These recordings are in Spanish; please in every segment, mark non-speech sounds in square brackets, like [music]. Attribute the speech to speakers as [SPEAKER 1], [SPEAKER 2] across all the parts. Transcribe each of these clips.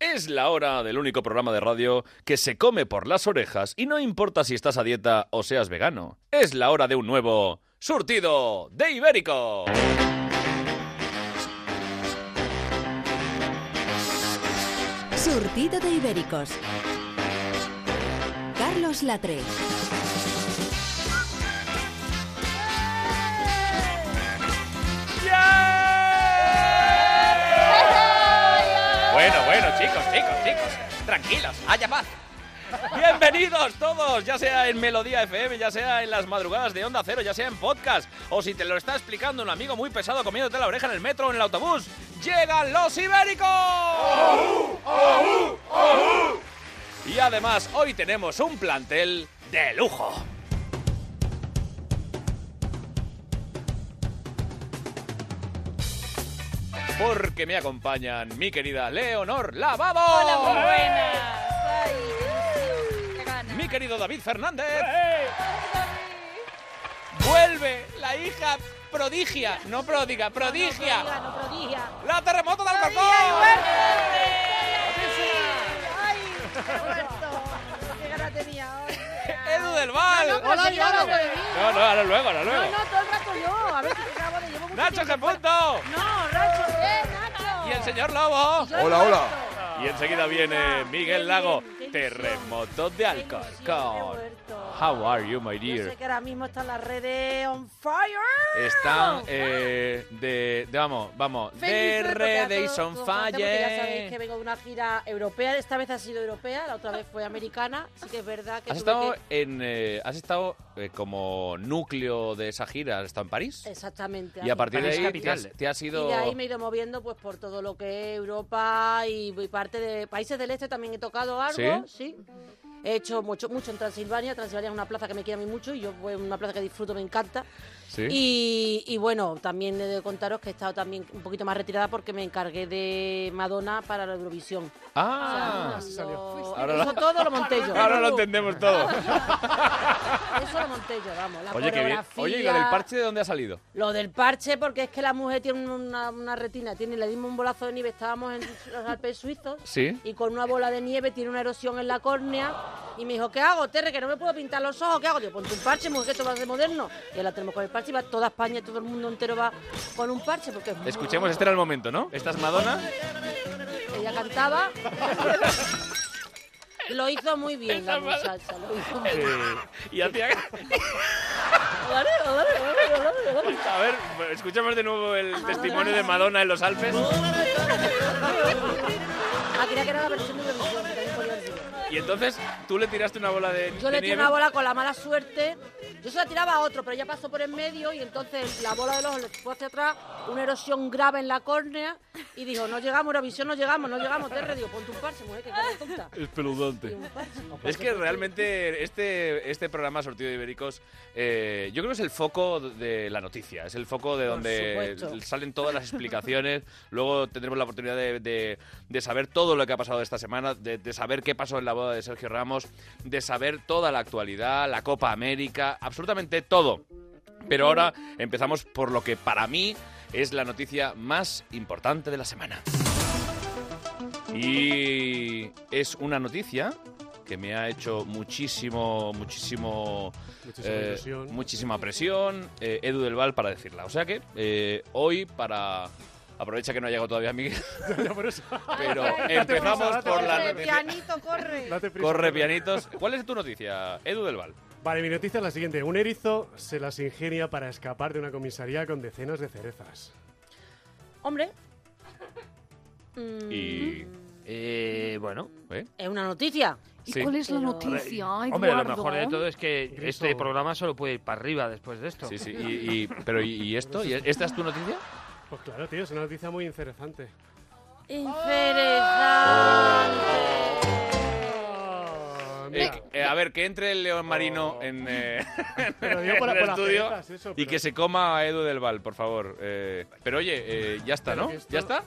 [SPEAKER 1] Es la hora del único programa de radio que se come por las orejas y no importa si estás a dieta o seas vegano. Es la hora de un nuevo surtido de Ibérico.
[SPEAKER 2] Surtido de Ibéricos. Carlos Latre.
[SPEAKER 1] Bueno, bueno, chicos, chicos, chicos. Tranquilos, haya paz. Bienvenidos todos, ya sea en Melodía FM, ya sea en las madrugadas de Onda Cero, ya sea en podcast, o si te lo está explicando un amigo muy pesado comiéndote la oreja en el metro o en el autobús, llegan los ibéricos. Y además hoy tenemos un plantel de lujo. Porque me acompañan mi querida Leonor Lavado.
[SPEAKER 3] Hola, muy
[SPEAKER 1] ¡Eh!
[SPEAKER 3] buenas. Ay, Dios, qué ganas.
[SPEAKER 1] Mi querido David Fernández. Vuelve la hija prodigia, no pródiga, prodigia.
[SPEAKER 3] No prodiga, no prodiga.
[SPEAKER 1] La terremoto de Alcorcón.
[SPEAKER 3] Ay, qué muerto. Qué ganas tenía. ay, mira.
[SPEAKER 1] Edu del Val.
[SPEAKER 3] No, no, pero si yo no lo bebí.
[SPEAKER 1] No, no, ahora luego, ahora
[SPEAKER 3] No,
[SPEAKER 1] luego.
[SPEAKER 3] no, todo el rato yo. A ver si grabo, le llevo mucho
[SPEAKER 1] Nacho
[SPEAKER 3] tiempo.
[SPEAKER 1] Gepunto.
[SPEAKER 3] No, Nacho, eh, Nacho.
[SPEAKER 1] Y el señor Lobo.
[SPEAKER 3] Yo
[SPEAKER 4] Hola, hola.
[SPEAKER 3] no muerto.
[SPEAKER 1] Y enseguida viene
[SPEAKER 3] Venga, qué
[SPEAKER 1] Miguel
[SPEAKER 3] bien,
[SPEAKER 1] Lago.
[SPEAKER 3] qué ilusión.
[SPEAKER 1] Terremoto de
[SPEAKER 3] Qué ilusión, qué
[SPEAKER 1] Alcorcón.
[SPEAKER 3] muerto.
[SPEAKER 1] How are you, my
[SPEAKER 3] Yo
[SPEAKER 1] dear?
[SPEAKER 3] sé que ahora mismo están las redes on fire.
[SPEAKER 1] Están eh, de, de- Vamos, vamos. De
[SPEAKER 3] Felices, porque a
[SPEAKER 1] Redes
[SPEAKER 3] todos
[SPEAKER 1] on
[SPEAKER 3] nos encanta, porque Ya sabéis que
[SPEAKER 1] Fire.
[SPEAKER 3] vengo de una gira europea. Esta vez ha sido europea, la otra vez fue americana. Así que es verdad que.
[SPEAKER 1] Has
[SPEAKER 3] tuve
[SPEAKER 1] estado
[SPEAKER 3] que-
[SPEAKER 1] en. eh, has estado eh, como núcleo de esa gira, has estado en París.
[SPEAKER 3] Exactamente.
[SPEAKER 1] Y a
[SPEAKER 3] ahí.
[SPEAKER 1] partir de
[SPEAKER 5] París
[SPEAKER 1] ahí te
[SPEAKER 5] capital.
[SPEAKER 1] has, te has ido.
[SPEAKER 3] Y de ahí me he ido moviendo pues por todo lo que es Europa y, y parte de países del este también he tocado algo, sí. He hecho mucho mucho en Transilvania. Transilvania es una plaza que me quiere a mí mucho y yo voy a una plaza que disfruto, me encanta.
[SPEAKER 1] Sí.
[SPEAKER 3] Y, y bueno, también he de contaros que he estado también un poquito más retirada porque me encargué de Madonna para la Eurovisión. O sea,
[SPEAKER 1] Ah,
[SPEAKER 3] lo-
[SPEAKER 1] Ahora
[SPEAKER 3] eso
[SPEAKER 1] lo-
[SPEAKER 3] todo lo monté yo.
[SPEAKER 1] [laughs] ahora lo entendemos
[SPEAKER 3] [laughs]
[SPEAKER 1] todo.
[SPEAKER 3] Eso lo monté yo, vamos. La
[SPEAKER 1] Oye, qué bien. Oye, ¿y lo del
[SPEAKER 3] coreografía.
[SPEAKER 1] parche de dónde ha salido?
[SPEAKER 3] Lo del parche, porque es que la mujer tiene una, una retina, tiene, le dimos un bolazo de nieve, estábamos en los Alpes suizos,
[SPEAKER 1] Sí.
[SPEAKER 3] y con una bola de nieve tiene una erosión en la córnea, y me dijo, ¿qué hago, Terre, que no me puedo pintar los ojos? ¿Qué hago? Digo, ponte un parche, mujer, que esto va a ser moderno. Y ahora tenemos con el parche, y va toda España, todo el mundo entero va con un parche, porque es muy
[SPEAKER 1] Escuchemos, este
[SPEAKER 3] bonito.
[SPEAKER 1] era el momento, ¿no? Esta es Madonna.
[SPEAKER 3] Ella cantaba... Lo hizo muy bien la muchacha, lo hizo muy bien.
[SPEAKER 1] [laughs] Y hacía.
[SPEAKER 3] Vale, vale, vale, vale, vale.
[SPEAKER 1] A ver, escuchemos de nuevo el testimonio de Madonna en los Alpes.
[SPEAKER 3] Ah, creía que era la versión de Eurovisión, que también podía decir.
[SPEAKER 1] Y entonces tú le tiraste una bola de. de
[SPEAKER 3] Yo le
[SPEAKER 1] nieve.
[SPEAKER 3] tiré una bola con la mala suerte. Yo se la tiraba a otro, pero ella pasó por en medio y entonces la bola del ojo le fue hacia atrás, una erosión grave en la córnea y dijo, no llegamos, Eurovisión, no llegamos, no llegamos, Terre. Digo, ponte un parche, mujer, que eres tonta.
[SPEAKER 1] Es
[SPEAKER 3] Y
[SPEAKER 1] peludante.
[SPEAKER 3] un parche, un parche,
[SPEAKER 1] Es que
[SPEAKER 3] porque-
[SPEAKER 1] realmente este, este programa Sortido de Ibéricos, eh, yo creo que es el foco de la noticia, es el foco de
[SPEAKER 3] Por
[SPEAKER 1] donde
[SPEAKER 3] supuesto.
[SPEAKER 1] salen todas las explicaciones. Luego tendremos la oportunidad de, de- de saber todo lo que ha pasado esta semana, de, de saber qué pasó en la boda de Sergio Ramos, de saber toda la actualidad, la Copa América, absolutamente todo. Pero ahora empezamos por lo que para mí es la noticia más importante de la semana. Y es una noticia que me ha hecho muchísimo, muchísimo,
[SPEAKER 5] Muchísima
[SPEAKER 1] eh,
[SPEAKER 5] ilusión.
[SPEAKER 1] muchísima presión, eh, Edu del Val para decirla. O sea que eh, hoy para aprovecha que no ha llegado todavía
[SPEAKER 5] [laughs]
[SPEAKER 1] Miguel,
[SPEAKER 5] Ya por eso.
[SPEAKER 1] pero
[SPEAKER 5] [laughs] Date prisa,
[SPEAKER 1] empezamos
[SPEAKER 5] date
[SPEAKER 1] por
[SPEAKER 5] prisa.
[SPEAKER 1] la
[SPEAKER 3] Corre,
[SPEAKER 1] noticia. [laughs]
[SPEAKER 3] pianito, corre.
[SPEAKER 5] Date prisa.
[SPEAKER 1] Corre pianitos. ¿Cuál es tu noticia, Edu del Val?
[SPEAKER 5] Vale, mi noticia es la siguiente. Un erizo se las ingenia para escapar de una comisaría con decenas de cerezas.
[SPEAKER 3] Hombre. Mm,
[SPEAKER 1] Y
[SPEAKER 6] Eh, bueno.
[SPEAKER 1] ¿eh?
[SPEAKER 3] Es una noticia.
[SPEAKER 7] ¿Y
[SPEAKER 1] Sí.
[SPEAKER 7] cuál es la
[SPEAKER 3] Pero-
[SPEAKER 7] noticia,
[SPEAKER 6] Hombre, lo
[SPEAKER 7] Eduardo?
[SPEAKER 6] mejor de todo es que
[SPEAKER 5] Griso.
[SPEAKER 6] este programa solo puede ir para arriba después de esto.
[SPEAKER 1] sí, sí. Y, y- pero ¿y, y esto? ¿Y esta es tu noticia?
[SPEAKER 5] Pues claro, tío, es una noticia
[SPEAKER 1] [laughs]
[SPEAKER 5] muy interesante. Ah,
[SPEAKER 3] Interesante.
[SPEAKER 1] Eh, eh, a ver, que entre el león
[SPEAKER 5] Oh.
[SPEAKER 1] marino en, eh,
[SPEAKER 5] Pero digo por,
[SPEAKER 1] en el
[SPEAKER 5] por las
[SPEAKER 1] estudio
[SPEAKER 5] cerezas, eso,
[SPEAKER 1] y
[SPEAKER 5] pero-
[SPEAKER 1] que se coma a Edu del Val, por favor. Eh, pero oye, eh, ya está, ¿no?
[SPEAKER 5] Pero que esto-
[SPEAKER 1] ¿Ya está?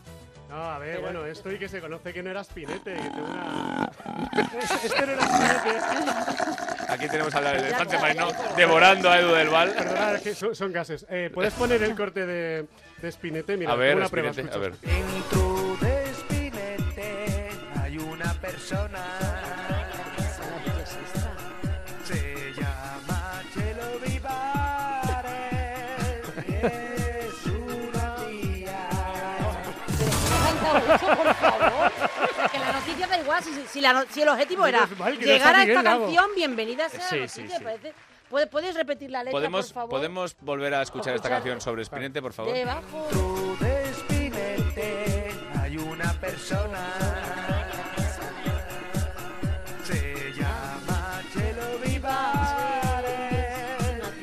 [SPEAKER 5] No, a ver, bueno, esto y que se conoce que no eras pinete, que te una... [laughs] este no era pinete.
[SPEAKER 1] Aquí tenemos al elefante
[SPEAKER 3] está,
[SPEAKER 1] marino
[SPEAKER 3] ya está.
[SPEAKER 1] devorando a Edu del Val.
[SPEAKER 5] Perdonad, es que son, son gases. Eh, ¿Puedes poner el corte de, de espinete? Mira,
[SPEAKER 1] A ver,
[SPEAKER 5] una prueba.
[SPEAKER 1] espérate, a
[SPEAKER 5] escucha.
[SPEAKER 1] ver.
[SPEAKER 8] Dentro de Spinete hay un
[SPEAKER 9] persona
[SPEAKER 3] Está
[SPEAKER 9] se llama Chelo Vivares. Es una tía.
[SPEAKER 3] encantado eso, por favor. Que la noticia da igual. Si, si- si la no- si el objetivo era
[SPEAKER 6] Menos mal que no
[SPEAKER 3] llegar
[SPEAKER 6] está
[SPEAKER 3] a esta
[SPEAKER 6] Miguel Lago.
[SPEAKER 3] canción, bienvenida sea. la
[SPEAKER 10] Sí,
[SPEAKER 3] noticia,
[SPEAKER 10] sí, sí.
[SPEAKER 3] parece. ¿Puedes, puedes repetir la letra,
[SPEAKER 1] ¿Podemos,
[SPEAKER 3] por favor?
[SPEAKER 1] ¿Podemos volver a escuchar esta
[SPEAKER 3] Escuchar-
[SPEAKER 1] canción sobre Spinete, por favor?
[SPEAKER 3] Debajo.
[SPEAKER 9] Tú de Espinete hay una persona. Se llama Chelo Vivares.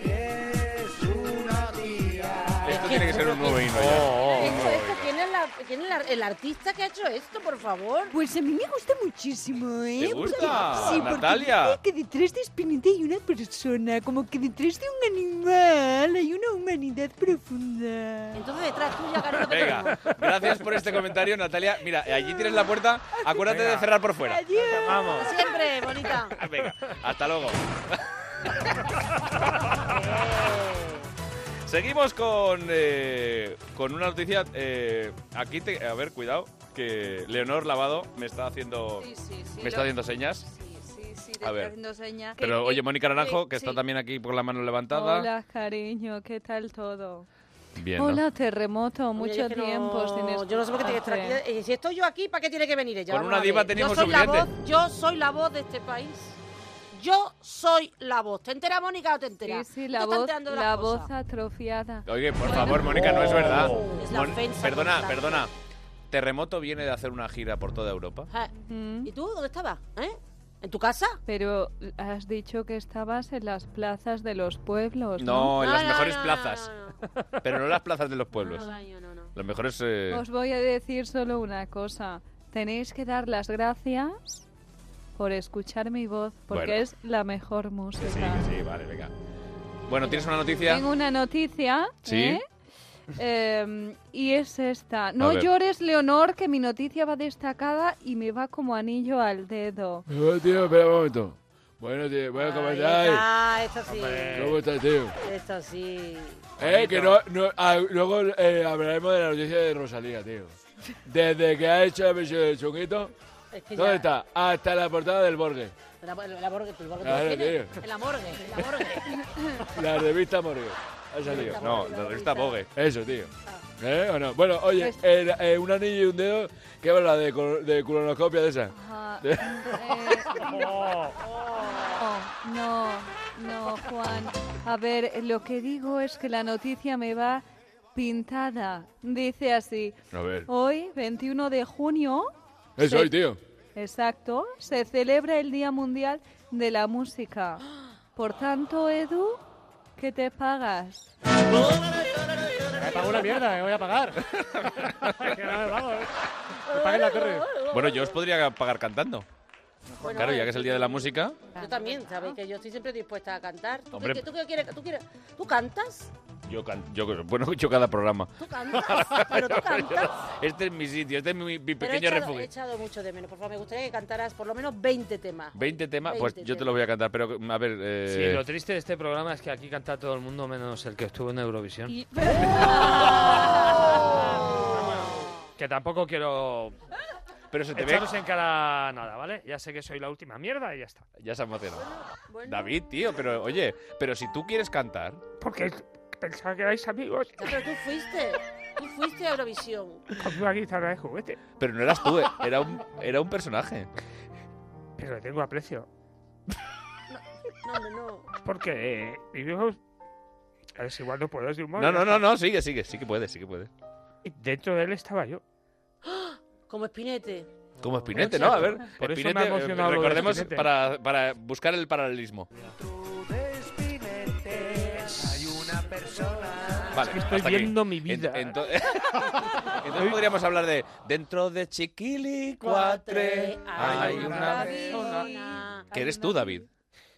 [SPEAKER 9] y Es una tía.
[SPEAKER 1] Esto tiene que ser un nuevo himno ya.
[SPEAKER 3] Esto, esto, ¿quién es, la- quién es la- el artista que ha hecho esto, por favor?
[SPEAKER 11] Pues a mí me gusta muchísimo, ¿eh?
[SPEAKER 1] ¿Te gusta,
[SPEAKER 11] Porque- sí, porque
[SPEAKER 1] Natalia?
[SPEAKER 11] dice que detrás de Espinete hay una persona, como que detrás de un animal hay una humanidad profunda.
[SPEAKER 9] [laughs]
[SPEAKER 3] Entonces detrás
[SPEAKER 1] [laughs]
[SPEAKER 3] tuya, cariño, que
[SPEAKER 1] Venga, gracias por este comentario, Natalia. Mira, allí tienes la puerta, acuérdate de
[SPEAKER 10] Venga.
[SPEAKER 1] cerrar por fuera.
[SPEAKER 11] Adiós.
[SPEAKER 10] Vamos.
[SPEAKER 3] tenemos. Siempre, bonita.
[SPEAKER 1] [laughs] Venga, hasta luego. Seguimos con, eh, con una noticia. eh, aquí, te, a ver, cuidado, que Leonor Lavado me está haciendo,
[SPEAKER 8] Sí, sí, sí.
[SPEAKER 1] me está
[SPEAKER 8] lo-
[SPEAKER 1] haciendo señas.
[SPEAKER 8] Sí, sí,
[SPEAKER 1] A
[SPEAKER 8] sí, te está
[SPEAKER 1] ver.
[SPEAKER 8] haciendo señas.
[SPEAKER 1] Pero
[SPEAKER 8] Que-
[SPEAKER 1] oye,
[SPEAKER 8] que-
[SPEAKER 1] Mónica Naranjo, que
[SPEAKER 8] sí.
[SPEAKER 1] está también aquí con la mano levantada.
[SPEAKER 8] Hola, cariño, ¿qué tal todo?
[SPEAKER 1] Bien, ¿no?
[SPEAKER 8] Hola, terremoto,
[SPEAKER 3] Oye,
[SPEAKER 8] mucho
[SPEAKER 3] es que no-
[SPEAKER 8] tiempo sin
[SPEAKER 3] Yo no sé por qué tiene que estar
[SPEAKER 8] escucharte.
[SPEAKER 3] aquí. Eh, Si estoy yo aquí, ¿para qué tiene que venir ella?
[SPEAKER 1] Con
[SPEAKER 3] Vamos
[SPEAKER 1] una
[SPEAKER 3] a
[SPEAKER 1] diva
[SPEAKER 3] ver.
[SPEAKER 1] teníamos
[SPEAKER 3] yo soy La
[SPEAKER 1] suficiente.
[SPEAKER 3] voz, yo soy la voz de este país. Yo soy la voz. ¿Te entera, Mónica, o te
[SPEAKER 8] Sí,
[SPEAKER 3] enteras?
[SPEAKER 8] sí,
[SPEAKER 3] Tú
[SPEAKER 8] la
[SPEAKER 3] te estás
[SPEAKER 8] voz,
[SPEAKER 3] enterando de
[SPEAKER 8] la
[SPEAKER 3] las
[SPEAKER 8] voz
[SPEAKER 3] cosas.
[SPEAKER 8] atrofiada.
[SPEAKER 1] Oye, por
[SPEAKER 8] Bueno.
[SPEAKER 1] favor, Mónica, no es verdad.
[SPEAKER 8] Oh.
[SPEAKER 3] Es la ofensa
[SPEAKER 1] perdona,
[SPEAKER 3] constante. Ah,
[SPEAKER 1] perdona. Terremoto viene de hacer una gira por toda Europa.
[SPEAKER 3] Ja.
[SPEAKER 8] Mm,
[SPEAKER 3] ¿Y tú dónde estabas? ¿Eh? ¿En tu casa?
[SPEAKER 8] Pero has dicho que estabas en las plazas de los pueblos. No.
[SPEAKER 1] No, en las
[SPEAKER 3] pues No, no,
[SPEAKER 1] mejores
[SPEAKER 3] no, no,
[SPEAKER 1] plazas.
[SPEAKER 3] no, no.
[SPEAKER 1] Pero no las plazas de los pueblos.
[SPEAKER 8] Ah,
[SPEAKER 3] Ay, no, no, no.
[SPEAKER 1] Los mejores. eh,
[SPEAKER 8] Os voy a decir solo una cosa. Tenéis que dar las gracias por escuchar mi voz, porque
[SPEAKER 1] Bueno.
[SPEAKER 8] es la mejor música.
[SPEAKER 1] que sí, que sí, vale, venga. Bueno, ¿tienes una noticia?
[SPEAKER 8] Tengo una noticia.
[SPEAKER 1] Sí.
[SPEAKER 8] ¿eh? Em, y es esta. No
[SPEAKER 1] ver.
[SPEAKER 8] llores, Leonor, que mi noticia va destacada y me va como anillo al
[SPEAKER 5] [laughs]
[SPEAKER 8] dedo.
[SPEAKER 5] Bueno, tío, espera un momento. Bueno, tío, bueno, ¿cómo
[SPEAKER 3] Ahí
[SPEAKER 5] estáis?
[SPEAKER 3] está, esto sí.
[SPEAKER 5] ¿Cómo estás, tío?
[SPEAKER 3] Esto sí.
[SPEAKER 5] Eh, que no, no- ah, luego eh, hablaremos de la noticia de Rosalía, tío. Desde que ha hecho la versión del chunguito,
[SPEAKER 3] Es que
[SPEAKER 5] ¿dónde
[SPEAKER 3] ya-
[SPEAKER 5] está? Hasta la portada del Borges,
[SPEAKER 3] La, la, la morgue, tú, el morgue, tú
[SPEAKER 5] Claro,
[SPEAKER 3] lo tienes.
[SPEAKER 5] tío.
[SPEAKER 3] En la morgue, en la morgue.
[SPEAKER 5] [laughs] la revista Morgue. Ha salido.
[SPEAKER 1] No, la revista Vogue.
[SPEAKER 5] Eso, tío.
[SPEAKER 3] Ah.
[SPEAKER 5] ¿Eh? ¿O no? Bueno, oye,
[SPEAKER 3] Pues-
[SPEAKER 5] el- eh, un anillo y un dedo, ¿qué va la de, col- de colonoscopia de esa? [laughs]
[SPEAKER 8] Ajá, eh, no, no, Juan. A ver, lo que digo es que la noticia me va pintada. Dice así.
[SPEAKER 5] A ver.
[SPEAKER 3] Oh,
[SPEAKER 8] Hoy, 21 de junio,
[SPEAKER 5] Eso
[SPEAKER 8] Sí.
[SPEAKER 5] hoy, tío.
[SPEAKER 8] Exacto, se celebra el Día Mundial de la Música. Por tanto, Edu, ¿qué te pagas?
[SPEAKER 6] Me pago una mierda, me voy a pagar.
[SPEAKER 1] [laughs]
[SPEAKER 6] que no me pago, eh. Me paguen la torre.
[SPEAKER 1] Bueno, yo os podría pagar cantando.
[SPEAKER 3] Bueno,
[SPEAKER 1] Claro, ya que es el día de la música.
[SPEAKER 3] Yo también, ¿sabes? Que yo estoy siempre dispuesta a cantar. ¿Tú,
[SPEAKER 1] Hombre.
[SPEAKER 3] qué- tú qué quieres? ¿Tú quieres? ¿Tú cantas?
[SPEAKER 1] Yo canto. Yo, bueno, [laughs] yo cada programa. [laughs]
[SPEAKER 3] ¿Tú cantas? ¿Pero tú cantas?
[SPEAKER 1] Este es mi sitio, este es mi, mi
[SPEAKER 3] Pero he
[SPEAKER 1] pequeño
[SPEAKER 3] echado, he
[SPEAKER 1] refugio.
[SPEAKER 3] echado mucho de menos. Por favor, me gustaría que cantaras por lo menos 20 temas.
[SPEAKER 1] 20 temas, pues
[SPEAKER 3] 20
[SPEAKER 1] yo te los voy a cantar, pero a ver.
[SPEAKER 10] Sí,
[SPEAKER 1] Eh,
[SPEAKER 10] lo triste de este programa es que aquí canta todo el mundo menos el que estuvo en Eurovisión.
[SPEAKER 8] Y-
[SPEAKER 10] Que tampoco quiero
[SPEAKER 1] pero se te ve.
[SPEAKER 10] echaros en cara nada, ¿vale? Ya sé que soy la última mierda y ya está.
[SPEAKER 1] Ya se ha emocionado.
[SPEAKER 3] Bueno,
[SPEAKER 1] David, tío, pero oye, pero si tú quieres cantar.
[SPEAKER 10] Porque pensaba que erais amigos
[SPEAKER 3] ya, Pero tú fuiste. Tú fuiste a Eurovisión.
[SPEAKER 10] con una guitarra de juguete.
[SPEAKER 1] Pero no eras tú, eh, era un, era
[SPEAKER 10] [laughs]
[SPEAKER 1] un personaje.
[SPEAKER 10] Pero le tengo aprecio.
[SPEAKER 3] No, hombre, no.
[SPEAKER 10] Porque eh, vivimos... A ver si igual no puedo, es de humor.
[SPEAKER 1] No,
[SPEAKER 10] ya
[SPEAKER 1] no, no,
[SPEAKER 10] está.
[SPEAKER 1] no, sigue, sigue, sí que puedes, sí que puedes.
[SPEAKER 10] Y Dentro de él estaba yo.
[SPEAKER 3] Como espinete.
[SPEAKER 1] Como Spinete, ¿no? A ver,
[SPEAKER 10] Ah, Por eso me ha
[SPEAKER 1] Spinette, eh,
[SPEAKER 10] emocionado lo de
[SPEAKER 1] recordemos
[SPEAKER 10] Spinette.
[SPEAKER 1] para, para buscar el paralelismo.
[SPEAKER 9] Tú de Espinete hay una persona.
[SPEAKER 1] Vale,
[SPEAKER 10] que estoy
[SPEAKER 1] hasta
[SPEAKER 10] viendo
[SPEAKER 1] aquí.
[SPEAKER 10] mi vida.
[SPEAKER 1] En- ento- [laughs] Entonces podríamos hablar de dentro de Chiquilicuatre hay una persona. Que eres tú, David.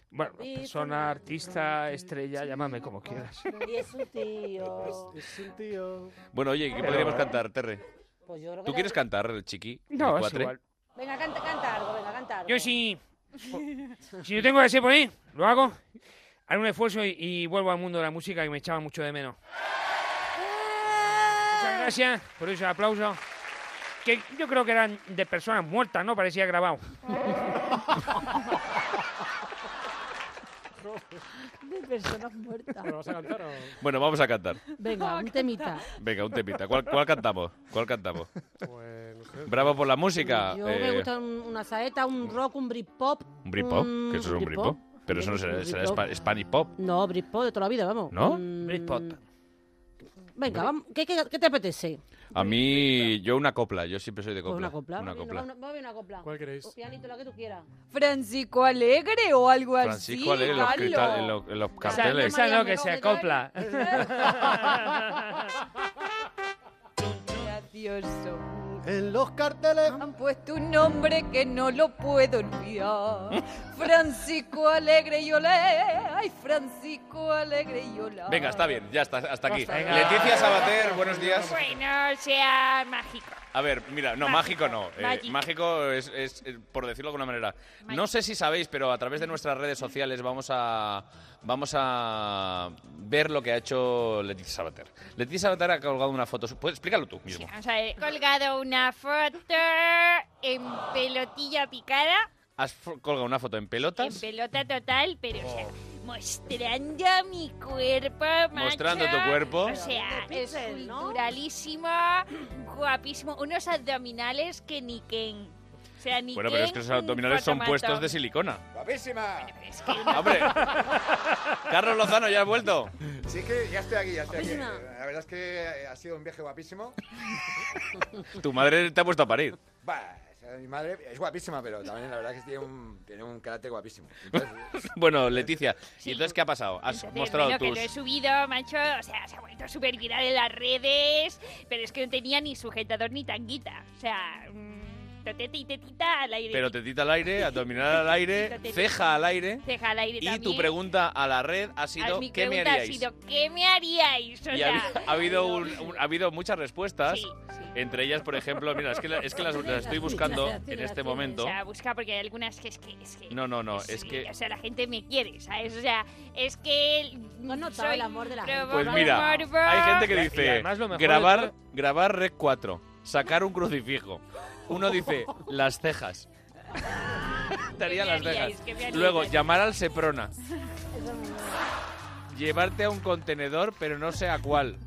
[SPEAKER 10] Bueno, persona, artista, estrella, llámame como quieras.
[SPEAKER 3] Y es un tío.
[SPEAKER 6] Es un tío.
[SPEAKER 1] Bueno, oye, ¿qué podríamos cantar, Terry?
[SPEAKER 3] Pues yo creo que
[SPEAKER 1] ¿Tú
[SPEAKER 3] la-
[SPEAKER 1] quieres cantar el Chiqui?
[SPEAKER 10] eh, No, es
[SPEAKER 1] Licuatre?
[SPEAKER 10] igual.
[SPEAKER 3] Venga, canta, canta algo, venga, canta algo.
[SPEAKER 10] Yo
[SPEAKER 3] [laughs]
[SPEAKER 10] sí. Si yo tengo que ser por ahí, lo hago. Haré un esfuerzo y, y vuelvo al mundo de la música que me echaba mucho de menos. Muchas gracias por ese aplauso.
[SPEAKER 6] que yo creo que eran de personas muertas, ¿no? Parecía grabado.
[SPEAKER 3] De personas muertas.
[SPEAKER 5] ¿Lo vas a cantar o...?
[SPEAKER 1] Bueno, vamos a cantar.
[SPEAKER 3] Venga, un temita.
[SPEAKER 1] Venga, un temita. ¿Cuál, cuál cantamos? ¿Cuál cantamos?
[SPEAKER 5] Pues, no sé.
[SPEAKER 1] Bravo por la música.
[SPEAKER 3] Yo me
[SPEAKER 1] eh,
[SPEAKER 3] gusta un- una saeta, un rock, un Britpop.
[SPEAKER 1] ¿Un Britpop? ¿Qué eso es un Britpop? Pero eso no será, será spa- Spanish Pop.
[SPEAKER 3] No, Britpop de toda la vida, vamos.
[SPEAKER 1] ¿No?
[SPEAKER 3] Mm,
[SPEAKER 6] Britpop.
[SPEAKER 3] Venga, vamos. ¿Qué, qué, qué te apetece?
[SPEAKER 1] A mí, yo una copla. Yo siempre soy de
[SPEAKER 3] Pues
[SPEAKER 1] copla.
[SPEAKER 3] una copla.
[SPEAKER 1] Una
[SPEAKER 3] Vamos bien,
[SPEAKER 1] copla.
[SPEAKER 3] Vamos vamos bien, una copla.
[SPEAKER 5] ¿Cuál queréis?
[SPEAKER 3] O pianito, la que tú quieras.
[SPEAKER 7] Francisco Alegre o algo así.
[SPEAKER 1] Francisco Alegre, en los,
[SPEAKER 7] Galo.
[SPEAKER 1] cristales- en los- en los
[SPEAKER 6] Esa,
[SPEAKER 1] carteles.
[SPEAKER 6] esa no, que se acopla.
[SPEAKER 7] Gracioso.
[SPEAKER 12] En los carteles
[SPEAKER 7] Han puesto un nombre que no lo puedo olvidar. Francisco Alegre y Olé. Ay, Francisco Alegre y Olé.
[SPEAKER 1] Venga, está bien, ya está, hasta aquí.
[SPEAKER 6] Venga.
[SPEAKER 1] Leticia Sabater, buenos días.
[SPEAKER 13] Bueno, sea mágico.
[SPEAKER 1] A ver, mira, no, mágico no. eh,
[SPEAKER 13] Magic.
[SPEAKER 1] mágico es, es, eh, por decirlo de alguna manera. No sé si sabéis, pero a través de nuestras redes sociales vamos a, vamos a ver lo que ha hecho Leticia Sabater. Leticia Sabater ha colgado una foto. su- Pues, explícalo tú mismo.
[SPEAKER 13] Vamos a ver, he colgado una foto en pelotilla picada,
[SPEAKER 1] Has fo- colgado una foto en pelotas,
[SPEAKER 13] en pelota total, pero o sea,
[SPEAKER 1] Oh.
[SPEAKER 13] mostrando mi cuerpo, macho.
[SPEAKER 1] mostrando tu cuerpo.
[SPEAKER 13] O sea, es
[SPEAKER 3] Pixel, ¿no?
[SPEAKER 13] culturalísimo, guapísimo, unos abdominales que ni Ken. O sea, ni
[SPEAKER 1] Bueno, pero es
[SPEAKER 13] Ken,
[SPEAKER 1] que esos
[SPEAKER 13] un
[SPEAKER 1] abdominales son
[SPEAKER 13] fotomatón.
[SPEAKER 1] puestos de silicona.
[SPEAKER 12] ¡Guapísima!
[SPEAKER 13] Es que no-
[SPEAKER 1] ¡Hombre! Carlos Lozano, ya has vuelto.
[SPEAKER 12] Sí que ya estoy aquí, ya estoy aquí.
[SPEAKER 3] Guapísima.
[SPEAKER 12] La verdad es que eh, ha sido un viaje guapísimo.
[SPEAKER 1] Tu madre te ha puesto a parir.
[SPEAKER 12] Bah, o sea, mi madre es guapísima, pero también la verdad es que tiene un, tiene un carácter guapísimo.
[SPEAKER 1] [laughs]
[SPEAKER 12] Entonces,
[SPEAKER 1] Bueno, Leticia,
[SPEAKER 13] Sí.
[SPEAKER 1] ¿y entonces qué ha pasado? Has
[SPEAKER 13] Entonces,
[SPEAKER 1] mostrado
[SPEAKER 13] bueno, que
[SPEAKER 1] tus...
[SPEAKER 13] lo he subido, macho, o sea, se ha vuelto súper viral en las redes, pero es que no tenía ni sujetador ni tanguita, o sea, mm, totete y tetita al aire.
[SPEAKER 1] Pero tetita al aire, abdominal al
[SPEAKER 13] [laughs]
[SPEAKER 1] aire,
[SPEAKER 13] Tetita.
[SPEAKER 1] ceja al aire.
[SPEAKER 13] Ceja al aire
[SPEAKER 1] Y
[SPEAKER 13] también.
[SPEAKER 1] tu pregunta a la red ha sido,
[SPEAKER 13] Ah, mi
[SPEAKER 1] ¿qué me
[SPEAKER 13] pregunta
[SPEAKER 1] haríais?
[SPEAKER 13] ha sido, ¿qué me haríais? O
[SPEAKER 1] Y ha,
[SPEAKER 13] sea,
[SPEAKER 1] habi- ha habido, un- un- ha habido muchas respuestas.
[SPEAKER 13] Sí, sí.
[SPEAKER 1] Entre ellas, por ejemplo, mira, es que, la- es que las, las
[SPEAKER 13] [laughs]
[SPEAKER 1] estoy buscando en este
[SPEAKER 13] O
[SPEAKER 1] momento.
[SPEAKER 13] sea, busca porque hay algunas que es que... Es que
[SPEAKER 1] No, no, no,
[SPEAKER 13] sí,
[SPEAKER 1] es que...
[SPEAKER 13] O sea, la gente me quiere, ¿sabes? O sea, es que...
[SPEAKER 3] No has notado
[SPEAKER 13] soy
[SPEAKER 3] el amor de la
[SPEAKER 13] provo-
[SPEAKER 3] gente.
[SPEAKER 1] Pues
[SPEAKER 3] Vamos,
[SPEAKER 1] mira,
[SPEAKER 13] morbo.
[SPEAKER 1] hay gente
[SPEAKER 6] Y-
[SPEAKER 1] que
[SPEAKER 6] y
[SPEAKER 1] dice,
[SPEAKER 6] además lo mejor de
[SPEAKER 1] grabar, grabar Red 4, sacar un crucifijo. Uno
[SPEAKER 13] [laughs]
[SPEAKER 1] dice, las cejas. Te haría
[SPEAKER 13] ¿Qué me
[SPEAKER 1] las
[SPEAKER 13] haríais?
[SPEAKER 1] cejas.
[SPEAKER 13] ¿Qué me haríais?
[SPEAKER 1] Luego, llamar al Seprona. Llevarte a un contenedor, pero no sé a cuál.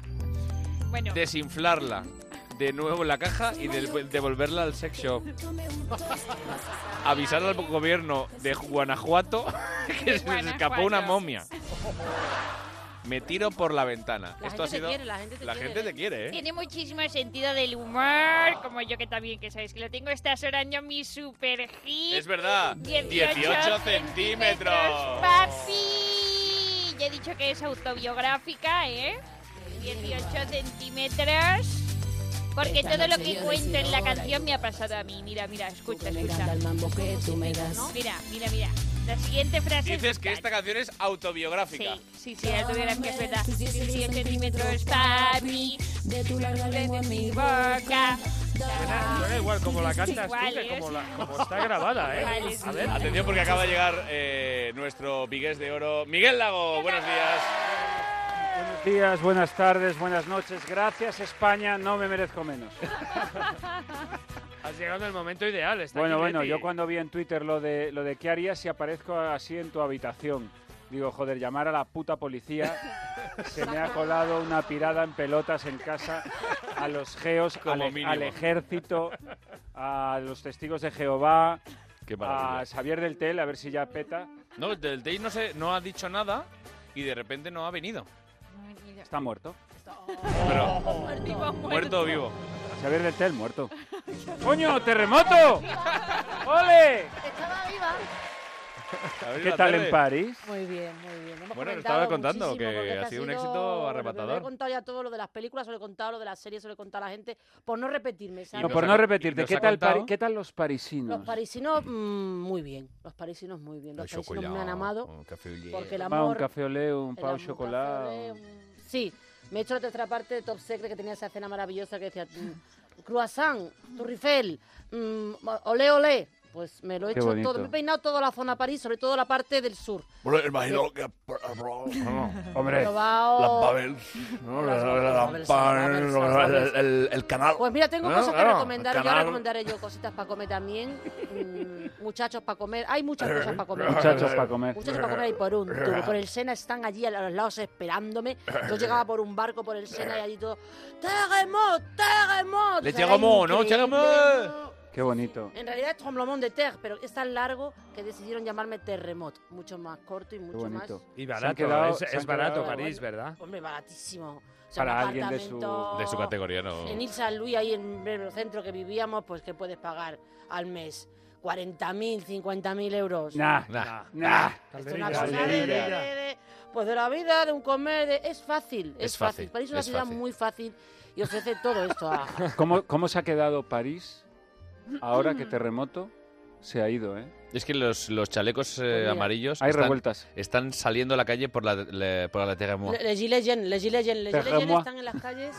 [SPEAKER 13] Bueno,
[SPEAKER 1] desinflarla de nuevo en la caja y del- devolverla al sex shop. Avisar al gobierno de Guanajuato [laughs] que se les escapó una
[SPEAKER 13] Guanajuato.
[SPEAKER 1] momia.
[SPEAKER 3] [laughs]
[SPEAKER 1] Me tiro por la ventana.
[SPEAKER 3] La
[SPEAKER 1] Esto
[SPEAKER 3] gente
[SPEAKER 1] ha
[SPEAKER 3] te
[SPEAKER 1] sido.
[SPEAKER 3] quiere, la gente te
[SPEAKER 1] la
[SPEAKER 3] quiere,
[SPEAKER 1] gente
[SPEAKER 3] ¿eh?
[SPEAKER 1] te quiere, ¿eh?
[SPEAKER 13] tiene muchísimo sentido del humor, como yo que también, que sabéis que lo tengo, está sonando mi super hit.
[SPEAKER 1] Es verdad. 18, centímetros.
[SPEAKER 13] Papi. Ya he dicho que es autobiográfica, ¿eh? 18 centímetros. Porque todo lo que cuento en la canción me ha pasado a mí. Mira, mira, escucha, escucha. Mira, mira, mira. La siguiente frase. es
[SPEAKER 1] Dices que esta canción es autobiográfica.
[SPEAKER 13] Sí, sí, sí, autobiográfica es verdad. 18 centímetros para mí. Desde mi boca.
[SPEAKER 6] Suena, suena igual como la cantas tú
[SPEAKER 13] Igual,
[SPEAKER 6] que
[SPEAKER 13] ¿eh?
[SPEAKER 6] como, la- como está grabada, ¿eh?
[SPEAKER 13] Vale, sí.
[SPEAKER 6] A ver.
[SPEAKER 1] Atención porque acaba de llegar eh, nuestro Vigués de Oro, Miguel Lago. Buenos días.
[SPEAKER 14] Buenos días, buenas tardes, buenas noches. Gracias, España, no me merezco
[SPEAKER 1] [laughs]
[SPEAKER 14] menos.
[SPEAKER 10] [laughs]
[SPEAKER 6] Has llegado en el momento ideal. Está
[SPEAKER 14] Bueno,
[SPEAKER 6] aquí
[SPEAKER 14] bueno,
[SPEAKER 6] Leti.
[SPEAKER 14] yo cuando vi en Twitter lo de, lo de qué harías si aparezco así en tu habitación, digo, joder, llamar a la puta
[SPEAKER 1] [laughs]
[SPEAKER 14] policía. Se me ha colado una pirada en pelotas en casa a los geos,
[SPEAKER 1] [laughs] Como
[SPEAKER 14] al, e-
[SPEAKER 1] mínimo.
[SPEAKER 14] al
[SPEAKER 1] [laughs]
[SPEAKER 14] ejército, a los testigos de Jehová,
[SPEAKER 1] Qué
[SPEAKER 14] a Xavier del Tel, a ver si ya peta.
[SPEAKER 1] No, del Day no, se, no ha dicho nada y de repente no ha venido.
[SPEAKER 14] Está muerto.
[SPEAKER 1] Pero, muerto o vivo.
[SPEAKER 14] Xavier del Tel, muerto. ¡Coño,
[SPEAKER 1] [laughs]
[SPEAKER 14] terremoto! ¡Ole! ¿Qué tal en París?
[SPEAKER 3] Muy bien, muy bien. Hemos
[SPEAKER 1] Bueno, lo
[SPEAKER 3] comentado
[SPEAKER 1] estaba contando,
[SPEAKER 3] muchísimo,
[SPEAKER 1] que
[SPEAKER 3] porque
[SPEAKER 1] ha
[SPEAKER 3] este
[SPEAKER 1] sido un éxito arrebatador.
[SPEAKER 3] Yo he contado ya todo lo de las películas, lo he contado lo de las series, lo he contado a la gente, por no repetirme. ¿sabes?
[SPEAKER 14] No,
[SPEAKER 1] nos
[SPEAKER 14] por
[SPEAKER 1] ha
[SPEAKER 14] no
[SPEAKER 1] con- y
[SPEAKER 14] repetirte,
[SPEAKER 1] nos
[SPEAKER 14] ¿qué
[SPEAKER 1] ha
[SPEAKER 14] tal,
[SPEAKER 1] contado-
[SPEAKER 14] Pari- ¿qué tal los parisinos?
[SPEAKER 3] Los parisinos, mm, muy bien. Los parisinos, muy bien. Los parisinos me han amado porque el
[SPEAKER 14] Va, un
[SPEAKER 3] amor...
[SPEAKER 14] café olé, un
[SPEAKER 3] el
[SPEAKER 14] pau
[SPEAKER 3] amor,
[SPEAKER 14] chocolate.
[SPEAKER 3] un café, un- Sí, me he hecho la tercera parte de Top Secret que tenía esa escena maravillosa que decía mm, croissant, turrifel, mm, olé, olé. Pues me lo he
[SPEAKER 14] Qué
[SPEAKER 3] hecho
[SPEAKER 14] bonito.
[SPEAKER 3] todo, me he peinado toda la zona París, sobre todo la parte del sur.
[SPEAKER 9] Bueno, imagino que... [laughs] Hombre,
[SPEAKER 3] He
[SPEAKER 9] las
[SPEAKER 3] probado-
[SPEAKER 9] Babels, ¿no? Las- las- las-
[SPEAKER 3] Babels,
[SPEAKER 9] las- las- el- el- El canal.
[SPEAKER 3] Pues mira, tengo
[SPEAKER 9] Ah, ¿no?
[SPEAKER 3] cosas que
[SPEAKER 9] Claro,
[SPEAKER 3] recomendar.
[SPEAKER 9] el
[SPEAKER 3] Ya
[SPEAKER 9] canal.
[SPEAKER 3] recomendaré yo cositas para comer también. Mm, muchachos para comer. Hay muchas cosas para comer.
[SPEAKER 14] Muchachos pa' comer.
[SPEAKER 3] Muchachos para comer y por un tubo. Por el Sena están allí a los lados esperándome. Yo llegaba por un barco por el Sena y allí todo. ¡Terremoto! ¡Terremoto!
[SPEAKER 14] Le
[SPEAKER 3] O sea, era
[SPEAKER 14] llegamos, ¿no?
[SPEAKER 3] increíble.
[SPEAKER 14] Llegamos. Qué bonito.
[SPEAKER 3] En realidad es Tremblement de Terre, pero es tan largo que decidieron llamarme Terremoto. Mucho más corto y mucho más.
[SPEAKER 14] bonito.
[SPEAKER 1] Y
[SPEAKER 14] Se han
[SPEAKER 1] barato,
[SPEAKER 14] quedado-
[SPEAKER 1] es,
[SPEAKER 14] se
[SPEAKER 1] es
[SPEAKER 14] han
[SPEAKER 1] barato
[SPEAKER 14] quedado-
[SPEAKER 1] París, ¿verdad?
[SPEAKER 3] Hombre, baratísimo. O sea,
[SPEAKER 1] Para
[SPEAKER 3] un
[SPEAKER 1] alguien de su-
[SPEAKER 3] apartamento
[SPEAKER 1] de su categoría, no.
[SPEAKER 3] En Ile San Luis, ahí en el centro que vivíamos, pues que puedes pagar al mes 40.000, 50.000 euros.
[SPEAKER 14] Nah, nah, nah.
[SPEAKER 3] Esto es una cosa de, de- de- de- pues de la vida, de un comer, de- es fácil, es,
[SPEAKER 14] Es fácil,
[SPEAKER 3] fácil. París es una
[SPEAKER 14] es
[SPEAKER 3] ciudad
[SPEAKER 14] fácil.
[SPEAKER 3] muy fácil y ofrece todo esto.
[SPEAKER 1] [laughs]
[SPEAKER 3] a-
[SPEAKER 14] ¿Cómo, ¿Cómo se ha quedado París ahora
[SPEAKER 3] [clears throat]
[SPEAKER 14] que terremoto se ha ido, eh?
[SPEAKER 1] Es que los, los chalecos eh,
[SPEAKER 14] mira.
[SPEAKER 1] amarillos
[SPEAKER 14] Hay
[SPEAKER 1] están,
[SPEAKER 14] revueltas.
[SPEAKER 1] están saliendo a la calle por la, le- por la Terremois.
[SPEAKER 3] Le- Les Gilets jaunes, les Gilets jaunes, les Gilets jaunes
[SPEAKER 1] Terremois.
[SPEAKER 3] están en
[SPEAKER 1] [laughs]
[SPEAKER 3] las calles.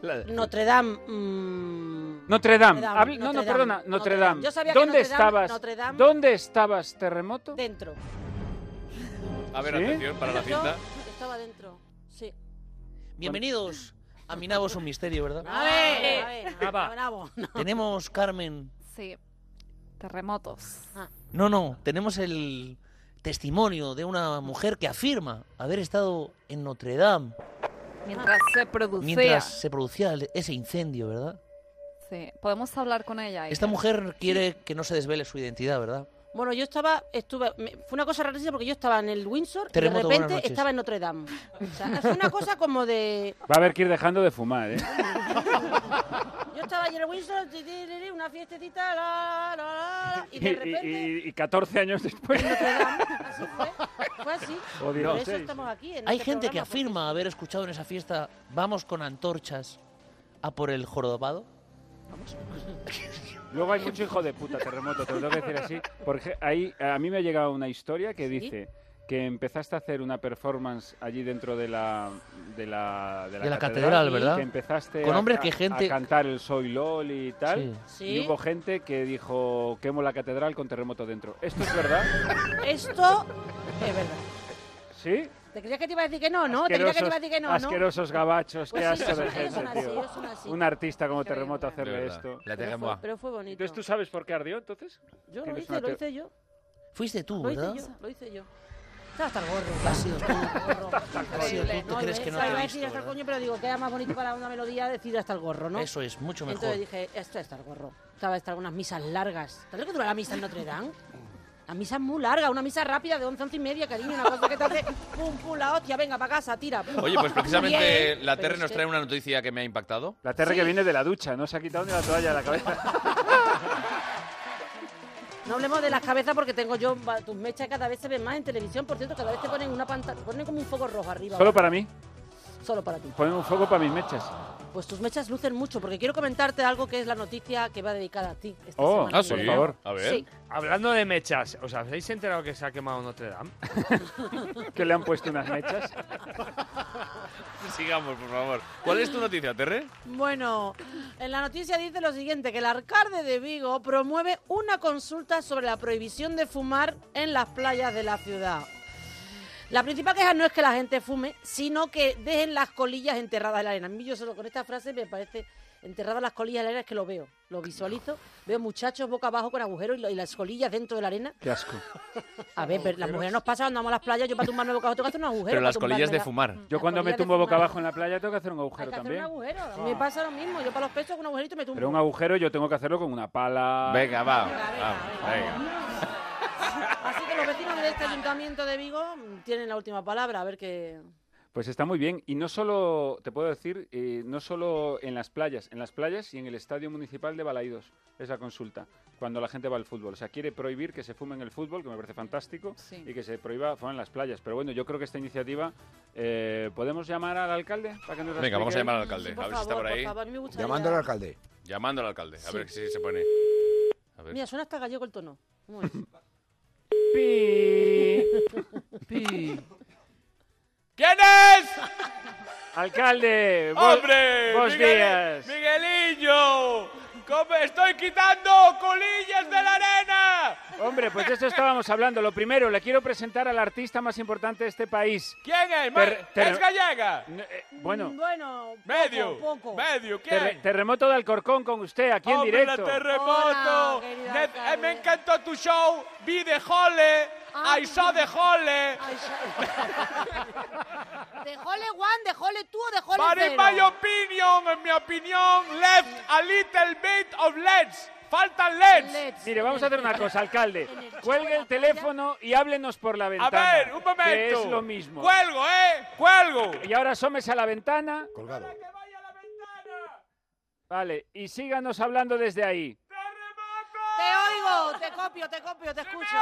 [SPEAKER 1] La-
[SPEAKER 3] Notre Dame. mm,
[SPEAKER 14] Notre Dame.
[SPEAKER 3] Notre Dame,
[SPEAKER 14] Habl- no,
[SPEAKER 3] Notre
[SPEAKER 14] no,
[SPEAKER 3] Dame,
[SPEAKER 14] perdona, Notre, Dame.
[SPEAKER 3] Yo sabía que
[SPEAKER 14] ¿Dónde
[SPEAKER 3] Notre Dame-
[SPEAKER 14] estabas?
[SPEAKER 3] Notre Dame-
[SPEAKER 14] ¿Dónde estabas terremoto?
[SPEAKER 3] Dentro.
[SPEAKER 1] A ver,
[SPEAKER 14] ¿Sí?
[SPEAKER 1] atención para la
[SPEAKER 3] Yo
[SPEAKER 1] cinta.
[SPEAKER 3] estaba dentro, sí.
[SPEAKER 15] Bienvenidos a Mi Nabo es un misterio, ¿verdad?
[SPEAKER 14] Ah.
[SPEAKER 3] A ver, eh, a ver,
[SPEAKER 15] Ah, va.
[SPEAKER 3] bravo.
[SPEAKER 15] Tenemos, Carmen.
[SPEAKER 7] Sí. Terremotos.
[SPEAKER 15] No, no, tenemos el testimonio de una mujer que afirma haber estado en Notre Dame
[SPEAKER 7] Mientras se producía.
[SPEAKER 15] mientras se producía el- ese incendio, ¿verdad?
[SPEAKER 7] Sí. Podemos hablar con ella.
[SPEAKER 15] Esta
[SPEAKER 7] Iker.
[SPEAKER 15] mujer quiere que no se desvele su identidad, ¿verdad?
[SPEAKER 3] Bueno, yo estaba, estuve, me- fue una cosa rarísima porque yo estaba en el Windsor
[SPEAKER 15] Terremoto,
[SPEAKER 3] y de
[SPEAKER 15] buenas
[SPEAKER 3] repente
[SPEAKER 15] noches.
[SPEAKER 3] estaba en Notre Dame. O sea, fue una cosa como de, [laughs]
[SPEAKER 14] Va a haber que ir dejando de fumar, ¿eh?
[SPEAKER 3] yo estaba allí en el Windsor, ti, ti, li, li, una fiestecita, la, la, la, la, y de repente
[SPEAKER 14] [laughs] y- y 14 años después.
[SPEAKER 3] así fue, fue así.
[SPEAKER 14] O
[SPEAKER 3] Por eso
[SPEAKER 14] 16.
[SPEAKER 3] estamos aquí. En
[SPEAKER 15] Hay
[SPEAKER 3] este
[SPEAKER 15] gente que
[SPEAKER 3] programa, porque-
[SPEAKER 15] afirma haber escuchado en esa fiesta, vamos con antorchas a por el jorobado.
[SPEAKER 14] Luego hay mucho hijo de puta terremoto, te lo tengo que decir así. Porque ahí a mí me ha llegado una historia que
[SPEAKER 15] ¿Sí?
[SPEAKER 14] dice que empezaste a hacer una performance allí dentro de la de la,
[SPEAKER 15] De la catedral, ¿verdad?
[SPEAKER 14] Que empezaste
[SPEAKER 15] Con
[SPEAKER 14] a-
[SPEAKER 15] hombres
[SPEAKER 14] a,
[SPEAKER 15] que gente-
[SPEAKER 14] a cantar el Soy LOL y tal.
[SPEAKER 3] Sí.
[SPEAKER 14] Y
[SPEAKER 3] Sí.
[SPEAKER 14] hubo gente que dijo, quemo la catedral con terremoto dentro. ¿Esto es
[SPEAKER 3] [laughs]
[SPEAKER 14] verdad?
[SPEAKER 3] Esto es verdad.
[SPEAKER 14] ¿Sí?
[SPEAKER 3] Te creía que te iba a decir que no, ¿no? Te creía Oh, que te iba a decir que no, ¿no?
[SPEAKER 14] asquerosos gabachos,
[SPEAKER 3] Pues
[SPEAKER 14] qué
[SPEAKER 3] sí,
[SPEAKER 14] asco
[SPEAKER 3] ellos
[SPEAKER 14] de
[SPEAKER 3] son-
[SPEAKER 14] gente,
[SPEAKER 3] ellos son así,
[SPEAKER 14] tío.
[SPEAKER 3] ellos son así.
[SPEAKER 14] Un artista como
[SPEAKER 3] Qué vergüenza.
[SPEAKER 14] terremoto
[SPEAKER 1] De
[SPEAKER 14] hacerle
[SPEAKER 1] verdad.
[SPEAKER 14] esto.
[SPEAKER 1] La
[SPEAKER 3] Pero fue, pero fue bonito.
[SPEAKER 14] Entonces, ¿tú sabes por qué ardió entonces?
[SPEAKER 3] Yo lo
[SPEAKER 14] Tienes
[SPEAKER 3] hice,
[SPEAKER 14] una
[SPEAKER 3] lo
[SPEAKER 14] te-
[SPEAKER 3] hice yo.
[SPEAKER 15] Fuiste tú,
[SPEAKER 3] Lo hice
[SPEAKER 15] ¿verdad?
[SPEAKER 3] yo, lo hice yo. Estaba hasta el gorro.
[SPEAKER 15] Has sido tú.
[SPEAKER 3] Hasta
[SPEAKER 15] el gorro. Has sido tú, tú crees que no te he
[SPEAKER 3] iba
[SPEAKER 15] visto,
[SPEAKER 3] a decir hasta el
[SPEAKER 15] ¿verdad?
[SPEAKER 3] coño, pero digo, queda más bonito para una melodía decir hasta el gorro, ¿no?
[SPEAKER 15] Eso es, mucho mejor.
[SPEAKER 3] Entonces dije, esto es hasta el gorro. Estaba hasta unas misas largas. ¿Sabes lo que dura la misa en Notre Dame? La misa es muy larga, una misa rápida de 11, 11 y media, cariño, una cosa que te hace pum, pum, la hostia, venga, para casa, tira. pum.
[SPEAKER 1] Oye, pues precisamente
[SPEAKER 3] Bien.
[SPEAKER 1] la
[SPEAKER 3] Pero
[SPEAKER 1] Terre
[SPEAKER 3] es
[SPEAKER 1] nos
[SPEAKER 3] que-
[SPEAKER 1] trae una noticia que me ha
[SPEAKER 3] [laughs]
[SPEAKER 1] impactado.
[SPEAKER 14] La Terre que viene de la ducha, no se ha quitado ni la toalla de la cabeza. [laughs]
[SPEAKER 3] No hablemos de las cabezas porque tengo yo va, tus mechas cada vez se ven más en televisión. Por cierto, cada vez te ponen una pantalla, te ponen como un foco rojo arriba.
[SPEAKER 14] Solo
[SPEAKER 3] ¿verdad?
[SPEAKER 14] para mí.
[SPEAKER 3] Solo para ti.
[SPEAKER 14] Ponen un fuego para mis mechas.
[SPEAKER 3] Pues tus mechas lucen mucho porque quiero comentarte algo que es la noticia que va dedicada a ti. esta
[SPEAKER 6] Oh,
[SPEAKER 14] Ah,
[SPEAKER 3] semana.
[SPEAKER 6] por favor. Hablando de mechas, ¿os habéis enterado que se ha quemado Notre Dame?
[SPEAKER 14] [laughs] que le han puesto unas
[SPEAKER 10] [laughs]
[SPEAKER 14] mechas.
[SPEAKER 1] Sigamos, por favor. ¿Cuál es tu noticia, Terre?
[SPEAKER 3] [laughs] Bueno, en la noticia dice lo siguiente, que el alcalde de Vigo promueve una consulta sobre la prohibición de fumar en las playas de la ciudad. La principal queja no es que la gente fume, sino que dejen las colillas enterradas en la arena. A mí yo solo con esta frase me parece enterradas las colillas en la arena, es que lo veo, lo visualizo. Veo muchachos boca abajo con agujeros y, lo- y las colillas dentro de la arena.
[SPEAKER 14] Qué asco.
[SPEAKER 3] A ver, pero las mujeres nos pasa cuando vamos a las playas, yo para tumbarme boca abajo tengo que hacer un agujero.
[SPEAKER 1] Pero
[SPEAKER 3] para
[SPEAKER 1] las colillas de
[SPEAKER 3] tumbármela.
[SPEAKER 1] fumar.
[SPEAKER 14] Yo cuando me
[SPEAKER 3] colillas de
[SPEAKER 14] tumbo boca
[SPEAKER 3] fumar.
[SPEAKER 14] abajo en la playa tengo que hacer un agujero
[SPEAKER 3] Hacer un
[SPEAKER 14] también.
[SPEAKER 3] agujero, a mí me pasa lo mismo, yo para los pechos con un agujerito me tumbo.
[SPEAKER 14] Pero un agujero yo tengo que hacerlo con una pala.
[SPEAKER 1] Venga, va. Ah,
[SPEAKER 3] Así que los vecinos de este ayuntamiento de Vigo mm, tienen la última palabra, a ver qué.
[SPEAKER 14] Pues está muy bien. Y no solo, te puedo decir, eh, no solo en las playas, en las playas y en el Estadio Municipal de Balaídos, esa consulta, cuando la gente va al fútbol. O sea, quiere prohibir que se fume en el fútbol, que me parece fantástico, y que se prohíba fumar en las playas. Pero bueno, yo creo que esta iniciativa, eh, ¿podemos llamar al alcalde? Para que nos la
[SPEAKER 1] Venga, vamos a
[SPEAKER 14] explique?
[SPEAKER 1] llamar al alcalde. a ver si está por ahí.
[SPEAKER 3] favor, a mí me gustaría-
[SPEAKER 1] Llamando al
[SPEAKER 12] alcalde.
[SPEAKER 1] Llamando al alcalde. A ver si se pone. A ver.
[SPEAKER 3] Mira, suena hasta gallego el tono.
[SPEAKER 1] [laughs]
[SPEAKER 3] ¿Cómo es?
[SPEAKER 1] ¿Quién es?
[SPEAKER 9] Eh,
[SPEAKER 14] Alcalde, vos-
[SPEAKER 1] ¡Hombre!
[SPEAKER 14] vos
[SPEAKER 1] Miguel-
[SPEAKER 14] días.
[SPEAKER 1] ¡Migueliño! ¡Cómo estoy quitando colillas de la arena!
[SPEAKER 14] Hombre, pues de esto estábamos hablando. Lo primero, le quiero presentar al artista más importante de este país.
[SPEAKER 9] ¿Quién es?
[SPEAKER 14] Ter- ter-
[SPEAKER 9] ¿Es gallega?
[SPEAKER 14] bueno.
[SPEAKER 3] Bueno, poco,
[SPEAKER 9] Medio.
[SPEAKER 3] poco.
[SPEAKER 9] Medio. ¿Quién?
[SPEAKER 14] Terre- terremoto de Alcorcón con usted, aquí en
[SPEAKER 9] Hombre,
[SPEAKER 14] directo.
[SPEAKER 9] terremoto. Ne- eh, me encantó tu show. Vi de Jole. I saw de Jole.
[SPEAKER 3] Dejóle one, dejóle tú o dejóle
[SPEAKER 9] But in
[SPEAKER 3] cero.
[SPEAKER 9] my opinion, en mi opinión, left a little bit of LEDs. Faltan LEDs.
[SPEAKER 14] Mire, vamos a hacer una cosa, alcalde. Cuelgue el teléfono y háblenos por la
[SPEAKER 9] A
[SPEAKER 14] ventana.
[SPEAKER 9] ver, un momento.
[SPEAKER 14] Que es lo mismo.
[SPEAKER 9] Cuelgo, ¿eh? Cuelgo.
[SPEAKER 14] Y ahora asómese a la ventana.
[SPEAKER 16] Colgado.
[SPEAKER 14] Vale, y síganos hablando desde ahí.
[SPEAKER 3] Te oigo, te copio, te copio, te escucho.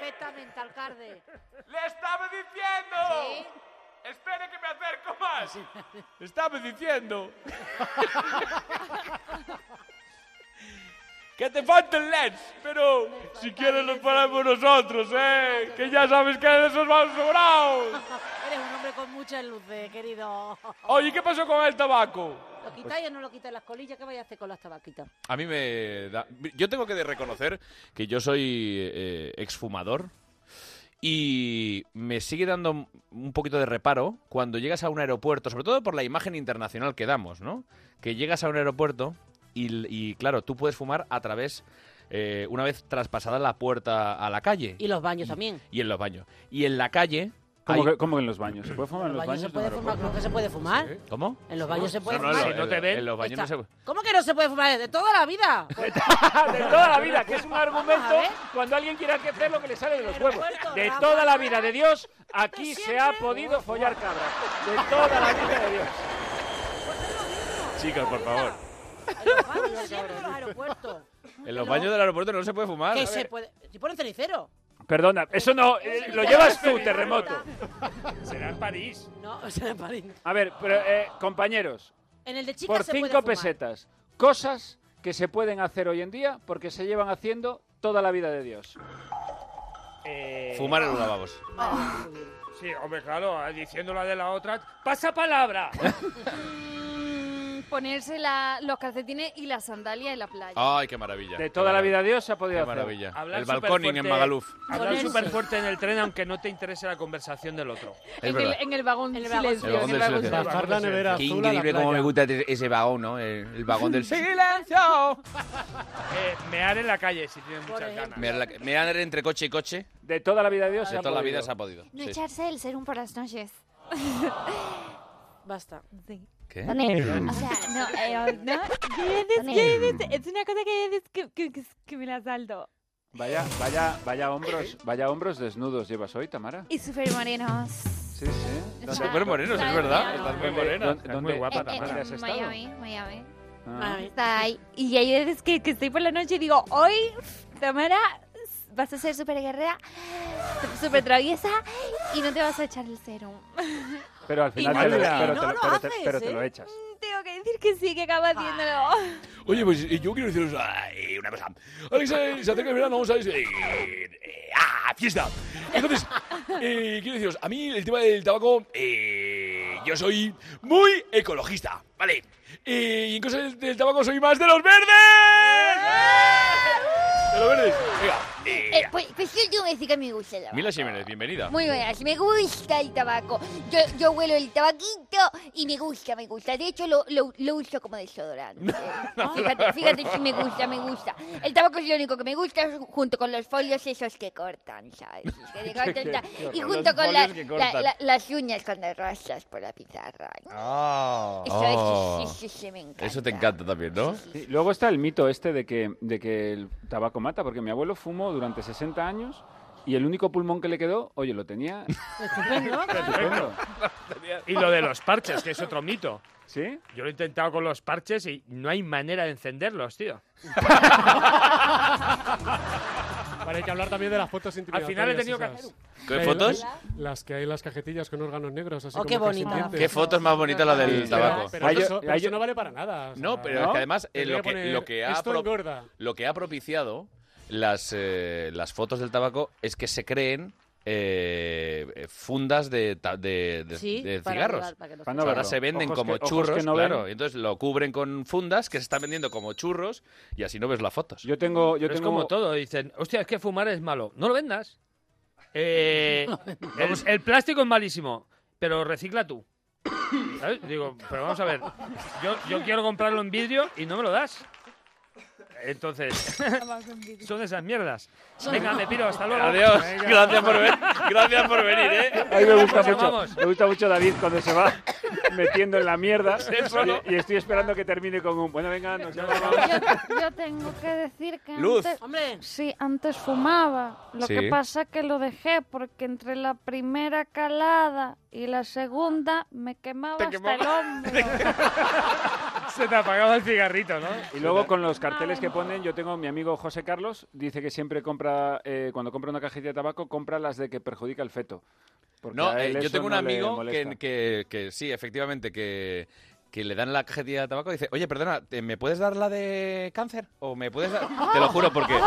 [SPEAKER 3] Perfectamente, alcalde.
[SPEAKER 9] ¡Le estaba diciendo! Espere que me acerco más. Le estaba diciendo. que te faltan LEDs, pero si quieres los ponemos nosotros, ¿eh? Que ya sabes que de esos vamos sobrados.
[SPEAKER 3] [laughs] Eres un hombre con muchas luces, querido.
[SPEAKER 9] Oye, ¿qué pasó con el tabaco?
[SPEAKER 3] ¿Lo quitáis o no lo quitáis las colillas? ¿Qué vais a hacer con las tabaquitas?
[SPEAKER 1] A mí me da... Yo tengo que reconocer que yo soy eh, exfumador y me sigue dando un poquito de reparo cuando llegas a un aeropuerto, sobre todo por la imagen internacional que damos, ¿no? Que llegas a un aeropuerto y, y, claro, tú puedes fumar a través, eh, una vez traspasada la puerta a la calle.
[SPEAKER 3] Y los baños también.
[SPEAKER 1] Y en los baños. Y en la calle...
[SPEAKER 14] ¿Cómo,
[SPEAKER 1] hay-
[SPEAKER 14] que, cómo que en los baños? ¿Se puede fumar en los baños? de
[SPEAKER 3] se
[SPEAKER 14] un
[SPEAKER 3] puede fumar,
[SPEAKER 14] aeropuerto?
[SPEAKER 3] creo que se puede fumar.
[SPEAKER 1] ¿Cómo?
[SPEAKER 3] En los baños se puede
[SPEAKER 1] No, no, en
[SPEAKER 3] fumar.
[SPEAKER 1] los-
[SPEAKER 14] Si no te ven.
[SPEAKER 1] en los baños no
[SPEAKER 3] Está-
[SPEAKER 1] se puede.
[SPEAKER 3] ¿Cómo que no se puede fumar? De toda
[SPEAKER 1] [laughs]
[SPEAKER 3] la vida. Pues,
[SPEAKER 14] de toda la vida, que es un
[SPEAKER 3] A
[SPEAKER 14] argumento
[SPEAKER 3] ver.
[SPEAKER 14] cuando alguien quiere hacer lo que le sale de los
[SPEAKER 3] Pero
[SPEAKER 14] huevos.
[SPEAKER 3] Roberto,
[SPEAKER 14] De
[SPEAKER 3] Rafa,
[SPEAKER 14] toda la vida de Dios, aquí se ha podido follar cabras. De toda la vida de Dios.
[SPEAKER 1] Chicos, por favor.
[SPEAKER 3] En los baños siempre de los aeropuertos.
[SPEAKER 1] En los baños del aeropuerto no se puede fumar.
[SPEAKER 3] Que se puede. Si ponen cenicero. Pues,
[SPEAKER 14] Perdona, eso no, eh, lo llevas tú,
[SPEAKER 3] [laughs]
[SPEAKER 14] terremoto. Será en París.
[SPEAKER 3] No, [laughs] o sea, en París.
[SPEAKER 14] A ver, pero, eh, compañeros,
[SPEAKER 3] En el de chicas
[SPEAKER 14] por
[SPEAKER 3] se puede
[SPEAKER 14] cinco
[SPEAKER 3] fumar.
[SPEAKER 14] pesetas, cosas que se pueden hacer hoy en día porque se llevan haciendo toda la vida de Dios.
[SPEAKER 1] Fumar en los lavabos.
[SPEAKER 10] Eh, [laughs] Sí, hombre, claro, eh, diciendo la de la otra. ¡Pasa
[SPEAKER 1] [laughs]
[SPEAKER 10] palabra!
[SPEAKER 7] Ponerse la- los calcetines y la sandalia en la playa.
[SPEAKER 1] Ay, qué maravilla.
[SPEAKER 14] De toda la vida de Dios se ha podido
[SPEAKER 1] Qué
[SPEAKER 14] hacer.
[SPEAKER 1] maravilla. El balconing en Magaluf.
[SPEAKER 10] Hablar súper fuerte en el tren, aunque no te interese la conversación del otro.
[SPEAKER 7] en, el, en el vagón
[SPEAKER 3] el
[SPEAKER 7] silencio,
[SPEAKER 1] El vagón
[SPEAKER 7] en
[SPEAKER 1] del
[SPEAKER 7] el vagón
[SPEAKER 1] silencio.
[SPEAKER 7] silencio.
[SPEAKER 6] Bajar la nevera
[SPEAKER 1] Qué
[SPEAKER 6] azul a la
[SPEAKER 1] increíble cómo
[SPEAKER 6] playa.
[SPEAKER 1] me gusta ese ese vagón, ¿no? El, el vagón del...
[SPEAKER 10] ¡Silencio! Eh, mear en la calle si tienes
[SPEAKER 3] Por
[SPEAKER 10] muchas
[SPEAKER 3] ejemplo.
[SPEAKER 10] ganas.
[SPEAKER 1] Mirar, la- mirar entre coche y coche,
[SPEAKER 14] De toda la vida de Dios se
[SPEAKER 1] de
[SPEAKER 14] ha
[SPEAKER 1] toda la
[SPEAKER 14] podido.
[SPEAKER 1] vida se ha podido.
[SPEAKER 7] No
[SPEAKER 1] Sí.
[SPEAKER 7] echarse el serum por las noches.
[SPEAKER 3] Basta.
[SPEAKER 1] ¿Qué?
[SPEAKER 7] O sea, no, eh, o- no.
[SPEAKER 8] Yo ya des- yo ya des- es una cosa que, ya des- que, que- que- que me la salto.
[SPEAKER 14] Vaya, vaya, vaya hombros, vaya hombros desnudos llevas hoy, Tamara.
[SPEAKER 7] Y super morenos.
[SPEAKER 14] Sí, sí.
[SPEAKER 7] Estás súper moreno,
[SPEAKER 1] es verdad, estás muy morena.
[SPEAKER 14] ¿Dónde,
[SPEAKER 1] Estás muy
[SPEAKER 14] dónde-
[SPEAKER 1] guapa,
[SPEAKER 14] eh,
[SPEAKER 1] Tamara.
[SPEAKER 14] dónde has
[SPEAKER 7] En
[SPEAKER 14] estado?
[SPEAKER 7] Miami, Miami.
[SPEAKER 14] Ah.
[SPEAKER 7] Está ahí. Y hay veces que, que estoy por la noche y digo, hoy, Tamara, vas a ser súper guerrera, súper traviesa y no te vas a
[SPEAKER 6] [laughs]
[SPEAKER 7] echar el serum.
[SPEAKER 14] Pero al final te lo,
[SPEAKER 9] Igual
[SPEAKER 14] pero
[SPEAKER 9] no
[SPEAKER 14] te lo-
[SPEAKER 9] lo
[SPEAKER 14] pero te-
[SPEAKER 9] haces,
[SPEAKER 14] pero te
[SPEAKER 9] ¿eh?
[SPEAKER 14] lo echas.
[SPEAKER 7] Tengo que decir que sí, que acabo haciéndolo.
[SPEAKER 5] Oye, pues eh, yo quiero deciros ay, Eh, una cosa. Ahora que se, se acerca el verano, vamos a decir, eh, eh, ¡ah, fiesta! Entonces, eh, quiero deciros, a mí el tema del tabaco, eh, yo soy muy ecologista, ¿vale? Eh, y en cosas del, del tabaco soy más de los verdes. De los verdes, venga. eh,
[SPEAKER 7] Ah. Eh, pues, pues yo tengo que decir que me gusta el tabaco.
[SPEAKER 1] Mila Jiménez, bienvenida.
[SPEAKER 7] Muy buenas, me gusta el tabaco. Yo, yo huelo el tabaquito y me gusta, me gusta. De hecho, lo, lo- lo uso como desodorante.
[SPEAKER 13] [laughs]
[SPEAKER 7] Fíjate, fíjate si me gusta, me gusta. El tabaco es lo único que me gusta junto con los folios esos que cortan, ¿sabes? Que te cortan,
[SPEAKER 14] Qué-
[SPEAKER 7] ta-
[SPEAKER 14] qué horror.
[SPEAKER 7] y
[SPEAKER 14] Los
[SPEAKER 7] junto con
[SPEAKER 14] folios
[SPEAKER 7] la-
[SPEAKER 14] que
[SPEAKER 7] la-
[SPEAKER 14] cortan.
[SPEAKER 7] la- las uñas cuando rasas por la pizarra. Eso,
[SPEAKER 1] Oh.
[SPEAKER 7] eso sí, sí, sí, me encanta.
[SPEAKER 1] Eso te encanta también, ¿no?
[SPEAKER 14] Sí, Luego está el mito este de que, de que el tabaco mata, porque mi abuelo fumó durante 60 años y el único pulmón que le quedó, oye, lo tenía
[SPEAKER 3] Estupendo.
[SPEAKER 14] [laughs] estupendo.
[SPEAKER 10] Y lo de los parches, que es otro mito.
[SPEAKER 14] ¿Sí?
[SPEAKER 10] Yo lo he intentado con los parches y no hay manera de encenderlos, tío.
[SPEAKER 6] Vale, hay que hablar también de las fotos
[SPEAKER 10] Al
[SPEAKER 6] intimidatorias.
[SPEAKER 10] final he tenido que
[SPEAKER 6] esas.
[SPEAKER 10] hacer
[SPEAKER 1] ¿Qué
[SPEAKER 6] Hay
[SPEAKER 1] fotos?
[SPEAKER 6] Las, las que hay en las cajetillas con órganos negros. Así
[SPEAKER 3] Oh, qué
[SPEAKER 6] como casi
[SPEAKER 3] bonita.
[SPEAKER 6] dientes.
[SPEAKER 1] ¿Qué fotos más bonitas la del
[SPEAKER 6] Sí,
[SPEAKER 1] tabaco?
[SPEAKER 6] Pero,
[SPEAKER 14] Hay-
[SPEAKER 6] eso, pero
[SPEAKER 14] hay-
[SPEAKER 6] eso no vale para nada. o sea,
[SPEAKER 1] No, pero es que además eh,
[SPEAKER 6] Tendría
[SPEAKER 1] lo, que,
[SPEAKER 6] poner,
[SPEAKER 1] lo que ha
[SPEAKER 6] Esto
[SPEAKER 1] pro-
[SPEAKER 6] [laughs] engorda.
[SPEAKER 1] lo que ha propiciado las, eh, las fotos del tabaco es que se creen eh, eh, fundas de, ta- de- de-
[SPEAKER 3] Sí,
[SPEAKER 1] de
[SPEAKER 3] para
[SPEAKER 1] cigarros.
[SPEAKER 3] llevar, para que los
[SPEAKER 1] O sea, ahora
[SPEAKER 3] chicos-
[SPEAKER 1] se venden
[SPEAKER 3] Ojos
[SPEAKER 1] como
[SPEAKER 3] que- ojos
[SPEAKER 1] churros,
[SPEAKER 3] que no ven.
[SPEAKER 1] claro. y Entonces lo cubren con fundas que se están vendiendo como churros y así no ves las fotos.
[SPEAKER 14] Yo tengo... Yo
[SPEAKER 10] Pero es como todo, dicen, hostia, es que fumar es malo. No lo vendas.
[SPEAKER 3] [laughs]
[SPEAKER 10] Eh, el, el plástico es malísimo, pero recicla tú. ¿Sabes? Digo, pero vamos a ver, yo, yo quiero comprarlo en vidrio y no me lo das. Entonces, [laughs] son esas mierdas. Venga, me piro, hasta luego.
[SPEAKER 1] Adiós.
[SPEAKER 10] Venga.
[SPEAKER 1] Gracias por ver- gracias por venir, ¿eh?
[SPEAKER 14] A mí me gusta
[SPEAKER 10] Nos
[SPEAKER 14] mucho,
[SPEAKER 10] vamos.
[SPEAKER 14] me gusta mucho David cuando se [laughs] va metiendo en la mierda
[SPEAKER 1] solo.
[SPEAKER 14] y, y estoy esperando que termine con un... Bueno, venga, nos vemos.
[SPEAKER 8] Yo, yo tengo que decir que
[SPEAKER 14] Luz.
[SPEAKER 8] antes, sí, antes fumaba. Lo
[SPEAKER 14] Sí.
[SPEAKER 8] que pasa que lo dejé porque entre la primera calada y la segunda me quemaba hasta el hombro.
[SPEAKER 17] Se te apagaba el cigarrito, ¿no?
[SPEAKER 14] Y luego con los carteles que ponen, yo tengo mi amigo José Carlos, dice que siempre compra, eh, cuando compra una cajita de tabaco, compra las de que perjudica el feto. Porque
[SPEAKER 1] No,
[SPEAKER 14] a
[SPEAKER 1] eh,
[SPEAKER 14] él
[SPEAKER 1] yo
[SPEAKER 14] eso
[SPEAKER 1] tengo un
[SPEAKER 14] no le
[SPEAKER 1] amigo
[SPEAKER 14] molesta.
[SPEAKER 1] que, que- que sí, efectivamente, que, que le dan la cajetilla de tabaco y dice, oye, perdona, ¿te- ¿me puedes dar la de cáncer? O me puedes dar... Te lo juro,
[SPEAKER 14] [laughs]
[SPEAKER 1] porque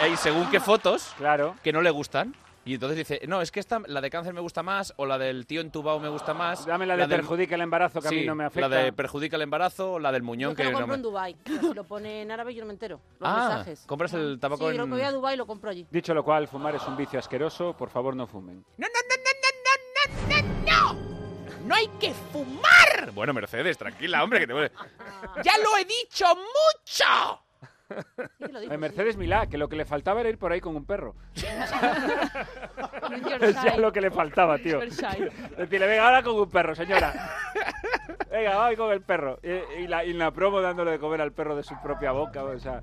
[SPEAKER 1] hay según qué fotos que no le gustan. Y entonces dice, no, es que esta, la de cáncer me gusta más, o la del tío entubado me gusta más.
[SPEAKER 14] Dame la, de
[SPEAKER 1] del-
[SPEAKER 14] perjudica el embarazo, que a
[SPEAKER 1] Sí,
[SPEAKER 14] mí no me afecta.
[SPEAKER 1] La de perjudica el embarazo, o la del muñón
[SPEAKER 3] Yo que
[SPEAKER 1] que
[SPEAKER 3] lo
[SPEAKER 1] no
[SPEAKER 3] compro
[SPEAKER 1] me-
[SPEAKER 3] en Dubai. Si lo pone en árabe yo no me entero. Los
[SPEAKER 1] Ah,
[SPEAKER 3] mensajes.
[SPEAKER 1] compras el
[SPEAKER 3] Sí,
[SPEAKER 1] tabaco
[SPEAKER 3] yo
[SPEAKER 1] en...
[SPEAKER 3] lo que voy a Dubai lo compro allí.
[SPEAKER 14] Dicho lo cual, fumar es un vicio asqueroso, por favor no fumen.
[SPEAKER 15] ¡No! ¡No hay que fumar!
[SPEAKER 1] Bueno, Mercedes, tranquila, hombre, que te mueres.
[SPEAKER 15] ¡Ya lo he dicho mucho!
[SPEAKER 14] Eh, Mercedes Milá, que lo que le faltaba era ir por ahí con un perro. [laughs] es ya lo que le faltaba, tío. [laughs]
[SPEAKER 15] Yorkshire.
[SPEAKER 14] Decirle, venga, ahora con un perro,
[SPEAKER 1] [laughs]
[SPEAKER 14] señora. Venga, voy con el perro. Eh, Y, la, y la promo dándole de comer al perro de su propia boca. O sea,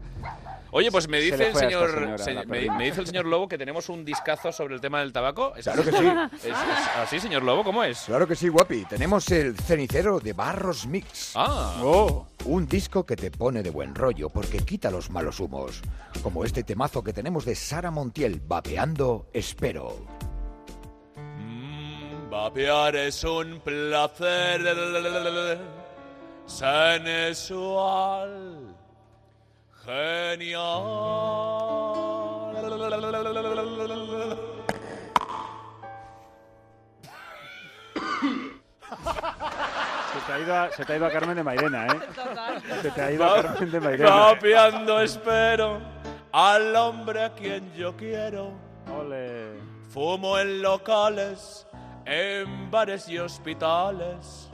[SPEAKER 1] Oye, pues me
[SPEAKER 14] Se
[SPEAKER 1] dice
[SPEAKER 14] le
[SPEAKER 1] el
[SPEAKER 14] fue a esta
[SPEAKER 1] señor
[SPEAKER 14] señora,
[SPEAKER 1] se-
[SPEAKER 14] la
[SPEAKER 1] me,
[SPEAKER 14] perdida.
[SPEAKER 1] me dice el señor Lobo que tenemos un discazo sobre el tema del tabaco. ¿Es
[SPEAKER 12] Claro
[SPEAKER 1] así?
[SPEAKER 12] que sí.
[SPEAKER 1] ¿Es- es así, señor Lobo? ¿Cómo es?
[SPEAKER 12] Claro que sí, guapi. Tenemos el cenicero de Barros Mix.
[SPEAKER 1] Ah.
[SPEAKER 12] Oh. Un disco que te pone de buen rollo porque quita los malos humos. Como este temazo que tenemos de Sara Montiel, Vapeando Espero.
[SPEAKER 9] Vapear es un placer sensual, genial.
[SPEAKER 14] se, te ha ido a, se te ha ido a Carmen de Mairena, ¿eh? Se te ha ido
[SPEAKER 9] Va-
[SPEAKER 14] a Carmen de Mairena.
[SPEAKER 9] Vapeando espero al hombre a quien yo quiero. Fumo en locales, en bares y hospitales.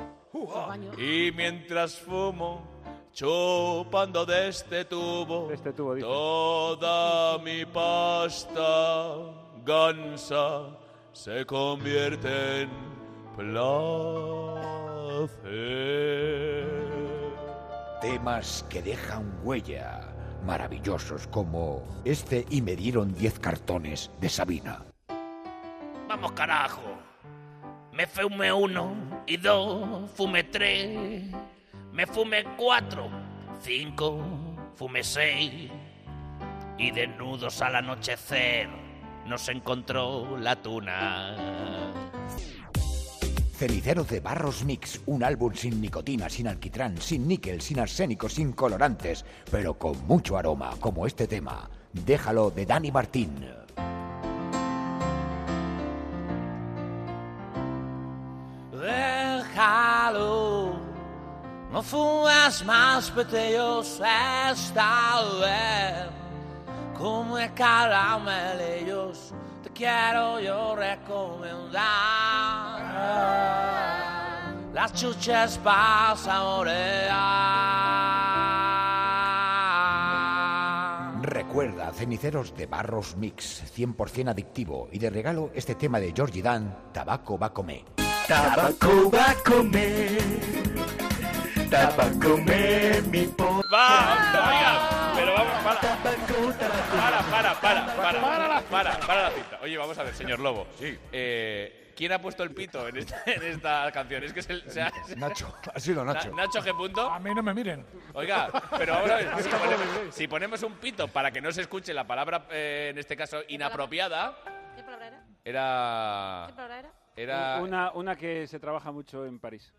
[SPEAKER 9] Y mientras fumo, chupando de este tubo, toda mi pasta gansa se convierte en placer.
[SPEAKER 12] Temas que dejan huella. Maravillosos como este y me dieron 10 cartones de Sabina.
[SPEAKER 15] Vamos, carajo. Me fume uno y dos, fume tres, me fume cuatro, cinco, fume seis. Y desnudos al anochecer nos encontró la tuna.
[SPEAKER 12] Cenicero de Barros Mix, un álbum sin nicotina, sin alquitrán, sin níquel, sin arsénico, sin colorantes, pero con mucho aroma, como este tema. Déjalo de Dani Martín.
[SPEAKER 15] Déjalo, no fumes más peteos esta vez. Come caramelillos, te quiero yo recomendar. Las chuches para saborear.
[SPEAKER 12] Recuerda, Ceniceros de Barros Mix, 100% adictivo, y de regalo este tema de Georgie Dan, Tabaco va a comer.
[SPEAKER 18] Tabaco va a comer. Tabaco me mi po.
[SPEAKER 1] Va, oiga, pero vamos, para. Para, para, para, para. Para, para, para la cinta. Oye, vamos a ver, señor Lobo. Sí. ¿Quién ha puesto el pito en esta, en esta canción? Es que es el. o sea, es-
[SPEAKER 12] Nacho, ha sido
[SPEAKER 1] Na-
[SPEAKER 12] Nacho.
[SPEAKER 1] Nacho G. Punto.
[SPEAKER 19] A mí no me
[SPEAKER 1] [laughs]
[SPEAKER 19] miren.
[SPEAKER 1] Oiga, pero vamos a ver, si ponemos, si ponemos un pito para que no se escuche la palabra, eh, en este caso, inapropiada.
[SPEAKER 3] ¿Qué palabra era?
[SPEAKER 1] Era.
[SPEAKER 3] ¿Qué palabra era?
[SPEAKER 1] Era.
[SPEAKER 14] Una, una que se trabaja mucho en París.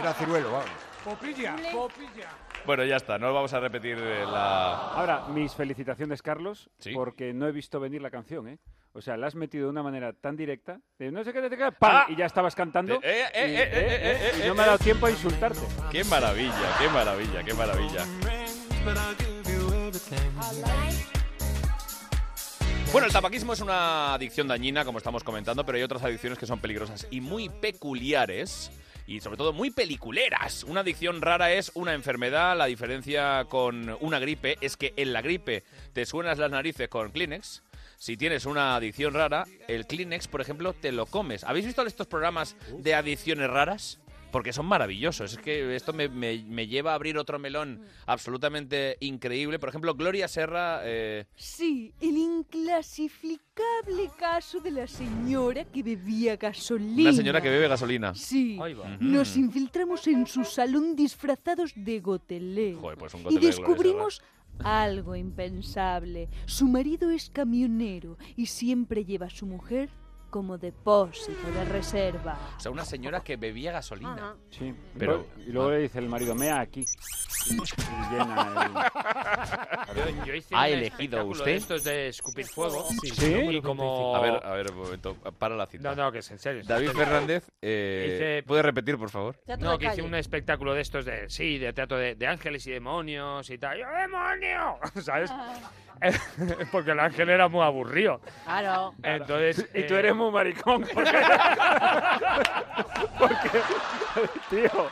[SPEAKER 12] Era ciruelo, vamos.
[SPEAKER 19] Popilla, popilla.
[SPEAKER 1] Bueno, ya está, no vamos a repetir eh, la.
[SPEAKER 14] Ahora, mis felicitaciones, Carlos, porque no he visto venir la canción, ¿eh? O sea, la has metido de una manera tan directa, de no sé qué, no sé qué, ¡pam! y ya estabas cantando.
[SPEAKER 1] Ah. Eh, eh, eh,
[SPEAKER 14] y,
[SPEAKER 1] eh, eh, eh,
[SPEAKER 14] y no
[SPEAKER 1] eh,
[SPEAKER 14] me ha dado
[SPEAKER 1] eh.
[SPEAKER 14] tiempo a insultarte.
[SPEAKER 1] Qué maravilla, qué maravilla, qué maravilla. Bueno, el tabaquismo es una adicción dañina, como estamos comentando, pero hay otras adicciones que son peligrosas y muy peculiares. Y sobre todo muy peliculeras. Una adicción rara es una enfermedad. La diferencia con una gripe es que en la gripe te suenas las narices con Kleenex. Si tienes una adicción rara, el Kleenex, por ejemplo, te lo comes. ¿Habéis visto estos programas de adicciones raras? Porque son maravillosos. Es que esto me, me- me lleva a abrir otro melón absolutamente increíble. Por ejemplo, Gloria Serra... eh,
[SPEAKER 4] Sí, el inclasificable caso de la señora que bebía gasolina.
[SPEAKER 1] Una señora que bebe gasolina.
[SPEAKER 4] Sí,
[SPEAKER 1] Ujú.
[SPEAKER 4] nos infiltramos en su salón disfrazados de gotelé.
[SPEAKER 1] Joder, pues un
[SPEAKER 4] y
[SPEAKER 1] gotelé ¿eh? de Gloria
[SPEAKER 4] descubrimos algo impensable. Su marido es camionero y siempre lleva a su mujer como depósito de reserva.
[SPEAKER 1] O sea, una señora que bebía gasolina.
[SPEAKER 14] Sí,
[SPEAKER 1] Pero-
[SPEAKER 14] pero... Y luego le dice el marido, mea aquí. Y y llena
[SPEAKER 10] Yo, yo hice
[SPEAKER 1] ¿Ha
[SPEAKER 10] un
[SPEAKER 1] elegido
[SPEAKER 10] espectáculo
[SPEAKER 1] usted?
[SPEAKER 10] de estos de escupir fuego.
[SPEAKER 14] ¿Sí?
[SPEAKER 10] Y como...
[SPEAKER 1] A ver, a ver, un momento. Para la cinta.
[SPEAKER 10] No, no, que es en serio.
[SPEAKER 1] David Fernández, eh,
[SPEAKER 10] Hice-
[SPEAKER 1] ¿puede repetir, por favor?
[SPEAKER 3] Teatro
[SPEAKER 10] No,
[SPEAKER 3] de
[SPEAKER 10] que hice
[SPEAKER 3] calle.
[SPEAKER 10] un espectáculo de estos de... Sí, de teatro de, de ángeles y demonios y tal. ¡Yo, demonio! [laughs]
[SPEAKER 1] Ah,
[SPEAKER 10] ¿Sabes? Eh, [laughs] Porque el ángel era muy aburrido.
[SPEAKER 1] [laughs]
[SPEAKER 3] Claro.
[SPEAKER 10] Entonces... eh,
[SPEAKER 14] Y tú eres muy
[SPEAKER 10] [laughs]
[SPEAKER 14] maricón. Porque, porque, tío,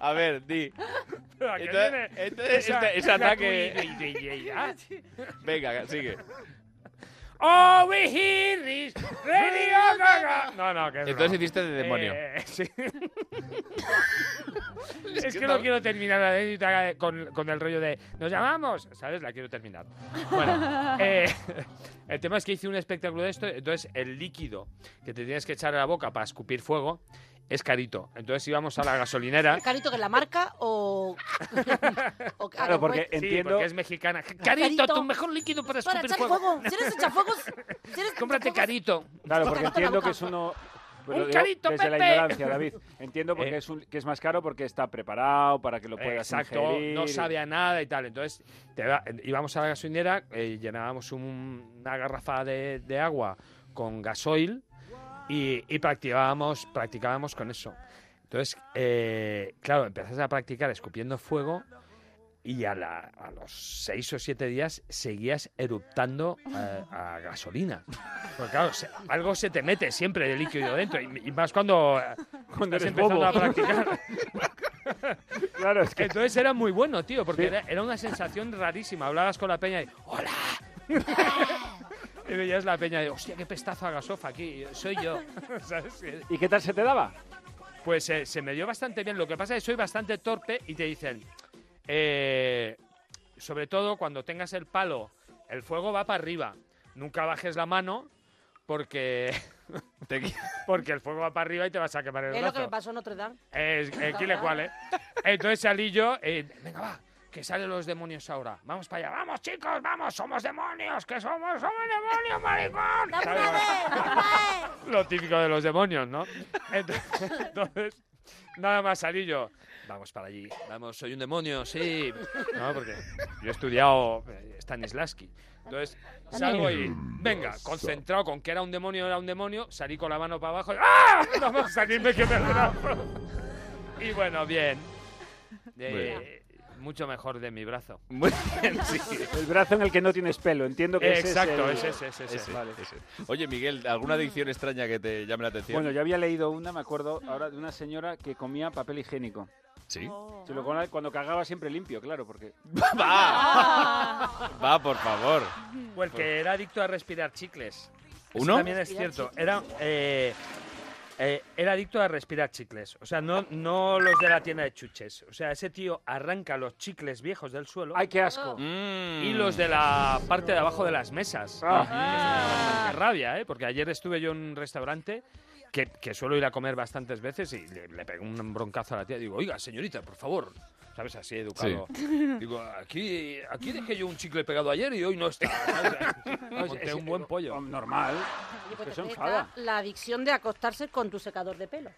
[SPEAKER 1] A ver, di.
[SPEAKER 10] ¿a qué
[SPEAKER 1] Entonces-
[SPEAKER 10] viene
[SPEAKER 1] entonces
[SPEAKER 10] esa
[SPEAKER 1] este- ese ataque-
[SPEAKER 10] gratuidad?
[SPEAKER 1] [laughs] Venga, sigue.
[SPEAKER 10] ¡Oh, we hear this! Radio Gaga! No, no,
[SPEAKER 14] [laughs]
[SPEAKER 10] que es
[SPEAKER 1] Entonces
[SPEAKER 10] broma.
[SPEAKER 1] hiciste de demonio.
[SPEAKER 10] Eh, sí.
[SPEAKER 1] Es
[SPEAKER 10] es
[SPEAKER 1] que
[SPEAKER 10] que no
[SPEAKER 1] no-
[SPEAKER 10] quiero terminar la anécdota con, con el rollo de ¡Nos llamamos! ¿Sabes? La quiero terminar.
[SPEAKER 14] [laughs]
[SPEAKER 10] Bueno, eh, [laughs] el tema es que hice un espectáculo de esto, entonces el líquido que te tienes que echar a la boca para escupir fuego es carito. Entonces íbamos a
[SPEAKER 14] [laughs]
[SPEAKER 10] la gasolinera.
[SPEAKER 3] Carito, que la marca o. o
[SPEAKER 10] Claro, porque
[SPEAKER 3] pues-
[SPEAKER 10] entiendo- porque es mexicana. [laughs] Carito, tu mejor líquido para
[SPEAKER 3] Para
[SPEAKER 10] escupir
[SPEAKER 3] echar
[SPEAKER 10] fuego.
[SPEAKER 3] fuego. Si eres echafuegos,
[SPEAKER 10] [laughs]
[SPEAKER 3] si eres
[SPEAKER 10] Cómprate carito.
[SPEAKER 14] Claro, porque entiendo que es uno.
[SPEAKER 10] Un
[SPEAKER 14] lo digo
[SPEAKER 10] carito,
[SPEAKER 14] desde la
[SPEAKER 10] Pepe.
[SPEAKER 14] ignorancia, David. Entiendo
[SPEAKER 10] Eh.
[SPEAKER 14] porque es un- que es más caro porque está preparado para que lo puedas
[SPEAKER 10] Exacto,
[SPEAKER 14] ingerir.
[SPEAKER 10] no sabe
[SPEAKER 14] [laughs]
[SPEAKER 10] a nada y tal. Entonces, te da- eh, íbamos a la gasolinera, eh, llenábamos un- una garrafa de, de agua con gasoil y, y practicábamos, practicábamos con eso. Entonces, eh, claro, empezás a practicar escupiendo fuego y a, la- a los seis o siete días seguías eruptando eh, a gasolina. Porque claro, se- algo se te mete siempre de líquido dentro y, y más cuando, eh,
[SPEAKER 14] Cuando
[SPEAKER 10] estás
[SPEAKER 14] eres
[SPEAKER 10] empezando
[SPEAKER 14] bobo.
[SPEAKER 10] a practicar.
[SPEAKER 14] Claro, es que
[SPEAKER 10] Entonces era muy bueno, tío, porque
[SPEAKER 14] Sí.
[SPEAKER 10] era, era una sensación rarísima. Hablabas con la peña y ¡Hola! [laughs] y veías la peña y ¡Hostia, qué pestazo a gasofa aquí! Soy yo. [laughs] ¿Sabes?
[SPEAKER 14] ¿Y qué tal se te daba?
[SPEAKER 10] Pues eh, se me dio bastante bien. Lo que pasa es que soy bastante torpe y te dicen, eh, sobre todo cuando tengas el palo, el fuego va para arriba. Nunca bajes la mano porque... [laughs] porque el fuego va para arriba y te vas a quemar el
[SPEAKER 3] Es lo que
[SPEAKER 10] brazo.
[SPEAKER 3] me pasó en Notre Dame.
[SPEAKER 10] Es, eh, ¿Quién le cuál, eh? Entonces salí yo, eh, venga, va, que salen los demonios ahora. Vamos para allá, vamos, chicos, vamos, somos demonios, que somos, somos demonios, maricón. ¿Sabes? Lo típico de los demonios, ¿no? Entonces, entonces, nada más salí yo. Vamos para allí, vamos, soy un demonio, sí. No, porque yo he estudiado eh, Stanislavski. Entonces, salgo y, venga, concentrado con que era un demonio, era un demonio, salí con la mano para abajo y, ¡ah! Vamos a salirme que me abrazo. Y bueno, bien. Eh, mucho mejor de mi brazo.
[SPEAKER 1] Muy bien, sí.
[SPEAKER 14] El brazo en el que no tienes pelo. Entiendo que ese
[SPEAKER 10] Exacto,
[SPEAKER 14] es
[SPEAKER 10] ese,
[SPEAKER 14] el-
[SPEAKER 10] ese, ese, ese.
[SPEAKER 1] Ese, ese. Oye, Miguel, ¿alguna adicción extraña que te llame la atención?
[SPEAKER 14] Bueno, yo había leído una, me acuerdo ahora, de una señora que comía papel higiénico.
[SPEAKER 1] Sí.
[SPEAKER 14] Se lo comía cuando cagaba siempre limpio, claro, porque...
[SPEAKER 1] [laughs] Va, por favor.
[SPEAKER 10] O el que era adicto a respirar chicles. Eso
[SPEAKER 1] ¿Uno?
[SPEAKER 10] también es cierto. Era, eh, eh, era adicto a respirar chicles. O sea, no, no los de la tienda de chuches. O sea, ese tío arranca los chicles viejos del suelo.
[SPEAKER 14] ¡Ay, qué asco!
[SPEAKER 10] Y los de la parte de abajo de las mesas.
[SPEAKER 14] Ah.
[SPEAKER 10] Qué rabia, ¿eh? Porque ayer estuve yo en un restaurante que, que suelo ir a comer bastantes veces y le, le pegué un broncazo a la tía. Digo, oiga, señorita, por favor. ¿Sabes? Así educado. Digo, aquí, aquí dejé yo un chicle pegado ayer y hoy no [laughs] está. ¿sabes? Monté un buen pollo.
[SPEAKER 14] Normal.
[SPEAKER 3] Oye, pues
[SPEAKER 14] Que
[SPEAKER 3] te
[SPEAKER 14] se
[SPEAKER 3] puede
[SPEAKER 14] enfada.
[SPEAKER 3] dar La adicción de acostarse con tu secador de pelo.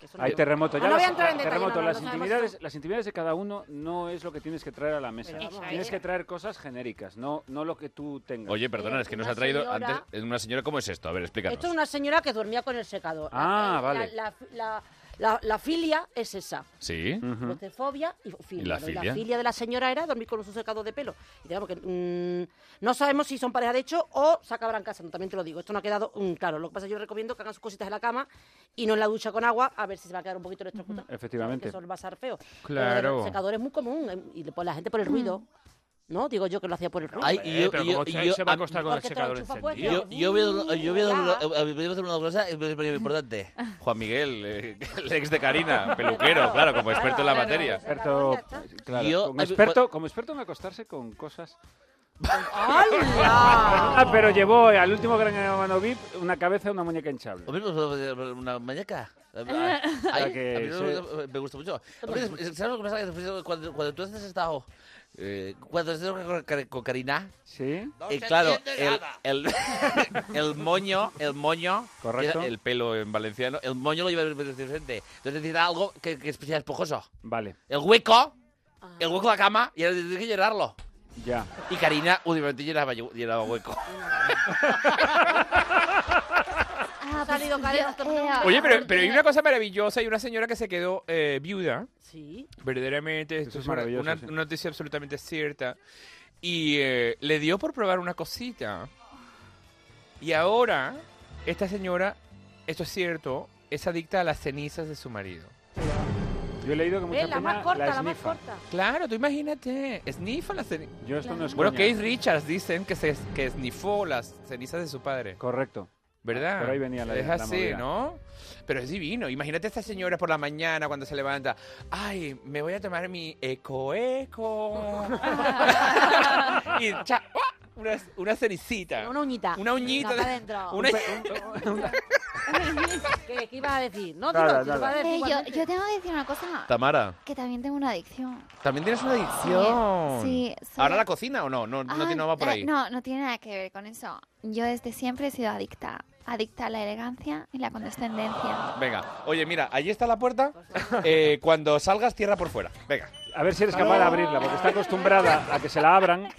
[SPEAKER 3] eso no
[SPEAKER 14] Hay
[SPEAKER 3] yo-
[SPEAKER 14] terremoto. Ya
[SPEAKER 3] Ah, No, no voy a
[SPEAKER 14] las,
[SPEAKER 3] entrar en detalle,
[SPEAKER 14] terremoto,
[SPEAKER 3] no, no,
[SPEAKER 14] las,
[SPEAKER 3] no, no,
[SPEAKER 14] intimidades, las intimidades de cada uno no es lo que tienes que traer a la mesa.
[SPEAKER 3] Pero vamos.
[SPEAKER 14] Tienes que traer cosas genéricas, no, no lo que tú tengas.
[SPEAKER 1] Oye, perdona, es que nos ha traído antes una señora. ¿Cómo es esto? A ver, explícanos.
[SPEAKER 3] Esto es una señora que dormía con el secador.
[SPEAKER 1] Ah,
[SPEAKER 3] La-
[SPEAKER 1] vale.
[SPEAKER 3] La, la- la- la filia es esa.
[SPEAKER 1] Sí.
[SPEAKER 3] Protefobia Pues y filia.
[SPEAKER 1] ¿Y la
[SPEAKER 3] ¿no? Y
[SPEAKER 1] filia?
[SPEAKER 3] de la señora era dormir con su secador de pelo. Y digamos que mm, no sabemos si son pareja de hecho o se acabarán casando, también te lo digo. Esto no ha quedado mm, claro. Lo que pasa es que yo recomiendo que hagan sus cositas en la cama y no en la ducha con agua, a ver si se va a quedar un poquito electrocutada.
[SPEAKER 14] Efectivamente.
[SPEAKER 3] Porque Eso va a ser feo.
[SPEAKER 14] Claro.
[SPEAKER 3] Pero el secador es muy común eh, y pues, la gente por el ruido. ¿No? Digo yo que lo hacía por el ruido.
[SPEAKER 15] Ay, y yo- y yo- y yo- a-
[SPEAKER 3] Porque te lo enchufa puesto.
[SPEAKER 15] Yo, yo voy a- yo voy a voy a hacer una cosa eh, pero- pero importante.
[SPEAKER 1] Juan [laughs] Miguel, eh, el ex de Karina, peluquero, claro, como experto en la materia. eh,
[SPEAKER 14] Experto, claro,
[SPEAKER 15] Yo-
[SPEAKER 14] como,
[SPEAKER 15] ay,
[SPEAKER 14] experto, como experto en acostarse con cosas.
[SPEAKER 3] ¡Hala!
[SPEAKER 14] Ah, pero llevó eh, al último gran hermano VIP una cabeza y una muñeca hinchable.
[SPEAKER 1] pues,
[SPEAKER 15] ¿Una muñeca?
[SPEAKER 1] [laughs]
[SPEAKER 14] Ah,
[SPEAKER 15] Ay,
[SPEAKER 14] o sea que
[SPEAKER 15] a mí no-
[SPEAKER 14] se-
[SPEAKER 15] me gusta mucho. A mí, ¿Sabes lo que pasa? Que después, Cuando, cuando tú has estado... eh, cuando has estado con, Car- con Karina...
[SPEAKER 14] Sí.
[SPEAKER 15] eh,
[SPEAKER 1] se
[SPEAKER 15] claro, el,
[SPEAKER 1] entiende
[SPEAKER 15] el, el [laughs] moño, el moño...
[SPEAKER 1] Correcto.
[SPEAKER 15] era El pelo en valenciano. El moño lo lleva el presente. Entonces necesita algo que, que sea esponjoso.
[SPEAKER 14] Vale.
[SPEAKER 15] El hueco,
[SPEAKER 1] Ah.
[SPEAKER 15] el hueco de la cama, y ahora tienes que llenarlo.
[SPEAKER 14] Ya.
[SPEAKER 15] Y Karina, últimamente llenaba, llenaba hueco.
[SPEAKER 3] Ha Ah, pues, salido Karen, hasta por [laughs] un-
[SPEAKER 20] Oye, pero, pero hay una cosa maravillosa, hay una señora que se quedó eh, viuda.
[SPEAKER 3] Sí.
[SPEAKER 20] Verdaderamente, esto
[SPEAKER 14] Eso es
[SPEAKER 20] es una,
[SPEAKER 14] maravilloso,
[SPEAKER 20] una-
[SPEAKER 14] sí.
[SPEAKER 20] una noticia absolutamente cierta. Y eh, le dio por probar una cosita. Y ahora, esta señora, esto es cierto, es adicta a las cenizas de su marido.
[SPEAKER 14] Yo he leído que
[SPEAKER 3] Eh, la más corta, la, más corta.
[SPEAKER 20] Claro, tú imagínate, esnifa las cenizas.
[SPEAKER 14] Yo esto no es
[SPEAKER 20] Bueno,
[SPEAKER 14] coña.
[SPEAKER 20] Keith Richards dicen que se que esnifó las cenizas de su padre.
[SPEAKER 14] Correcto.
[SPEAKER 20] ¿Verdad?
[SPEAKER 14] Por ahí venía la-
[SPEAKER 20] Ah, Es
[SPEAKER 14] la
[SPEAKER 20] así,
[SPEAKER 14] movida.
[SPEAKER 20] ¿no? Pero es divino. Imagínate a esta señora por la mañana cuando se levanta. Ay, me voy a tomar mi eco eco. y cha- ¡ah! una, una cenicita.
[SPEAKER 3] Una uñita.
[SPEAKER 20] Una uñita
[SPEAKER 3] Venga,
[SPEAKER 20] de-
[SPEAKER 3] pa' dentro.
[SPEAKER 20] una-
[SPEAKER 3] [laughs] ¿Qué, ¿Qué ibas a decir? No,
[SPEAKER 20] Nada,
[SPEAKER 3] dilo, dilo,
[SPEAKER 20] nada.
[SPEAKER 3] vas a decir
[SPEAKER 21] Eh, yo,
[SPEAKER 3] igualmente.
[SPEAKER 21] yo tengo que decir una cosa.
[SPEAKER 1] Tamara,
[SPEAKER 21] Que también tengo una adicción.
[SPEAKER 1] también tienes una adicción.
[SPEAKER 21] Sí, sí.
[SPEAKER 1] ¿Ahora la cocina o no? No, no,
[SPEAKER 21] Ah,
[SPEAKER 1] tiene- no va por
[SPEAKER 21] eh,
[SPEAKER 1] ahí.
[SPEAKER 21] no, no tiene nada que ver con eso. Yo desde siempre he sido adicta. Adicta a la elegancia y la condescendencia.
[SPEAKER 1] Venga, oye, mira, allí está la puerta. Eh, cuando salgas, tierra por fuera. Venga.
[SPEAKER 14] A ver si eres capaz de abrirla, porque está acostumbrada a que se la abran.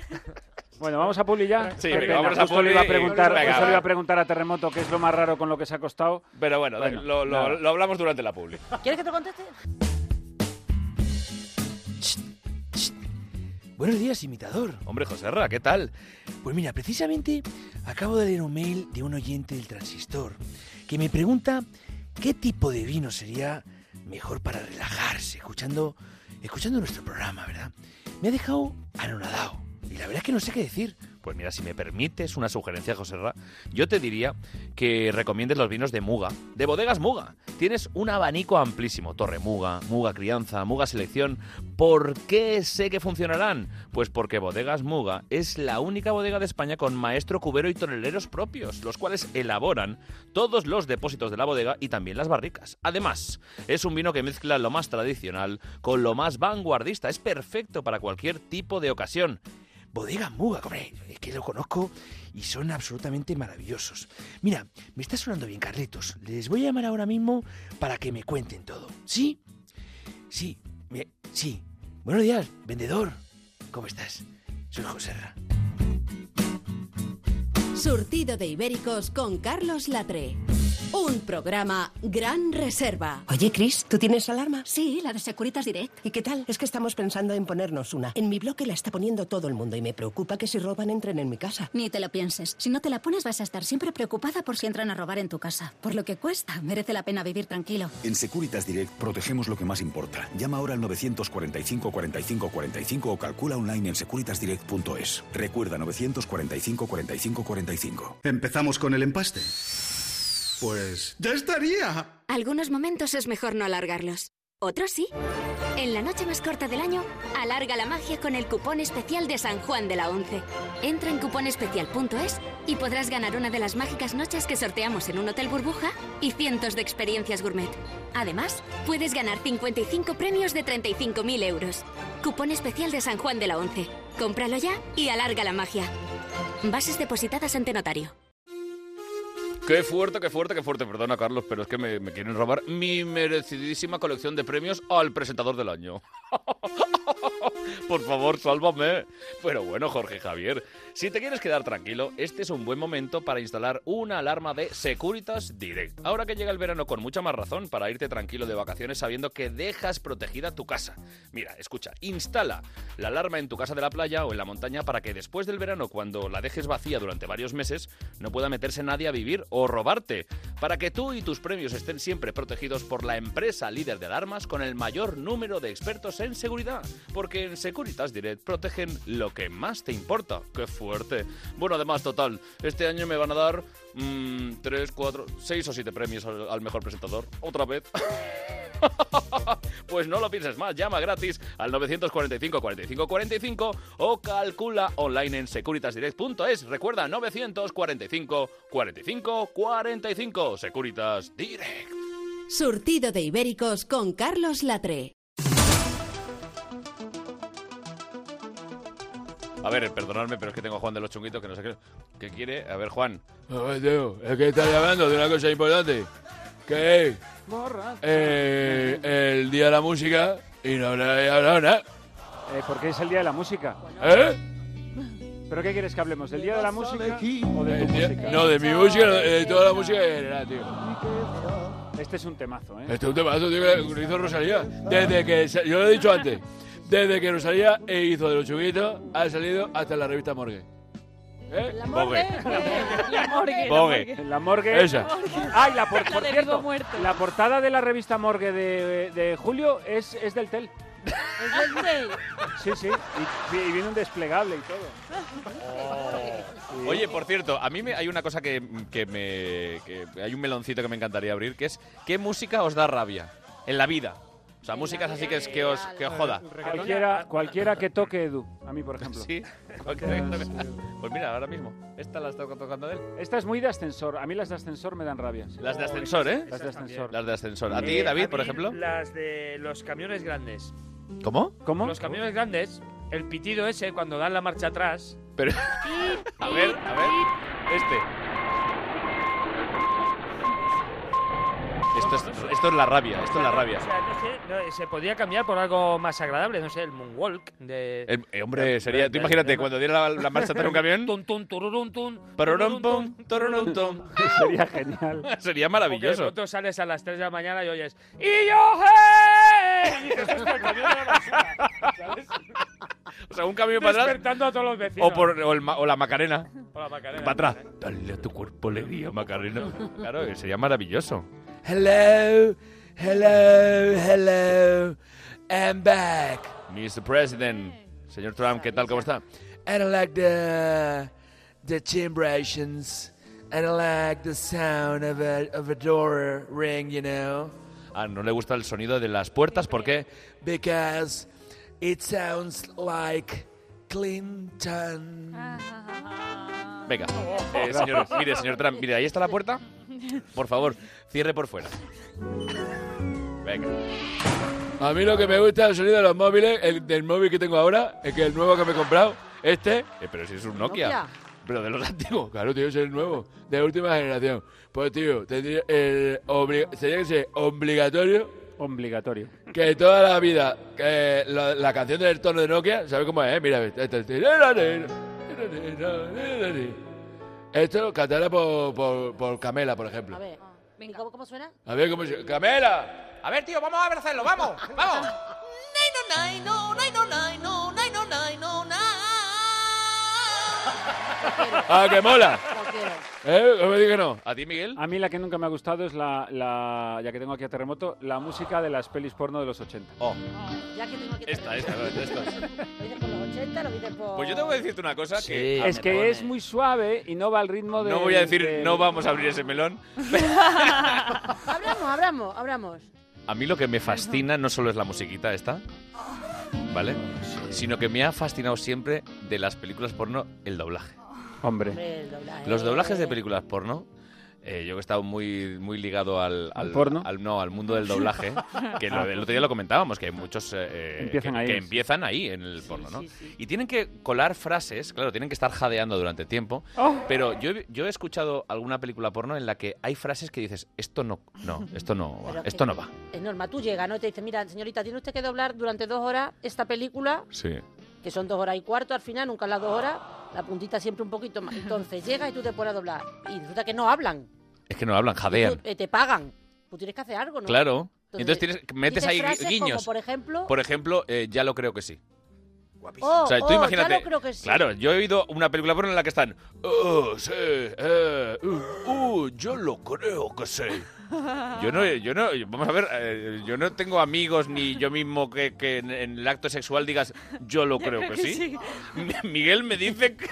[SPEAKER 14] Bueno, vamos a Puli ya.
[SPEAKER 1] Sí,
[SPEAKER 14] Qué
[SPEAKER 1] venga,
[SPEAKER 14] pena,
[SPEAKER 1] vamos a
[SPEAKER 14] justo
[SPEAKER 1] Puli
[SPEAKER 14] le iba a
[SPEAKER 1] y-
[SPEAKER 14] preguntar,
[SPEAKER 1] venga,
[SPEAKER 14] justo le
[SPEAKER 1] va.
[SPEAKER 14] iba a preguntar a Terremoto qué es lo más raro con lo que se ha acostado.
[SPEAKER 1] Pero bueno,
[SPEAKER 14] Bueno,
[SPEAKER 1] lo, lo-
[SPEAKER 14] nada.
[SPEAKER 1] lo hablamos durante la publi.
[SPEAKER 3] ¿Quieres que te conteste?
[SPEAKER 15] Buenos días, imitador.
[SPEAKER 1] Hombre, Joserra, ¿qué tal?
[SPEAKER 15] Pues mira, precisamente acabo de leer un mail de un oyente del transistor que me pregunta qué tipo de vino sería mejor para relajarse, escuchando, escuchando nuestro programa, ¿verdad? Me ha dejado anonadado.
[SPEAKER 1] Y la verdad es que no sé qué decir. Pues mira, si me permites una sugerencia, José Ra, yo te diría que recomiendes los vinos de Muga, de bodegas Muga. Tienes un abanico amplísimo, Torre Muga, Muga Crianza, Muga Selección. ¿Por qué sé que funcionarán? Pues porque Bodegas Muga es la única bodega de España con maestro cubero y toneleros propios, los cuales elaboran todos los depósitos de la bodega y también las barricas. Además, es un vino que mezcla lo más tradicional con lo más vanguardista. Es perfecto para cualquier tipo de ocasión.
[SPEAKER 15] Bodega Muga, hombre, es que lo conozco y son absolutamente maravillosos. Mira, me está sonando bien, Carletos. Les voy a llamar ahora mismo para que me cuenten todo. ¿Sí? Sí, me- sí. Buenos días, vendedor. ¿Cómo estás? Soy José
[SPEAKER 22] Surtido de Ibéricos con Carlos Latre. Un programa Gran Reserva.
[SPEAKER 23] Oye, Chris, ¿tú tienes alarma? Sí, la de Securitas Direct. ¿Y qué tal? Es que estamos pensando en ponernos una. En mi bloque la está poniendo todo el mundo y me preocupa que si roban entren en mi casa.
[SPEAKER 24] Ni te lo pienses. Si no te la pones vas a estar siempre preocupada por si entran a robar en tu casa. Por lo que cuesta, merece la pena vivir tranquilo.
[SPEAKER 25] En Securitas Direct protegemos lo que más importa. Llama ahora al 945 45 45 o calcula online en securitasdirect.es. Recuerda 945 45 45.
[SPEAKER 26] Empezamos con el empaste. Pues
[SPEAKER 25] ¡Ya estaría!
[SPEAKER 24] Algunos momentos es mejor no alargarlos. Otros sí. En la noche más corta del año, alarga la magia con el cupón especial de San Juan de la Once. Entra en cuponespecial.es y podrás ganar una de las mágicas noches que sorteamos en un hotel burbuja y cientos de experiencias gourmet. Además, puedes ganar 55 premios de 35.000 euros. Cupón especial de San Juan de la Once. Cómpralo ya y alarga la magia. Bases depositadas ante notario.
[SPEAKER 1] Qué fuerte, qué fuerte, qué fuerte. Perdona, Carlos, pero es que me, me quieren robar mi merecidísima colección de premios al presentador del año. [laughs] Por favor, sálvame. Pero bueno, Jorge Javier, si te quieres quedar tranquilo, este es un buen momento para instalar una alarma de Securitas Direct. Ahora que llega el verano con mucha más razón para irte tranquilo de vacaciones sabiendo que dejas protegida tu casa. Mira, escucha, instala la alarma en tu casa de la playa o en la montaña para que después del verano, cuando la dejes vacía durante varios meses, no pueda meterse nadie a vivir o robarte. Para que tú y tus premios estén siempre protegidos por la empresa líder de alarmas con el mayor número de expertos en seguridad. Porque en Securitas Direct protegen lo que más te importa. ¡Qué fuerte! Bueno, además, total, este año me van a dar mm, 3, 4, 6 o 7 premios al, al mejor presentador. Otra vez. Pues no lo pienses más, llama gratis al 945 45 45 o calcula online en securitasdirect.es. Recuerda 945 45 45 Securitas Direct.
[SPEAKER 22] Surtido de Ibéricos con Carlos Latre.
[SPEAKER 1] A ver, perdonadme, pero es que tengo a Juan de los Chunguitos que no sé qué, qué quiere. A ver, Juan.
[SPEAKER 5] A ver, tío, es que estás hablando de una cosa importante, que es eh, el Día de la Música y no habréis hablado nada.
[SPEAKER 14] Eh, porque es el día de la música.
[SPEAKER 5] ¿Eh?
[SPEAKER 14] ¿Pero qué quieres que hablemos? ¿Del día de la música o de tu
[SPEAKER 5] El
[SPEAKER 1] Eh,
[SPEAKER 5] día-
[SPEAKER 14] música?
[SPEAKER 5] no, de mi música, no, de toda la música en general, tío.
[SPEAKER 14] Este es un temazo, ¿eh?
[SPEAKER 5] Este es un temazo, tío, que lo hizo Rosalía. Desde que, sa- yo lo he dicho antes, desde que Rosalía e hizo de los chunguitos, ha salido hasta la revista Morgue.
[SPEAKER 10] ¿Eh?
[SPEAKER 2] La
[SPEAKER 5] morgue.
[SPEAKER 2] La morgue.
[SPEAKER 5] Bogue.
[SPEAKER 14] La morgue.
[SPEAKER 5] Esa.
[SPEAKER 14] Ay, la,
[SPEAKER 2] [laughs]
[SPEAKER 14] por, por
[SPEAKER 2] de
[SPEAKER 14] cierto,
[SPEAKER 2] Vivo Muerto.
[SPEAKER 14] la portada de la revista Morgue de, de Julio es, es del TEL.
[SPEAKER 2] Es del rey.
[SPEAKER 14] Sí, sí. Y, y viene un desplegable y todo.
[SPEAKER 6] Oh.
[SPEAKER 14] Eh,
[SPEAKER 6] [laughs]
[SPEAKER 1] Oye, por cierto, a mí me, hay una cosa que, que me. que hay un meloncito que me encantaría abrir, que es ¿qué música os da rabia en la vida? O sea, músicas así que, es- que os que os joda.
[SPEAKER 14] Cualquiera, cualquiera que toque Edu, a mí,
[SPEAKER 1] [laughs]
[SPEAKER 14] por ejemplo.
[SPEAKER 1] Sí. Pues mira, ahora mismo. Esta la está tocando él.
[SPEAKER 14] Esta es muy de ascensor. A mí las de ascensor me dan rabia. sí.
[SPEAKER 1] Las de ascensor, ¿eh?
[SPEAKER 14] Las de ascensor.
[SPEAKER 1] Las de ascensor. ¿A
[SPEAKER 14] Eh,
[SPEAKER 1] ti,
[SPEAKER 14] a
[SPEAKER 1] David,
[SPEAKER 14] mí
[SPEAKER 1] por ejemplo?
[SPEAKER 10] Las de los camiones grandes.
[SPEAKER 1] ¿Cómo?
[SPEAKER 14] ¿Cómo?
[SPEAKER 10] Los camiones grandes, el pitido ese cuando dan la marcha atrás. [laughs]
[SPEAKER 1] Pero. A ver, a ver. Este. Esto es, esto es la rabia, esto es la rabia.
[SPEAKER 10] O sea, no sé, no, se podría cambiar por algo más agradable, no sé, el moonwalk de.
[SPEAKER 1] Eh, eh, hombre, sería. Tú imagínate, cuando diera la, la marcha atrás un camión.
[SPEAKER 10] Tun, tun, tururun, tun,
[SPEAKER 1] Parorom,
[SPEAKER 10] tururun,
[SPEAKER 1] pum, tororón, tom.
[SPEAKER 14] [laughs] Sería genial.
[SPEAKER 1] [laughs] Sería
[SPEAKER 10] Porque de
[SPEAKER 1] maravilloso.
[SPEAKER 10] pronto sales a las 3 de la mañana y oyes ¡Y yo, hey!
[SPEAKER 1] [laughs]
[SPEAKER 10] Y dices, "Hostia, el camión de la basura", ¿sabes?
[SPEAKER 1] O sea, un camión para atrás.
[SPEAKER 10] Despertando a todos los vecinos.
[SPEAKER 1] O, por, o, el ma- o la Macarena.
[SPEAKER 10] O la Macarena.
[SPEAKER 1] Para atrás. Dale a tu cuerpo alegría, [laughs] Macarena. Claro, eh, sería maravilloso.
[SPEAKER 26] Hello, hello, hello. I'm back.
[SPEAKER 1] Mr. President. Señor Trump, ¿qué tal? ¿Cómo está?
[SPEAKER 26] I don't like the the timbrations. I don't like the sound of a of a door ring, you know,
[SPEAKER 1] Ah, no le gusta el sonido de las puertas. ¿Por qué?
[SPEAKER 26] because it sounds like Clinton.
[SPEAKER 1] Venga. Eh, señor, mire, señor Trump, mire, ahí está la puerta. Por favor, cierre por fuera. Venga.
[SPEAKER 5] A mí lo que me gusta el sonido de los móviles, el del móvil que tengo ahora, es que el nuevo que me he comprado, este.
[SPEAKER 1] Eh, pero si es un Nokia.
[SPEAKER 5] Nokia.
[SPEAKER 1] Pero de los antiguos.
[SPEAKER 5] Claro, tío, es el nuevo, de última generación. Pues, tío, tendría el obli- sería que ser obligatorio
[SPEAKER 14] Obligatorio.
[SPEAKER 5] que toda la vida que la, la canción del tono de Nokia, ¿sabes cómo es? eh? Mira, este, esto cantará por, por, por Camela, por ejemplo.
[SPEAKER 3] A ver, ¿y ¿cómo, cómo suena?
[SPEAKER 5] A ver cómo se... ¡Camela!
[SPEAKER 20] A ver, tío, vamos a abrazarlo, vamos, vamos.
[SPEAKER 2] Nay, no, nay, no, nay, no, nay, no, nay, no, nay.
[SPEAKER 5] ¡Ah, que mola! ¿Eh? ¿Cómo digo que no?
[SPEAKER 1] ¿A ti, Miguel?
[SPEAKER 14] A mí la que nunca me ha gustado es la, la- ya que tengo aquí a Terremoto, la música de las pelis porno de los 80.
[SPEAKER 3] Ya que tengo que
[SPEAKER 1] Esta, esta, esta.
[SPEAKER 3] Lo dices por los 80, lo dices por...
[SPEAKER 1] Pues yo tengo que decirte una cosa que.
[SPEAKER 14] es que es muy suave y no va al ritmo de...
[SPEAKER 1] No voy a decir, no vamos a abrir
[SPEAKER 14] [laughs]
[SPEAKER 1] ese melón.
[SPEAKER 3] [laughs] Abramos, abramos, abramos.
[SPEAKER 1] A mí lo que me fascina no solo es la musiquita esta, ¿vale? Sino que me ha fascinado siempre de las películas porno el doblaje.
[SPEAKER 14] Hombre.
[SPEAKER 3] el doblaje.
[SPEAKER 1] Los doblajes de películas porno eh, yo que he estado muy, muy ligado al,
[SPEAKER 14] ¿Al porno?
[SPEAKER 1] al- no, al mundo del
[SPEAKER 3] [laughs]
[SPEAKER 1] doblaje, que lo-
[SPEAKER 14] Ah.
[SPEAKER 1] el otro día lo comentábamos, que hay muchos eh,
[SPEAKER 14] Empiezan
[SPEAKER 1] que,
[SPEAKER 14] ahí,
[SPEAKER 1] que
[SPEAKER 14] sí.
[SPEAKER 1] empiezan ahí en el porno, ¿no? Y tienen que colar frases, claro, tienen que estar jadeando durante tiempo,
[SPEAKER 14] Oh.
[SPEAKER 1] pero yo, he- yo he escuchado alguna película porno en la que hay frases que dices, esto no, no, esto no va,
[SPEAKER 3] Pero que-
[SPEAKER 1] esto no va.
[SPEAKER 3] Es normal, tú llegas, ¿no? Y Te dicen, mira, señorita, tiene usted que doblar durante dos horas esta película,
[SPEAKER 1] Sí.
[SPEAKER 3] que son dos horas y cuarto al final, nunca las dos horas, la puntita siempre un poquito más. Entonces llegas y tú te pones a doblar. Y resulta que no hablan,
[SPEAKER 1] Es que no hablan, jadean.
[SPEAKER 3] eh, te pagan. Tú tienes que hacer algo, ¿no?
[SPEAKER 1] Claro. Entonces tienes- metes
[SPEAKER 3] dices
[SPEAKER 1] ahí gui-
[SPEAKER 3] frases como,
[SPEAKER 1] guiños.
[SPEAKER 3] por ejemplo,
[SPEAKER 1] Por ejemplo, eh, ya lo creo que sí.
[SPEAKER 3] oh,
[SPEAKER 1] o sea,
[SPEAKER 3] oh,
[SPEAKER 1] tú
[SPEAKER 3] ya
[SPEAKER 1] imagínate.
[SPEAKER 3] lo creo que sí.
[SPEAKER 1] Claro, yo he oído una película porno en la que están. "Oh, sí, eh, uh, uh, yo lo creo que sí. Yo no, yo no, vamos a ver, eh, yo no tengo amigos ni yo mismo que, que en, en el acto sexual digas, yo
[SPEAKER 3] [laughs]
[SPEAKER 1] lo creo, que, sí. Mi- [laughs] Miguel me dice que.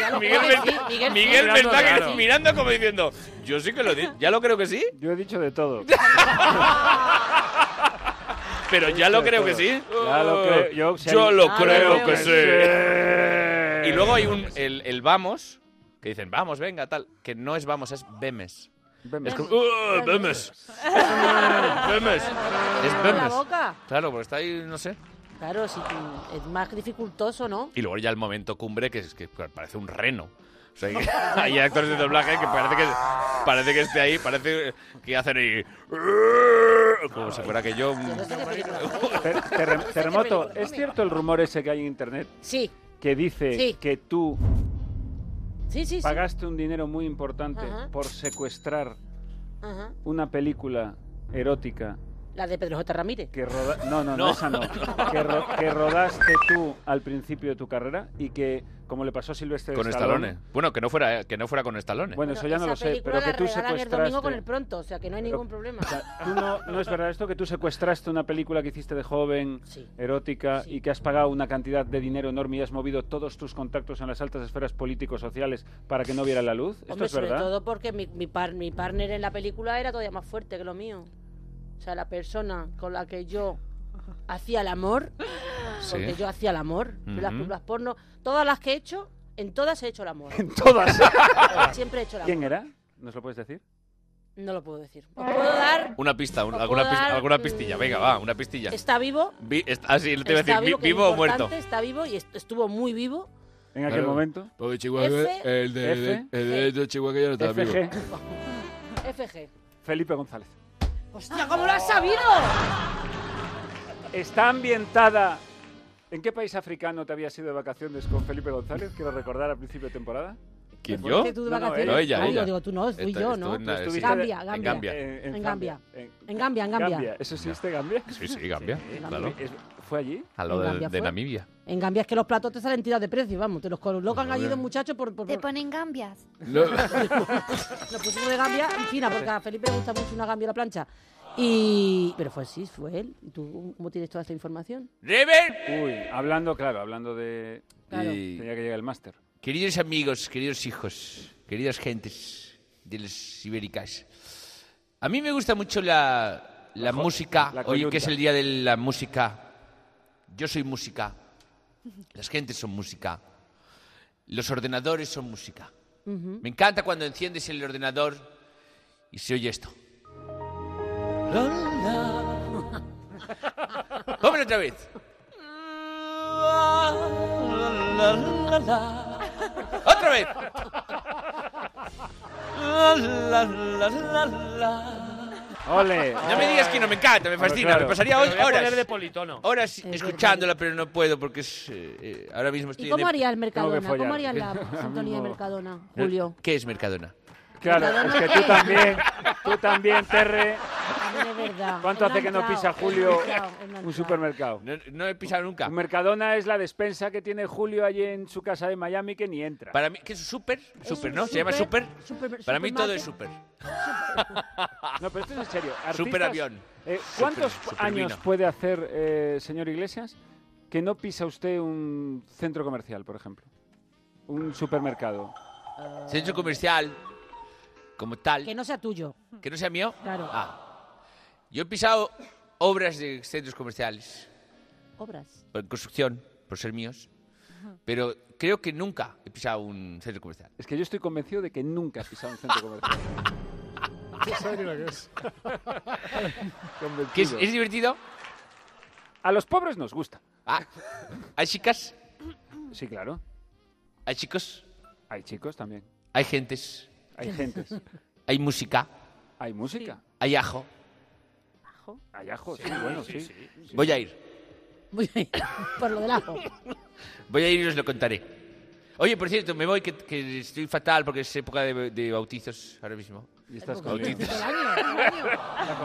[SPEAKER 3] ya lo
[SPEAKER 1] Miguel me,
[SPEAKER 3] creo que sí, Miguel sí.
[SPEAKER 1] Miguel me está
[SPEAKER 14] Mirando, claro.
[SPEAKER 1] mirando como diciendo, yo sí que lo digo, ya lo creo que sí,
[SPEAKER 14] Yo he dicho de todo.
[SPEAKER 1] [laughs] pero ya lo creo que sí.
[SPEAKER 14] Ya lo creo- yo, si hay-
[SPEAKER 1] lo
[SPEAKER 14] Ya lo
[SPEAKER 1] creo
[SPEAKER 14] creo
[SPEAKER 1] que
[SPEAKER 14] que
[SPEAKER 1] sí. Y luego hay un, el, el vamos, que dicen, vamos, venga, tal, que no es vamos, es vemes. Es como, "Uh, vemes. Vemes. Es
[SPEAKER 3] la
[SPEAKER 1] vemes.
[SPEAKER 3] boca.
[SPEAKER 1] Claro, porque está ahí, no sé.
[SPEAKER 3] Claro, sí, que es más dificultoso, ¿no?
[SPEAKER 1] Y luego ya el momento cumbre, que, es, que parece un reno. O sea, que- hay actores de doblaje que parece que parece que esté ahí, parece que hacen ahí... Como si fuera que yo... mm,
[SPEAKER 14] Ter- terre- terremoto, ¿es cierto el rumor ese que hay en internet?
[SPEAKER 3] Sí.
[SPEAKER 14] Que dice
[SPEAKER 3] Sí.
[SPEAKER 14] que tú
[SPEAKER 3] Sí, sí, sí.
[SPEAKER 14] pagaste un dinero muy importante
[SPEAKER 3] Ajá.
[SPEAKER 14] por secuestrar
[SPEAKER 3] Ajá.
[SPEAKER 14] una película erótica
[SPEAKER 3] La de Pedro J. Ramírez.
[SPEAKER 14] que roda- no, no, no,
[SPEAKER 3] No.
[SPEAKER 14] esa no. Que, ro- que rodaste tú al principio de tu carrera y que, como le pasó a Silvestre
[SPEAKER 1] Con Stallone. Bueno, que no fuera, que no fuera con Stallone.
[SPEAKER 14] Bueno, eso ya no
[SPEAKER 3] Esa
[SPEAKER 14] lo sé,
[SPEAKER 3] película
[SPEAKER 14] pero que
[SPEAKER 3] la
[SPEAKER 14] tú
[SPEAKER 3] regalan el domingo con
[SPEAKER 14] secuestraste.
[SPEAKER 3] el pronto, o sea que no hay
[SPEAKER 14] Pero-
[SPEAKER 3] ningún problema.
[SPEAKER 14] Tú no, no es verdad esto que tú secuestraste una película que hiciste de joven, erótica, y que has pagado una cantidad de dinero enorme y has movido todos tus contactos en las altas esferas políticos sociales para que no viera la luz. ¿Esto
[SPEAKER 3] Hombre,
[SPEAKER 14] es
[SPEAKER 3] sobre
[SPEAKER 14] verdad?
[SPEAKER 3] todo [laughs] porque mi, mi, par- mi partner en la película era todavía más fuerte que lo mío. O sea, la persona con la que yo hacía el amor,
[SPEAKER 2] Sí.
[SPEAKER 3] porque yo hacía el amor, yo las
[SPEAKER 2] Ujú.
[SPEAKER 3] películas porno, todas las que he hecho, en todas he hecho el amor. En
[SPEAKER 14] todas.
[SPEAKER 3] [laughs] Siempre he hecho el amor.
[SPEAKER 14] ¿Quién era? ¿Nos lo puedes decir?
[SPEAKER 3] No lo puedo decir. Os puedo dar,
[SPEAKER 1] Una pista, un-
[SPEAKER 3] Os
[SPEAKER 1] alguna,
[SPEAKER 3] puedo
[SPEAKER 1] pis-
[SPEAKER 3] dar,
[SPEAKER 1] alguna pistilla. Venga, va, una pistilla.
[SPEAKER 3] está vivo.
[SPEAKER 1] Vi- est- ah, sí, te iba a decir,
[SPEAKER 3] está
[SPEAKER 1] vi-
[SPEAKER 3] vivo, que es
[SPEAKER 1] ¿vivo o
[SPEAKER 3] importante,
[SPEAKER 1] muerto?
[SPEAKER 3] Está vivo y est- estuvo muy vivo.
[SPEAKER 14] En aquel momento.
[SPEAKER 5] Porque Chihuahua,
[SPEAKER 3] F,
[SPEAKER 5] el de,
[SPEAKER 14] F,
[SPEAKER 5] el de, el de Chihuahua ya no está vivo.
[SPEAKER 14] FG.
[SPEAKER 3] FG.
[SPEAKER 14] Felipe González.
[SPEAKER 3] ¡Hostia, cómo lo has sabido!
[SPEAKER 14] Está ambientada. ¿En qué país africano te habías ido de vacaciones con Felipe González? Quiero recordar al principio de temporada.
[SPEAKER 1] ¿Quién,
[SPEAKER 14] ¿Te
[SPEAKER 1] yo?
[SPEAKER 14] fuiste tú de vacaciones?
[SPEAKER 1] No, ella,
[SPEAKER 14] Ah,
[SPEAKER 1] ella.
[SPEAKER 14] yo digo, tú no, fui
[SPEAKER 1] Esto-
[SPEAKER 14] yo,
[SPEAKER 1] esto
[SPEAKER 14] ¿no?
[SPEAKER 1] es una-
[SPEAKER 14] Tú
[SPEAKER 1] sí.
[SPEAKER 3] Gambia,
[SPEAKER 1] En
[SPEAKER 3] Gambia.
[SPEAKER 1] Gambia.
[SPEAKER 3] En Gambia.
[SPEAKER 14] En,
[SPEAKER 3] En Gambia, en Gambia.
[SPEAKER 14] ¿Eso existe Gambia?
[SPEAKER 1] Sí, sí, Gambia. Claro.
[SPEAKER 14] Es- ¿Fue allí?
[SPEAKER 1] Al lado
[SPEAKER 3] En
[SPEAKER 1] de,
[SPEAKER 3] Gambia
[SPEAKER 1] de
[SPEAKER 3] fue.
[SPEAKER 1] Namibia.
[SPEAKER 3] En Gambia es que los platos te salen tirados de precio, vamos, te los colocan allí
[SPEAKER 1] Joder.
[SPEAKER 3] dos muchachos por... por,
[SPEAKER 21] Te ponen gambias.
[SPEAKER 3] [laughs] Nos pusimos de gambia en China, porque a Felipe le gusta mucho una gambia a la plancha. Y... Pero fue así, fue él. ¿Y tú cómo tienes toda esta información?
[SPEAKER 14] ¡River! Uy, hablando, claro, hablando de...
[SPEAKER 3] Claro.
[SPEAKER 14] Y- Tenía que llegar el máster.
[SPEAKER 20] Queridos amigos, queridos hijos, queridas gentes de las ibéricas, a mí me gusta mucho la, la música,
[SPEAKER 1] la
[SPEAKER 20] hoy que
[SPEAKER 1] coyunta.
[SPEAKER 20] es el día de la música. Yo soy música, las gentes son música, los ordenadores son música. Me encanta cuando enciendes el ordenador y se oye esto. Póngalo otra vez. Otra vez.
[SPEAKER 14] ¡Ole!
[SPEAKER 20] No me digas que no me encanta, me
[SPEAKER 1] Hombre,
[SPEAKER 20] fascina.
[SPEAKER 1] claro.
[SPEAKER 20] Me pasaría
[SPEAKER 1] Me
[SPEAKER 20] hoy
[SPEAKER 1] lo voy a
[SPEAKER 20] horas.
[SPEAKER 1] poner de
[SPEAKER 10] politono.
[SPEAKER 20] Horas escuchándola, pero no puedo porque es, eh, eh, ahora mismo estoy.
[SPEAKER 3] ¿Y
[SPEAKER 20] en
[SPEAKER 3] cómo
[SPEAKER 20] el-
[SPEAKER 3] haría el Mercadona? ¿Cómo
[SPEAKER 14] [laughs]
[SPEAKER 1] [laughs]
[SPEAKER 3] haría la sintonía de Mercadona, Julio?
[SPEAKER 20] ¿Qué es Mercadona?
[SPEAKER 14] Claro, es que tú también, tú también, Terre.
[SPEAKER 3] De verdad.
[SPEAKER 14] ¿Cuánto
[SPEAKER 3] él no
[SPEAKER 14] hace
[SPEAKER 3] ha
[SPEAKER 14] que no
[SPEAKER 3] entrado,
[SPEAKER 14] pisa
[SPEAKER 3] él no ha
[SPEAKER 14] Julio
[SPEAKER 3] entrado, él no
[SPEAKER 14] un
[SPEAKER 3] ha entrado.
[SPEAKER 14] supermercado?
[SPEAKER 20] No, he pisado nunca.
[SPEAKER 14] Un Mercadona es la despensa que tiene Julio allí en su casa de Miami que ni entra.
[SPEAKER 20] Para mí, ¿qué es súper? Súper,
[SPEAKER 14] un
[SPEAKER 20] ¿no? ¿Se llama súper?
[SPEAKER 14] súper- supermer-
[SPEAKER 20] Para mí todo es súper.
[SPEAKER 14] supermarket. No, pero esto es
[SPEAKER 20] [laughs]
[SPEAKER 14] en serio. Artistas-
[SPEAKER 20] Superavión.
[SPEAKER 14] Eh, ¿Cuántos
[SPEAKER 20] Super- supervino.
[SPEAKER 14] años puede hacer, eh, señor Iglesias, que no pisa usted un centro comercial, por ejemplo? Un supermercado.
[SPEAKER 20] Centro [laughs] comercial, como tal.
[SPEAKER 3] Que no sea tuyo.
[SPEAKER 20] ¿Que no sea mío?
[SPEAKER 3] Claro.
[SPEAKER 20] Ah. Yo he pisado obras de centros comerciales
[SPEAKER 3] Obras.
[SPEAKER 20] en construcción, por ser míos.
[SPEAKER 1] Pero creo que nunca he pisado un centro comercial.
[SPEAKER 14] Es que yo estoy convencido de que nunca has pisado
[SPEAKER 20] [laughs]
[SPEAKER 14] un centro comercial.
[SPEAKER 27] ¿Qué serio lo que
[SPEAKER 1] [laughs]
[SPEAKER 27] es?
[SPEAKER 14] Convencido.
[SPEAKER 20] ¿Que es, es divertido?
[SPEAKER 14] A los pobres nos gusta.
[SPEAKER 20] Ah, ¿Hay chicas?
[SPEAKER 14] Sí, claro.
[SPEAKER 20] ¿Hay chicos?
[SPEAKER 14] Hay chicos también.
[SPEAKER 20] Hay gentes.
[SPEAKER 14] Hay gentes.
[SPEAKER 20] Hay música.
[SPEAKER 14] Hay música.
[SPEAKER 20] Hay ajo.
[SPEAKER 14] Hay ajos,
[SPEAKER 20] Sí,
[SPEAKER 14] sí, bueno,
[SPEAKER 20] sí,
[SPEAKER 14] sí.
[SPEAKER 20] Voy a ir.
[SPEAKER 3] Voy a ir [laughs] por lo del ajo.
[SPEAKER 20] Voy a ir y os lo contaré. Oye, por cierto, me voy, que, que estoy fatal porque es época de, de bautizos ahora mismo.
[SPEAKER 14] Y estás
[SPEAKER 20] bautizos.
[SPEAKER 14] comiendo.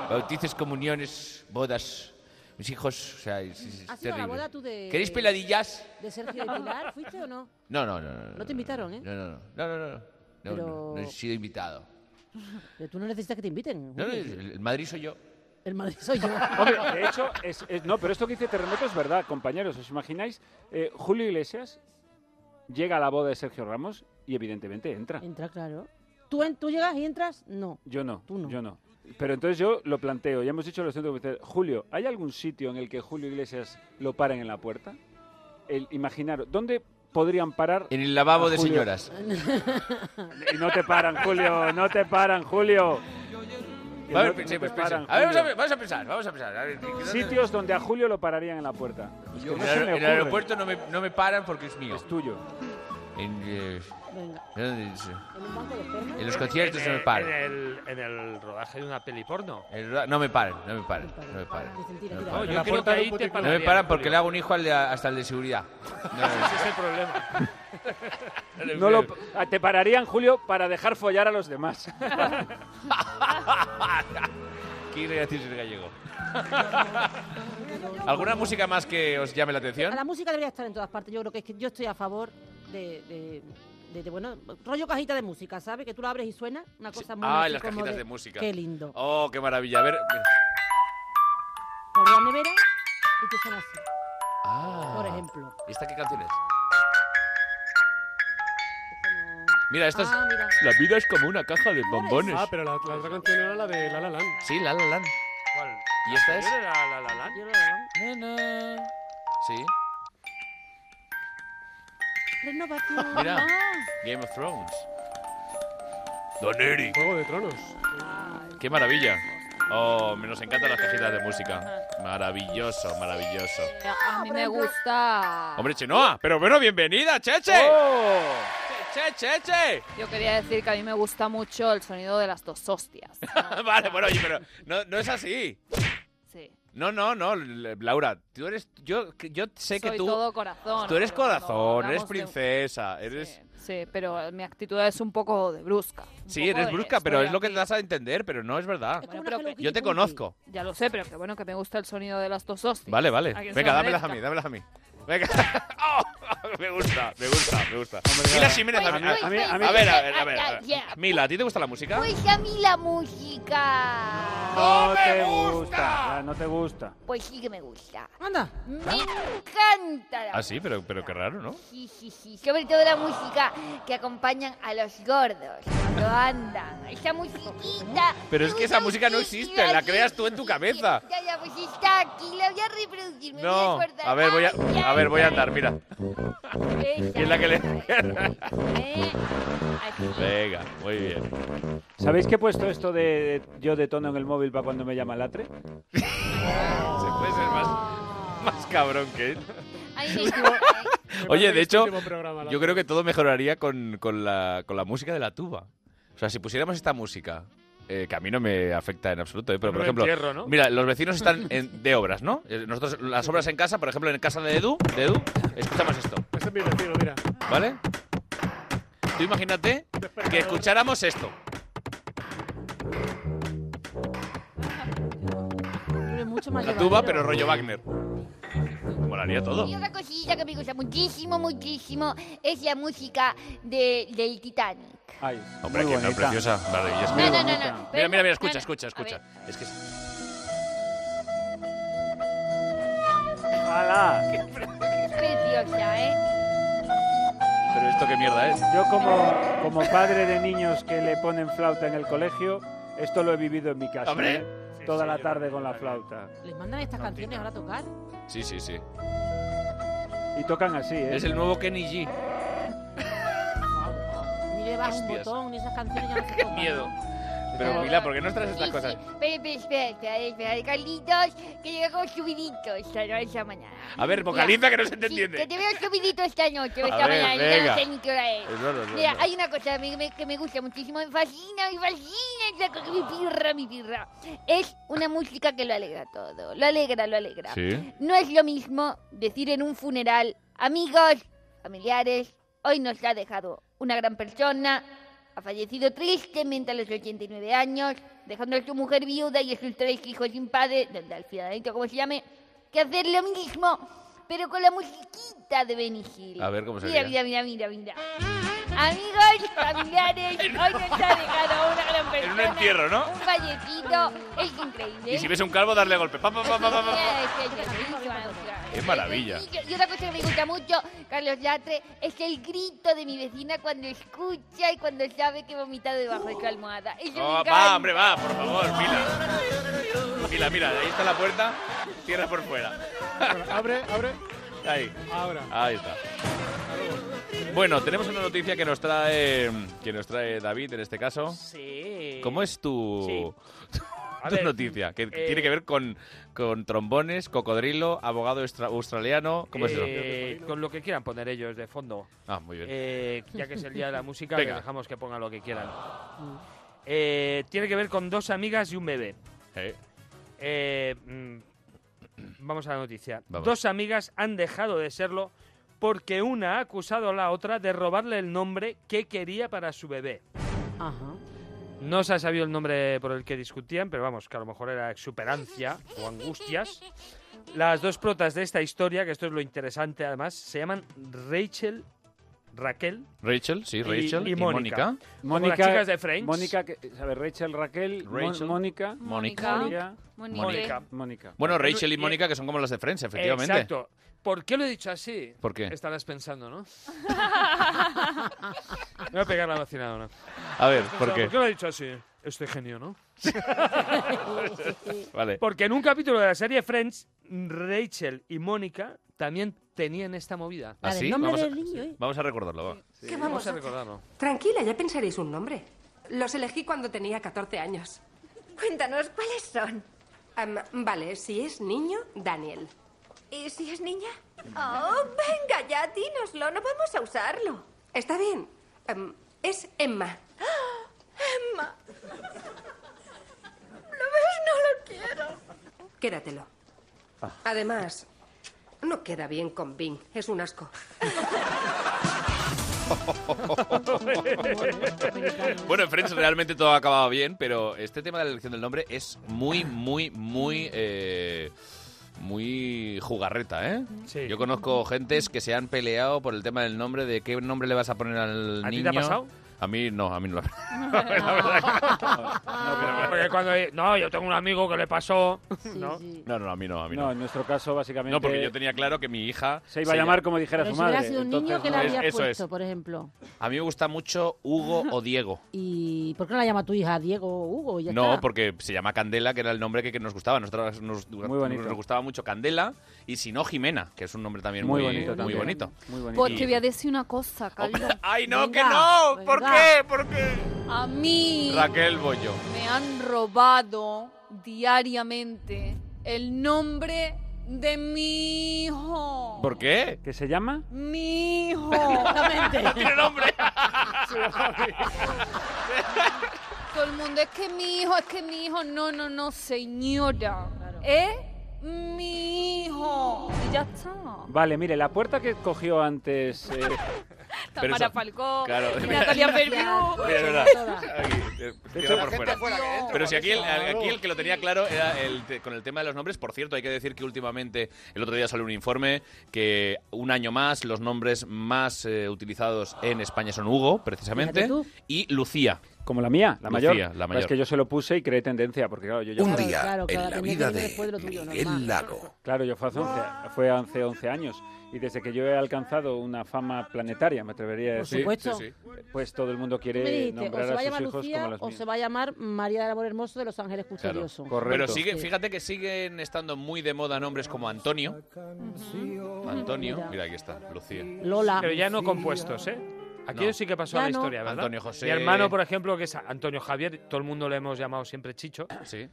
[SPEAKER 20] bautizos, comuniones, bodas. Mis hijos, o sea, es, es
[SPEAKER 3] ¿Has ido a la
[SPEAKER 20] terrible.
[SPEAKER 3] boda tú de...
[SPEAKER 20] ¿Queréis peladillas?
[SPEAKER 3] ¿De Sergio y Pilar? ¿Fuiste o no?
[SPEAKER 20] No, no, no. No,
[SPEAKER 3] No te invitaron, ¿eh?
[SPEAKER 20] No, no, no. No, no, no. No, no,
[SPEAKER 3] Pero-
[SPEAKER 20] no he sido invitado.
[SPEAKER 3] Pero tú no necesitas que te inviten.
[SPEAKER 20] No, no,
[SPEAKER 3] Juli.
[SPEAKER 20] el el Madrid soy yo.
[SPEAKER 3] El Madrid soy yo.
[SPEAKER 14] Hombre, eh. de hecho, es- es- no, pero esto que dice Terremoto es verdad, compañeros. ¿Os imagináis? Eh, Julio Iglesias llega a la boda de Sergio Ramos y evidentemente entra.
[SPEAKER 3] Entra, claro. ¿Tú, en- ¿Tú llegas y entras? No.
[SPEAKER 14] Yo no, yo no. Pero entonces yo lo planteo, ya hemos dicho a los centros comerciales, Julio, ¿hay algún sitio en el que Julio Iglesias lo paren en la puerta? El, imaginaros, ¿dónde podrían parar?
[SPEAKER 20] En el lavabo
[SPEAKER 14] a
[SPEAKER 20] de
[SPEAKER 14] Julio?
[SPEAKER 20] señoras.
[SPEAKER 14] Y no te paran, Julio, no te paran, Julio. Que
[SPEAKER 20] A
[SPEAKER 14] no-
[SPEAKER 20] ver,
[SPEAKER 14] no
[SPEAKER 20] pensemos,
[SPEAKER 14] te paran,
[SPEAKER 20] pensemos. A ver, vamos a
[SPEAKER 14] Julio.
[SPEAKER 20] ver, vamos a pensar, vamos a pensar. A ver, ¿qué- qué- [laughs]
[SPEAKER 14] Sitios donde a Julio lo pararían en la puerta. Es que
[SPEAKER 20] En
[SPEAKER 14] no
[SPEAKER 20] el
[SPEAKER 14] se
[SPEAKER 20] aer-
[SPEAKER 14] me
[SPEAKER 20] en el
[SPEAKER 14] ocurre.
[SPEAKER 20] aeropuerto no me, no me paran porque es mío. Es
[SPEAKER 14] tuyo.
[SPEAKER 20] En, eh,
[SPEAKER 3] Venga.
[SPEAKER 20] ¿dónde dice?
[SPEAKER 3] ¿En un banco de esperma?
[SPEAKER 20] En los conciertos no me paran.
[SPEAKER 10] En el, en el rodaje de una peli porno.
[SPEAKER 20] En verdad, No me paran, no me paran, no me paran.
[SPEAKER 10] tira,
[SPEAKER 20] No me
[SPEAKER 10] tira.
[SPEAKER 20] paran.
[SPEAKER 10] No, yo creo que ahí te
[SPEAKER 20] No me
[SPEAKER 10] pararían,
[SPEAKER 20] paran porque
[SPEAKER 10] Julio.
[SPEAKER 20] le hago un hijo al de- hasta el de seguridad. No, no, no.
[SPEAKER 10] Ese es el problema.
[SPEAKER 14] No
[SPEAKER 20] [laughs]
[SPEAKER 14] lo- ah, te pararían, Julio, para dejar follar a los
[SPEAKER 10] [laughs]
[SPEAKER 14] demás.
[SPEAKER 20] Qué gracioso el gallego. ¿Alguna música más que os llame la
[SPEAKER 3] A
[SPEAKER 20] atención?
[SPEAKER 3] la música debería estar en todas partes. Yo creo que es que yo estoy a favor de, de- de- de, bueno, rollo cajita de música, ¿sabes? Que tú la abres y suena una cosa muy
[SPEAKER 1] Ah,
[SPEAKER 3] así
[SPEAKER 1] en las
[SPEAKER 3] como
[SPEAKER 1] cajitas de música.
[SPEAKER 3] Qué lindo.
[SPEAKER 1] Oh, qué maravilla. A ver.
[SPEAKER 3] Te abres la nevera y te suena así.
[SPEAKER 20] Ah.
[SPEAKER 3] Por ejemplo.
[SPEAKER 1] ¿Y esta qué canción es? Mira, esto
[SPEAKER 3] Ah,
[SPEAKER 1] es.
[SPEAKER 3] mira.
[SPEAKER 5] La vida es como una caja de bombones.
[SPEAKER 27] Ah, pero la, la otra canción era la de La La Land.
[SPEAKER 1] Sí, La La Land.
[SPEAKER 10] ¿Cuál?
[SPEAKER 1] ¿Y esta es?
[SPEAKER 10] ¿Yo era la, la, la?
[SPEAKER 1] Sí.
[SPEAKER 3] Renovación.
[SPEAKER 1] Mira.
[SPEAKER 3] Ah,
[SPEAKER 1] Game of Thrones. Don Eric.
[SPEAKER 27] Juego de Tronos.
[SPEAKER 1] Qué maravilla. Oh, me nos encantan las cajitas de música. Maravilloso, maravilloso.
[SPEAKER 7] A mí me gusta.
[SPEAKER 1] Hombre, Chenoa, pero bueno, bienvenida, Cheche. Che, che, che. [laughs]
[SPEAKER 7] Yo quería decir que a mí me gusta mucho el sonido de las dos hostias.
[SPEAKER 1] vale, bueno, oye, pero no, no es así.
[SPEAKER 7] Sí.
[SPEAKER 1] No, no, no, L- Laura, tú eres, yo, que- yo sé que
[SPEAKER 7] Soy
[SPEAKER 1] tú,
[SPEAKER 7] todo corazón.
[SPEAKER 1] tú eres
[SPEAKER 7] pero cuando
[SPEAKER 1] corazón, eres
[SPEAKER 7] hablamos de-
[SPEAKER 1] princesa, eres,
[SPEAKER 7] Sí, pero mi actitud es un poco de brusca.
[SPEAKER 1] sí,
[SPEAKER 7] poco
[SPEAKER 1] eres
[SPEAKER 7] de-
[SPEAKER 1] brusca, pero
[SPEAKER 7] estoy
[SPEAKER 1] es lo que te das a entender, pero no es verdad.
[SPEAKER 7] Bueno, pero que-
[SPEAKER 1] Yo te conozco.
[SPEAKER 7] Ya lo sé, pero que bueno que me gusta el sonido de las dos hostias.
[SPEAKER 1] Vale,
[SPEAKER 7] ¿A que
[SPEAKER 1] vale.
[SPEAKER 7] se
[SPEAKER 1] Venga,
[SPEAKER 7] lo
[SPEAKER 1] dámelas a
[SPEAKER 7] merezca?
[SPEAKER 1] mí, dámelas a mí. Venga. [laughs] Oh, me gusta, me gusta, me gusta. Mila Jiménez, a mí,
[SPEAKER 7] Ay,
[SPEAKER 1] a,
[SPEAKER 7] ay,
[SPEAKER 1] a
[SPEAKER 7] ay,
[SPEAKER 1] ver, a
[SPEAKER 7] ay,
[SPEAKER 1] ver,
[SPEAKER 7] ay,
[SPEAKER 1] a ver. a
[SPEAKER 7] ay,
[SPEAKER 1] ver.
[SPEAKER 7] ya.
[SPEAKER 1] Mila, ¿a ti te gusta la música?
[SPEAKER 7] Pues a mí la música.
[SPEAKER 14] No te gusta. Ah, No te gusta.
[SPEAKER 7] Pues sí que me gusta.
[SPEAKER 3] Anda.
[SPEAKER 7] Me encanta la
[SPEAKER 1] Ah, sí, pero, pero qué raro, ¿no?
[SPEAKER 7] Sí, sí, sí. Sobre todo la música que acompañan a los gordos cuando andan. Esa musiquita.
[SPEAKER 1] Pero es que esa música no existe, la creas tú en tu cabeza.
[SPEAKER 7] Ya, ya, pues está aquí. La voy a reproducir. Me
[SPEAKER 1] No,
[SPEAKER 7] voy a esforzar.
[SPEAKER 1] a ver, voy a, a ver, voy a andar, mira.
[SPEAKER 7] Esa.
[SPEAKER 1] Y es la que le.
[SPEAKER 14] [laughs]
[SPEAKER 7] Eh, así.
[SPEAKER 1] Venga, muy bien.
[SPEAKER 14] ¿Sabéis que he puesto esto de yo detono en el móvil para cuando me llama Latre?
[SPEAKER 1] Se puede ser más, más cabrón que él.
[SPEAKER 7] Ay, me encanta.
[SPEAKER 1] Oye, de hecho,
[SPEAKER 27] último programa, la
[SPEAKER 1] yo creo que todo mejoraría con, con la, con la música de la tuba. O sea, si pusiéramos esta música, eh, que a mí no me afecta en absoluto, ¿eh? pero
[SPEAKER 10] No
[SPEAKER 1] por
[SPEAKER 10] me
[SPEAKER 1] ejemplo,
[SPEAKER 10] entierro, ¿no?
[SPEAKER 1] mira, los vecinos están en- de obras, ¿no? Eh, Nosotros, las obras en casa, por ejemplo, en casa de Edu, de Edu escuchamos esto,
[SPEAKER 27] Este es mi vecino, mira.
[SPEAKER 1] ¿vale? Tú imagínate que escucháramos esto.
[SPEAKER 3] tú eres mucho más
[SPEAKER 1] La tuba,
[SPEAKER 3] llevadero.
[SPEAKER 1] pero rollo Wagner. Molaría todo.
[SPEAKER 7] Y otra cosilla que me gusta muchísimo, muchísimo es la música de, del Titanic.
[SPEAKER 14] Ay,
[SPEAKER 1] Hombre,
[SPEAKER 14] muy
[SPEAKER 1] que no,
[SPEAKER 14] bonita.
[SPEAKER 1] preciosa, maravillosa.
[SPEAKER 7] No,
[SPEAKER 1] Mira,
[SPEAKER 7] no, no, no.
[SPEAKER 1] Mira, mira, mira, escucha,
[SPEAKER 7] No, no.
[SPEAKER 1] escucha,
[SPEAKER 7] A
[SPEAKER 1] escucha. Es que es-
[SPEAKER 14] ¡Hala!
[SPEAKER 7] Preciosa, ¿eh?
[SPEAKER 1] Pero esto qué mierda es.
[SPEAKER 14] Yo como, como padre de niños que le ponen flauta en el colegio, esto lo he vivido en mi casa.
[SPEAKER 1] Hombre.
[SPEAKER 14] ¿eh? Toda la tarde con la flauta.
[SPEAKER 3] ¿Les mandan estas canciones ahora a tocar?
[SPEAKER 1] Sí, sí, sí.
[SPEAKER 14] Y tocan así, ¿eh?
[SPEAKER 1] Es el nuevo Kenny G.
[SPEAKER 3] Mire, baja un
[SPEAKER 1] Hostias.
[SPEAKER 3] botón y esas canciones ya no se tocan.
[SPEAKER 1] Miedo. Pero Pilar, ¿por qué nos traes estas cosas?
[SPEAKER 7] Pero, pero, espera, espera, espera, Carlitos, que llega como subidito esta noche, esta mañana.
[SPEAKER 1] A ver, vocaliza que no se te
[SPEAKER 7] Que
[SPEAKER 1] entiende.
[SPEAKER 7] te veo subidito esta noche, o
[SPEAKER 1] A
[SPEAKER 7] esta
[SPEAKER 1] ver,
[SPEAKER 7] mañana, ya
[SPEAKER 1] venga.
[SPEAKER 7] no sé ni qué hora es.
[SPEAKER 1] Es raro, es
[SPEAKER 7] Mira,
[SPEAKER 1] raro.
[SPEAKER 7] hay una cosa me- me- que me gusta muchísimo, me fascina, me fascina, esa cosa, mi pirra, mi pirra. Es una música que lo alegra todo, lo alegra, lo alegra.
[SPEAKER 2] Sí.
[SPEAKER 7] No es lo mismo decir en un funeral, amigos, familiares, hoy nos ha dejado una gran persona, ha fallecido tristemente a los 89 años, dejando a su mujer viuda y a sus tres hijos sin padre, donde al finalito, como se llame, que hacer lo mismo, pero con la musiquita de Benny Hill.
[SPEAKER 1] A ver, ¿cómo
[SPEAKER 7] Mira,
[SPEAKER 1] sería?
[SPEAKER 7] mira, mira, mira, mira. Amigos,
[SPEAKER 1] [laughs]
[SPEAKER 7] familiares, hoy nos ha dejado una gran persona.
[SPEAKER 1] En un entierro, ¿no?
[SPEAKER 7] Un fallecido, es increíble.
[SPEAKER 1] Y si ves un calvo, darle golpe. Pa, pa, pa, pa, pa, pa.
[SPEAKER 7] Es genialísima, o sea.
[SPEAKER 1] Es maravilla.
[SPEAKER 7] Y y otra cosa que me gusta mucho, Carlos Latre, es el grito de mi vecina cuando escucha y cuando sabe que he vomitado debajo de su almohada. Eso me
[SPEAKER 1] No, va,
[SPEAKER 7] encanta.
[SPEAKER 1] hombre, va, por favor, Pilar. Pilar, mira, ahí está la puerta, cierra por fuera.
[SPEAKER 27] Abre, abre.
[SPEAKER 1] Ahí.
[SPEAKER 27] Ahora.
[SPEAKER 1] Ahí está. Bueno, tenemos una noticia que nos trae que nos trae David en este caso.
[SPEAKER 10] Sí.
[SPEAKER 1] ¿Cómo es tu, [laughs] tu
[SPEAKER 10] ver,
[SPEAKER 1] noticia? Que
[SPEAKER 10] eh,
[SPEAKER 1] tiene que ver con, con trombones, cocodrilo, abogado extra- australiano. ¿Cómo
[SPEAKER 10] Eh,
[SPEAKER 1] es eso?
[SPEAKER 10] Con lo que quieran poner ellos de fondo.
[SPEAKER 1] Ah, muy bien.
[SPEAKER 10] Eh, ya que es el día de la música,
[SPEAKER 1] Venga.
[SPEAKER 10] les dejamos que pongan lo que quieran. Eh, tiene que ver con dos amigas y un bebé. Eh, mm, vamos a la noticia.
[SPEAKER 1] Vamos.
[SPEAKER 10] Dos amigas han dejado de serlo porque una ha acusado a la otra de robarle el nombre que quería para su bebé.
[SPEAKER 3] Ajá.
[SPEAKER 10] No se ha sabido el nombre por el que discutían, pero vamos, que a lo mejor era exuperancia o angustias. Las dos protas de esta historia, que esto es lo interesante además, se llaman Rachel, Raquel
[SPEAKER 1] Rachel, sí,
[SPEAKER 10] y-
[SPEAKER 1] Rachel.
[SPEAKER 10] y, Mónica. Como
[SPEAKER 14] Mónica-
[SPEAKER 10] las chicas de Friends.
[SPEAKER 14] Mónica, que, ¿sabes? Rachel, Raquel, Mon-
[SPEAKER 1] Rachel.
[SPEAKER 14] Mónica.
[SPEAKER 1] Mónica.
[SPEAKER 14] Mónica.
[SPEAKER 1] Mónica. Mónica.
[SPEAKER 14] Mónica.
[SPEAKER 1] Bueno, Rachel y Mónica, que son como las de Friends, efectivamente.
[SPEAKER 10] Exacto. ¿Por qué lo he dicho así?
[SPEAKER 1] ¿Por qué?
[SPEAKER 10] Estarás pensando, ¿no? Me voy a pegar la vacilada, ¿no?
[SPEAKER 1] A ver,
[SPEAKER 10] Estarás
[SPEAKER 1] ¿por
[SPEAKER 10] pensando,
[SPEAKER 1] qué?
[SPEAKER 10] ¿Por qué lo he dicho así? Este genio, ¿no?
[SPEAKER 1] [laughs] Vale.
[SPEAKER 10] Porque en un capítulo de la serie Friends, Rachel y Mónica también tenían esta movida.
[SPEAKER 1] ¿Ah, sí? Vamos a, [laughs] vamos a recordarlo, va.
[SPEAKER 6] ¿Qué vamos
[SPEAKER 10] a
[SPEAKER 6] a-
[SPEAKER 10] recordarlo.
[SPEAKER 6] Tranquila, ya pensaréis un nombre. Los elegí cuando tenía 14 años. Cuéntanos, ¿cuáles son? vale, si es niño, Daniel.
[SPEAKER 8] ¿Y si Eh, es niña? Oh, venga ya, dínoslo, no vamos a usarlo.
[SPEAKER 6] Está bien. Em, es Emma.
[SPEAKER 8] Emma. ¿Lo ves? No lo quiero.
[SPEAKER 6] Quédatelo. Además, no queda bien con Bing. Es un asco.
[SPEAKER 1] Bueno, en Friends realmente todo ha acabado bien, pero este tema de la elección del nombre es muy, muy, muy... eh, muy jugarreta, ¿eh? Yo conozco gentes que se han peleado por el tema del nombre, de qué nombre le vas a poner al
[SPEAKER 10] ¿A ti
[SPEAKER 1] niño.
[SPEAKER 10] te ha pasado?
[SPEAKER 1] A mí no, a mí no. [laughs]
[SPEAKER 10] [laughs] Porque cuando, no, yo tengo un amigo que le pasó. ¿no?
[SPEAKER 1] No, no, a mí no, a mí no.
[SPEAKER 14] No, en nuestro caso, básicamente.
[SPEAKER 1] No, porque yo tenía claro que mi hija...
[SPEAKER 14] Se iba a llamar como dijera
[SPEAKER 3] Pero
[SPEAKER 14] su
[SPEAKER 3] si hubiera
[SPEAKER 14] madre.
[SPEAKER 3] sido un
[SPEAKER 14] entonces
[SPEAKER 3] niño que le
[SPEAKER 14] no.
[SPEAKER 1] Es-
[SPEAKER 3] habías
[SPEAKER 1] eso
[SPEAKER 3] puesto,
[SPEAKER 1] es.
[SPEAKER 3] por ejemplo.
[SPEAKER 1] A mí me gusta mucho Hugo o Diego.
[SPEAKER 3] ¿Y por qué no la llama tu hija Diego o Hugo? Y [laughs] ya
[SPEAKER 1] No,
[SPEAKER 3] está.
[SPEAKER 1] porque se llama Candela, que era el nombre que, que nos gustaba. Nosotros nos,
[SPEAKER 14] bonito.
[SPEAKER 1] nos gustaba mucho Candela y si no Jimena, que es un nombre también
[SPEAKER 14] Muy
[SPEAKER 1] muy, muy
[SPEAKER 14] bonito
[SPEAKER 1] bonito.
[SPEAKER 14] también.
[SPEAKER 1] Muy
[SPEAKER 8] Pues te voy a decir una cosa, Carlos.
[SPEAKER 1] [laughs] ¡Ay, no,
[SPEAKER 8] Venga,
[SPEAKER 1] que no! ¿Por
[SPEAKER 8] venga.
[SPEAKER 1] qué? ¿Por qué?
[SPEAKER 8] A mí
[SPEAKER 1] Raquel Bollo.
[SPEAKER 8] me han robado diariamente el nombre de mi hijo.
[SPEAKER 1] ¿Por qué?
[SPEAKER 14] ¿Que se llama?
[SPEAKER 8] Mi hijo.
[SPEAKER 14] Exactamente. No tiene
[SPEAKER 1] [laughs] nombre.
[SPEAKER 8] Todo el mundo, es que mi hijo, es que mi hijo. No, no, no, señora. Es mi hijo. Y ya está.
[SPEAKER 14] Vale, mire, la puerta que cogió antes. eh,
[SPEAKER 8] Tamara Falcó,
[SPEAKER 14] claro.
[SPEAKER 1] [laughs]
[SPEAKER 8] y Natalia Berbiú.
[SPEAKER 1] Mira, es verdad. Aquí, eh, tira por fuera. Pero si aquí el,
[SPEAKER 8] Claro.
[SPEAKER 1] aquí el que lo tenía claro era el te- con el tema de los nombres. Por cierto, hay que decir que últimamente, el otro día salió un informe que un año más los nombres más eh, utilizados en España son Hugo,
[SPEAKER 3] Fíjate
[SPEAKER 1] precisamente,
[SPEAKER 3] tú.
[SPEAKER 1] y Lucía.
[SPEAKER 14] Como la mía, la
[SPEAKER 1] Lucía,
[SPEAKER 14] mayor.
[SPEAKER 1] la
[SPEAKER 14] Pero
[SPEAKER 1] mayor.
[SPEAKER 14] Es que yo se lo puse y creé tendencia, porque claro, yo ya-
[SPEAKER 13] Un día en la vida de Miguel Lago.
[SPEAKER 14] Claro, yo fue hace 11, fue hace 11 años y desde que yo he alcanzado una fama planetaria, me atrevería a
[SPEAKER 3] Por
[SPEAKER 14] decir.
[SPEAKER 3] supuesto. Sí,
[SPEAKER 14] Pues todo el mundo
[SPEAKER 3] Tú me
[SPEAKER 14] quiere
[SPEAKER 3] dijiste, o
[SPEAKER 14] nombrar
[SPEAKER 3] se va
[SPEAKER 14] a
[SPEAKER 3] a
[SPEAKER 14] sus
[SPEAKER 3] llamar
[SPEAKER 14] hijos como
[SPEAKER 3] Lucía
[SPEAKER 14] los
[SPEAKER 3] o
[SPEAKER 14] míos.
[SPEAKER 3] se va a llamar María del Amor Hermoso de Los Ángeles Custodiosos.
[SPEAKER 1] Pero sigue, fíjate que siguen estando muy de moda nombres como Antonio. Antonio,
[SPEAKER 3] Mira.
[SPEAKER 1] mira, aquí está, Lucía.
[SPEAKER 3] Lola.
[SPEAKER 10] Pero ya no compuestos, ¿eh? Aquí
[SPEAKER 1] No.
[SPEAKER 10] sí que pasó
[SPEAKER 1] Ya
[SPEAKER 10] la
[SPEAKER 1] no.
[SPEAKER 10] historia, ¿verdad?
[SPEAKER 1] Antonio José.
[SPEAKER 10] Mi hermano, por ejemplo, que es Antonio Javier, todo el mundo le hemos llamado siempre Chicho.
[SPEAKER 1] Sí.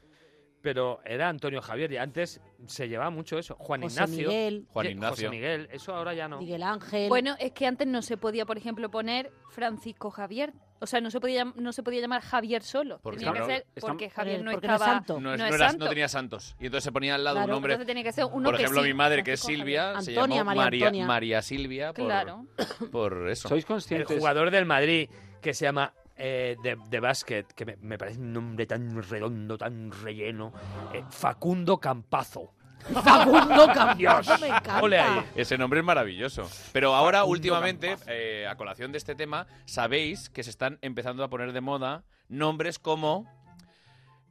[SPEAKER 10] Pero era Antonio Javier y antes se llevaba mucho eso. Juan
[SPEAKER 3] José
[SPEAKER 10] Ignacio.
[SPEAKER 3] Miguel.
[SPEAKER 1] Juan
[SPEAKER 10] Ye-
[SPEAKER 1] Ignacio.
[SPEAKER 10] José Miguel, eso ahora ya no.
[SPEAKER 3] Miguel Ángel.
[SPEAKER 9] Bueno, es que antes no se podía, por ejemplo, poner Francisco Javier. O sea, no se podía, llam- no se podía llamar Javier solo.
[SPEAKER 1] ¿Por
[SPEAKER 9] tenía
[SPEAKER 1] qué
[SPEAKER 9] que
[SPEAKER 1] no?
[SPEAKER 9] ser
[SPEAKER 1] Estamos-
[SPEAKER 9] porque Javier no
[SPEAKER 3] porque no es
[SPEAKER 9] estaba.
[SPEAKER 3] santo.
[SPEAKER 1] No, es-
[SPEAKER 9] no es
[SPEAKER 1] no eras-
[SPEAKER 9] santo.
[SPEAKER 1] no tenía santos. Y entonces se ponía al lado
[SPEAKER 9] Claro,
[SPEAKER 1] un nombre.
[SPEAKER 9] entonces tenía que ser uno
[SPEAKER 1] por
[SPEAKER 9] que
[SPEAKER 1] ejemplo,
[SPEAKER 9] sí,
[SPEAKER 1] mi madre, que es
[SPEAKER 9] Francisco
[SPEAKER 1] Silvia, se
[SPEAKER 9] Antonia,
[SPEAKER 1] llamó
[SPEAKER 9] María
[SPEAKER 1] María,
[SPEAKER 9] Antonia.
[SPEAKER 1] María Silvia por,
[SPEAKER 9] Claro.
[SPEAKER 1] por eso.
[SPEAKER 14] ¿Sois conscientes?
[SPEAKER 10] El jugador del Madrid que se llama eh, de, de básquet, que me, me parece un nombre tan redondo, tan relleno. eh, Facundo Campazo.
[SPEAKER 1] Facundo
[SPEAKER 10] Campazo, Dios. me encanta. Ole ahí.
[SPEAKER 1] Ese nombre es maravilloso.
[SPEAKER 3] Ah,
[SPEAKER 1] Pero ahora,
[SPEAKER 10] Facundo
[SPEAKER 1] últimamente, eh, a colación de este tema, sabéis que se están empezando a poner de moda nombres como.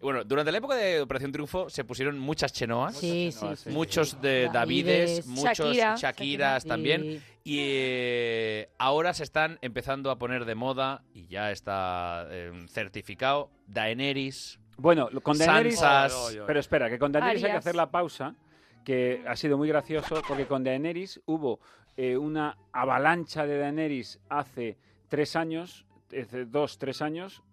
[SPEAKER 1] Bueno, durante la época de Operación Triunfo se pusieron muchas chenoas.
[SPEAKER 3] Sí, sí, sí.
[SPEAKER 1] Muchos de
[SPEAKER 3] Davides,
[SPEAKER 1] Davides, muchos
[SPEAKER 3] Shakira.
[SPEAKER 1] Shakiras
[SPEAKER 3] Sí.
[SPEAKER 1] también. Y eh, ahora se están empezando a poner de moda y ya está eh, certificado Daenerys.
[SPEAKER 14] Bueno, lo- con Daenerys,
[SPEAKER 1] Sansas.
[SPEAKER 14] pero espera, que con Daenerys hay que
[SPEAKER 1] Arias.
[SPEAKER 14] hacer la pausa, que ha sido muy gracioso, porque con Daenerys hubo eh, una avalancha de Daenerys hace tres años, hace dos, tres años,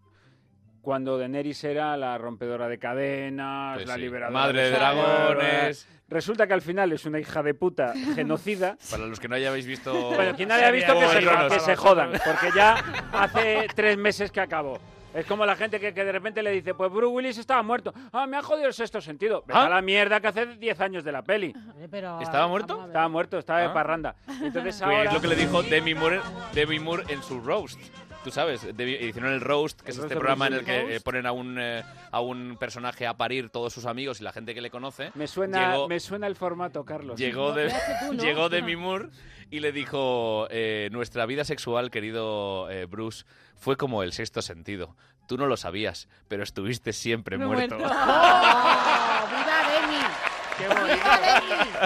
[SPEAKER 14] cuando Daenerys era la rompedora de cadenas,
[SPEAKER 1] Pues
[SPEAKER 14] la
[SPEAKER 1] sí,
[SPEAKER 14] liberadora
[SPEAKER 1] madre de dragones.
[SPEAKER 14] Resulta que al final es una hija de puta genocida.
[SPEAKER 1] Para los que no hayáis visto.
[SPEAKER 14] Bueno, quien no haya visto que
[SPEAKER 1] Juego de
[SPEAKER 14] se,
[SPEAKER 1] Tronos.
[SPEAKER 14] que se jodan, porque ya hace tres meses que acabó. Es como la gente que, que de repente le dice, pues Bruce Willis estaba muerto. Ah, me ha jodido el sexto sentido. Vete
[SPEAKER 1] Ah.
[SPEAKER 14] a la mierda que hace 10 años de la peli.
[SPEAKER 3] Pero,
[SPEAKER 14] [laughs]
[SPEAKER 1] ¿Estaba muerto?
[SPEAKER 14] Estaba muerto, estaba
[SPEAKER 1] Ah.
[SPEAKER 14] de parranda.
[SPEAKER 1] [laughs]
[SPEAKER 14] Entonces
[SPEAKER 1] Que
[SPEAKER 14] ahora...
[SPEAKER 1] es lo que le dijo Demi Moore, Demi Moore en su roast. Tú sabes, Demi- hicieron el roast, que
[SPEAKER 14] El
[SPEAKER 1] es
[SPEAKER 14] roast
[SPEAKER 1] este
[SPEAKER 14] de
[SPEAKER 1] programa en el
[SPEAKER 14] Bruce
[SPEAKER 1] que
[SPEAKER 14] Willis.
[SPEAKER 1] eh, ponen a un, eh, a un personaje a parir todos sus amigos y la gente que le conoce.
[SPEAKER 14] Me suena,
[SPEAKER 1] Llegó,
[SPEAKER 14] me suena el formato, Carlos.
[SPEAKER 1] llegó, de,
[SPEAKER 14] ¿no? [laughs]
[SPEAKER 1] llegó Demi Moore y le dijo, eh, nuestra vida sexual, querido eh, Bruce, fue como el sexto sentido. Tú no lo sabías, pero estuviste siempre muerto. [laughs]
[SPEAKER 3] Oh, ¡Viva Demi!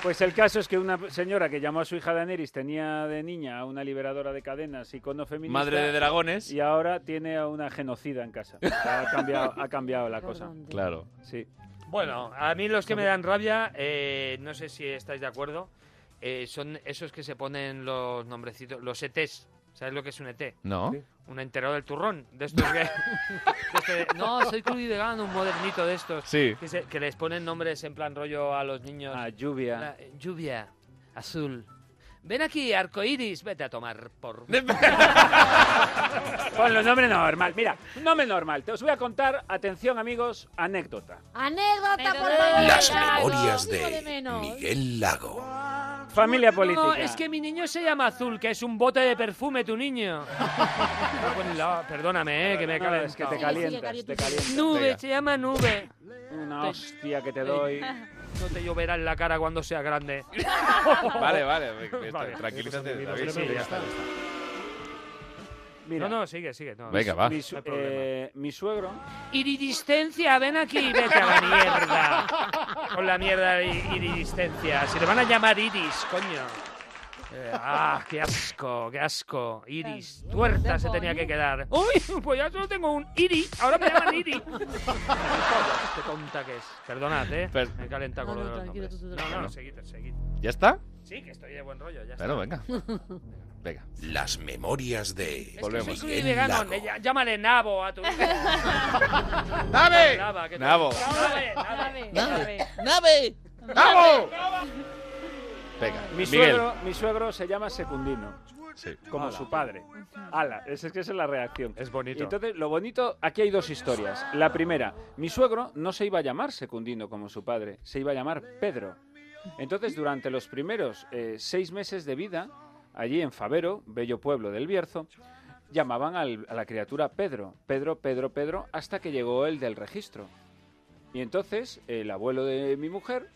[SPEAKER 14] Pues el caso es que una señora que llamó a su hija Daenerys tenía de niña a una liberadora de cadenas, icono feminista.
[SPEAKER 1] Madre de dragones.
[SPEAKER 14] Y ahora tiene a una genocida en casa. Ha cambiado, ha cambiado la cosa.
[SPEAKER 1] Claro.
[SPEAKER 14] Sí.
[SPEAKER 10] Bueno, a mí los que me dan rabia, eh, no sé si estáis de acuerdo, eh, son esos que se ponen los nombrecitos, los ETs. ¿Sabes lo que es un ET?
[SPEAKER 1] No. Sí.
[SPEAKER 10] Un enterado del turrón. De estos
[SPEAKER 14] [laughs]
[SPEAKER 10] que. de este- no, soy crudivegano, un modernito de estos.
[SPEAKER 1] Sí.
[SPEAKER 10] Que, se- que les ponen nombres en plan rollo a los niños.
[SPEAKER 14] Ah, lluvia.
[SPEAKER 10] La- eh, lluvia. Azul. Ven aquí, arcoiris, vete a tomar por.
[SPEAKER 14] Con los nombres normal. Mira, un nombre normal. Te os voy a contar, atención amigos, anécdota.
[SPEAKER 3] ¡Anécdota, por favor!
[SPEAKER 14] Las
[SPEAKER 3] Claro,
[SPEAKER 14] memorias
[SPEAKER 3] digo
[SPEAKER 14] de
[SPEAKER 3] menos.
[SPEAKER 14] Miguel Lago. Familia política.
[SPEAKER 10] No, es que mi niño se llama Azul, que es un bote de perfume, tu niño. No, pues, no, perdóname, eh, que me he
[SPEAKER 14] No, es que
[SPEAKER 10] calentado.
[SPEAKER 14] te calientas, te calientas.
[SPEAKER 10] Nube,
[SPEAKER 14] Venga.
[SPEAKER 10] se llama Nube.
[SPEAKER 14] Una hostia que te doy.
[SPEAKER 10] No te lloverá en la cara cuando sea
[SPEAKER 14] [laughs]
[SPEAKER 10] grande.
[SPEAKER 1] Vale, vale, tranquilízate, David.
[SPEAKER 10] Sí, ya está.
[SPEAKER 14] Mira.
[SPEAKER 10] No, no, sigue, sigue. no.
[SPEAKER 1] Venga, va.
[SPEAKER 14] Mi, su- eh, mi suegro.
[SPEAKER 10] Iridiscencia, ven aquí, vete a la
[SPEAKER 14] [laughs]
[SPEAKER 10] mierda. Con la mierda de iridiscencia. Si te van a llamar Iris, coño. Eh, ah, qué asco, qué asco. Iris, tuerta se tenía que quedar. Uy, pues ya solo tengo un Iri, ahora me llaman Iri. qué tonta Este que es. Perdonad, eh.
[SPEAKER 1] Per-
[SPEAKER 10] me he calentado con
[SPEAKER 1] No,
[SPEAKER 10] lo
[SPEAKER 1] no,
[SPEAKER 10] de los
[SPEAKER 1] tranquilo,
[SPEAKER 10] nombres.
[SPEAKER 1] tú, tú,
[SPEAKER 10] No, no,
[SPEAKER 1] tranquilo.
[SPEAKER 10] seguid, seguid.
[SPEAKER 1] ¿Ya está?
[SPEAKER 10] Sí, que estoy de buen rollo, ya
[SPEAKER 1] Bueno,
[SPEAKER 10] está.
[SPEAKER 1] venga. Venga.
[SPEAKER 13] Las memorias de
[SPEAKER 10] Soy
[SPEAKER 13] Volvemos.
[SPEAKER 10] crudo y vegano, le ll- eh, llámale nabo a tu
[SPEAKER 1] [laughs] ¡Nabe!
[SPEAKER 10] Lava, que te-
[SPEAKER 1] Nabo.
[SPEAKER 10] Nave, nave, nave.
[SPEAKER 2] ¡Nave!
[SPEAKER 10] ¡Nabo!
[SPEAKER 1] Venga,
[SPEAKER 14] Mi
[SPEAKER 1] Miguel.
[SPEAKER 14] suegro, mi suegro se llama Secundino.
[SPEAKER 1] Sí.
[SPEAKER 14] Como
[SPEAKER 1] Ala.
[SPEAKER 14] su padre. Ala, es, es que esa es la reacción. Es
[SPEAKER 10] bonito.
[SPEAKER 14] Entonces, lo bonito, aquí hay dos historias. La primera, mi suegro no se iba a llamar Secundino como su padre, se iba a llamar Pedro. Entonces, durante los primeros eh, seis meses de vida, allí en Favero, bello pueblo del Bierzo, llamaban al- a la criatura Pedro, Pedro, Pedro, Pedro, hasta que llegó el del registro. Y entonces, el abuelo de mi mujer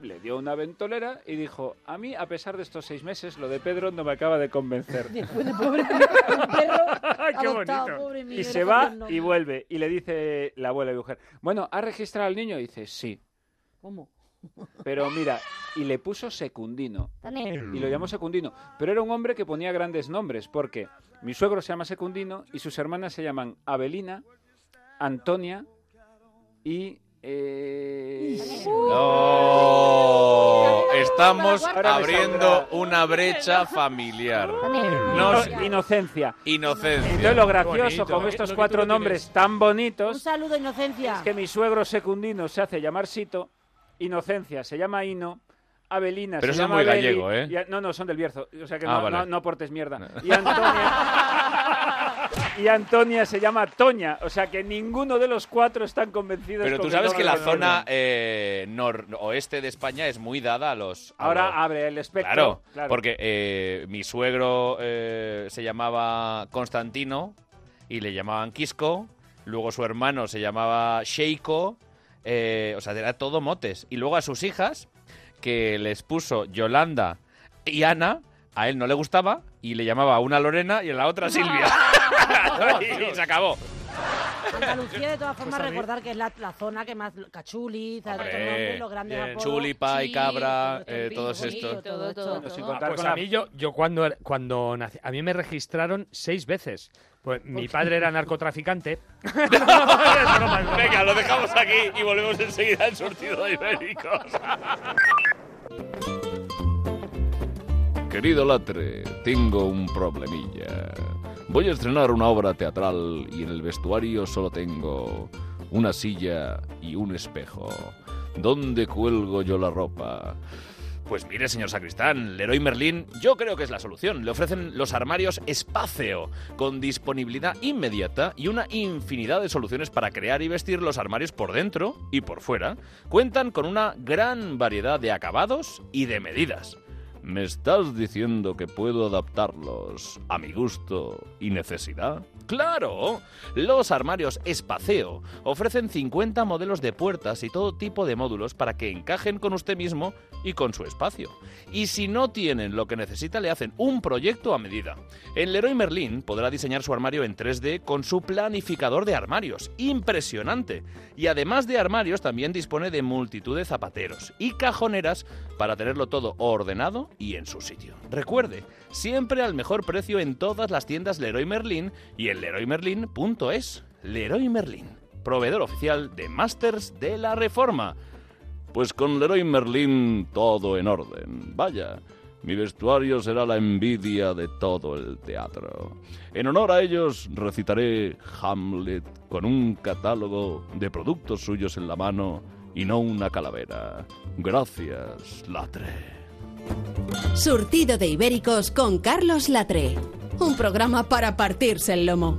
[SPEAKER 14] le dio una ventolera y dijo, a mí, a pesar de estos seis meses, lo de Pedro no me acaba de convencer.
[SPEAKER 10] Qué
[SPEAKER 14] adoptado,
[SPEAKER 10] bonito.
[SPEAKER 14] pobre Y se va y vuelve. Y le dice la abuela de mujer, bueno, ¿ha registrado al niño? Y dice, sí.
[SPEAKER 3] ¿Cómo?
[SPEAKER 14] Pero mira, y le puso Secundino.
[SPEAKER 3] Dale.
[SPEAKER 14] Y lo llamó Secundino. Pero era un hombre que ponía grandes nombres, porque mi suegro se llama Secundino y sus hermanas se llaman Abelina, Antonia y... eh,
[SPEAKER 1] No, estamos
[SPEAKER 14] Ahora me
[SPEAKER 1] abriendo una brecha familiar.
[SPEAKER 14] Ino- Inocencia.
[SPEAKER 1] Inocencia.
[SPEAKER 14] Entonces lo gracioso
[SPEAKER 1] Bonito. Eh,
[SPEAKER 14] con estos cuatro nombres tan
[SPEAKER 3] Un
[SPEAKER 14] bonitos
[SPEAKER 3] saludo, Inocencia.
[SPEAKER 14] es que mi suegro secundino se hace llamar Sito, Inocencia se llama Ino, Abelina
[SPEAKER 1] Pero
[SPEAKER 14] se
[SPEAKER 1] eso es
[SPEAKER 14] llama
[SPEAKER 1] muy
[SPEAKER 14] Abeli,
[SPEAKER 1] gallego, ¿eh?
[SPEAKER 14] y a- no, no, son del Bierzo, o sea que
[SPEAKER 1] Ah,
[SPEAKER 14] no,
[SPEAKER 1] vale.
[SPEAKER 14] no- no aportes mierda. Y Antonia... [laughs] Y Antonia se llama Toña, o sea que ninguno de los cuatro están convencidos.
[SPEAKER 1] Pero
[SPEAKER 14] con
[SPEAKER 1] tú
[SPEAKER 14] el
[SPEAKER 1] sabes que la
[SPEAKER 14] nombre de
[SPEAKER 1] zona eh, noroeste de España es muy dada a los... a los-
[SPEAKER 14] Ahora abre el espectro.
[SPEAKER 1] Claro, porque eh, mi suegro eh, se llamaba Constantino y le llamaban Quisco. Luego su hermano se llamaba Sheiko. eh, o sea, era todo motes. Y luego a sus hijas, que les puso Yolanda y Ana, a él no le gustaba y le llamaba a una Lorena y a la
[SPEAKER 14] [laughs]
[SPEAKER 1] otra Silvia. [laughs] y se acabó.
[SPEAKER 3] Andalucía, de todas formas,
[SPEAKER 1] a mí-
[SPEAKER 3] recordar que es la, la zona que más... Cachuli, todos
[SPEAKER 1] Hombre,
[SPEAKER 3] estos nombres, los grandes
[SPEAKER 1] bien.
[SPEAKER 3] apodos.
[SPEAKER 1] Chulipa y
[SPEAKER 3] Sí,
[SPEAKER 1] Cabra,
[SPEAKER 3] todo
[SPEAKER 1] eh,
[SPEAKER 3] esto,
[SPEAKER 1] todos
[SPEAKER 3] bonito,
[SPEAKER 1] estos.
[SPEAKER 3] todo esto.
[SPEAKER 1] Bueno, sin
[SPEAKER 10] Ah,
[SPEAKER 1] contar
[SPEAKER 10] pues
[SPEAKER 1] con
[SPEAKER 10] a
[SPEAKER 1] la-
[SPEAKER 10] mí yo, yo cuando, era- cuando nací, a mí me registraron seis veces. Pues mi padre era narcotraficante.
[SPEAKER 1] [laughs] Venga, lo dejamos aquí y volvemos enseguida al surtido de ibéricos.
[SPEAKER 4] Querido Latre, tengo un problemilla. Voy a estrenar una obra teatral y en el vestuario solo tengo una silla y un espejo. ¿Dónde cuelgo yo la ropa?
[SPEAKER 1] Pues mire, señor sacristán, Leroy Merlin, yo creo que es la solución. Le ofrecen los armarios Espacio, con disponibilidad inmediata y una infinidad de soluciones para crear y vestir los armarios por dentro y por fuera. Cuentan con una gran variedad de acabados y de medidas.
[SPEAKER 4] ¿Me estás diciendo que puedo adaptarlos a mi gusto y necesidad?
[SPEAKER 1] ¡Claro! Los armarios Espaceo ofrecen 50 modelos de puertas y todo tipo de módulos para que encajen con usted mismo y con su espacio. Y si no tienen lo que necesita, le hacen un proyecto a medida. En Leroy Merlin podrá diseñar su armario en 3D con su planificador de armarios. ¡Impresionante! Y además de armarios, también dispone de multitud de zapateros y cajoneras para tenerlo todo ordenado y en su sitio. Recuerde, siempre al mejor precio en todas las tiendas Leroy Merlin y en leroymerlin.es. Leroy Merlin, proveedor oficial de Masters de la Reforma.
[SPEAKER 4] Pues con Leroy Merlin todo en orden. Vaya, mi vestuario será la envidia de todo el teatro. En honor a ellos recitaré Hamlet con un catálogo de productos suyos en la mano y no una calavera. Gracias, Latre.
[SPEAKER 22] Surtido de Ibéricos con Carlos Latre. Un programa para partirse el lomo.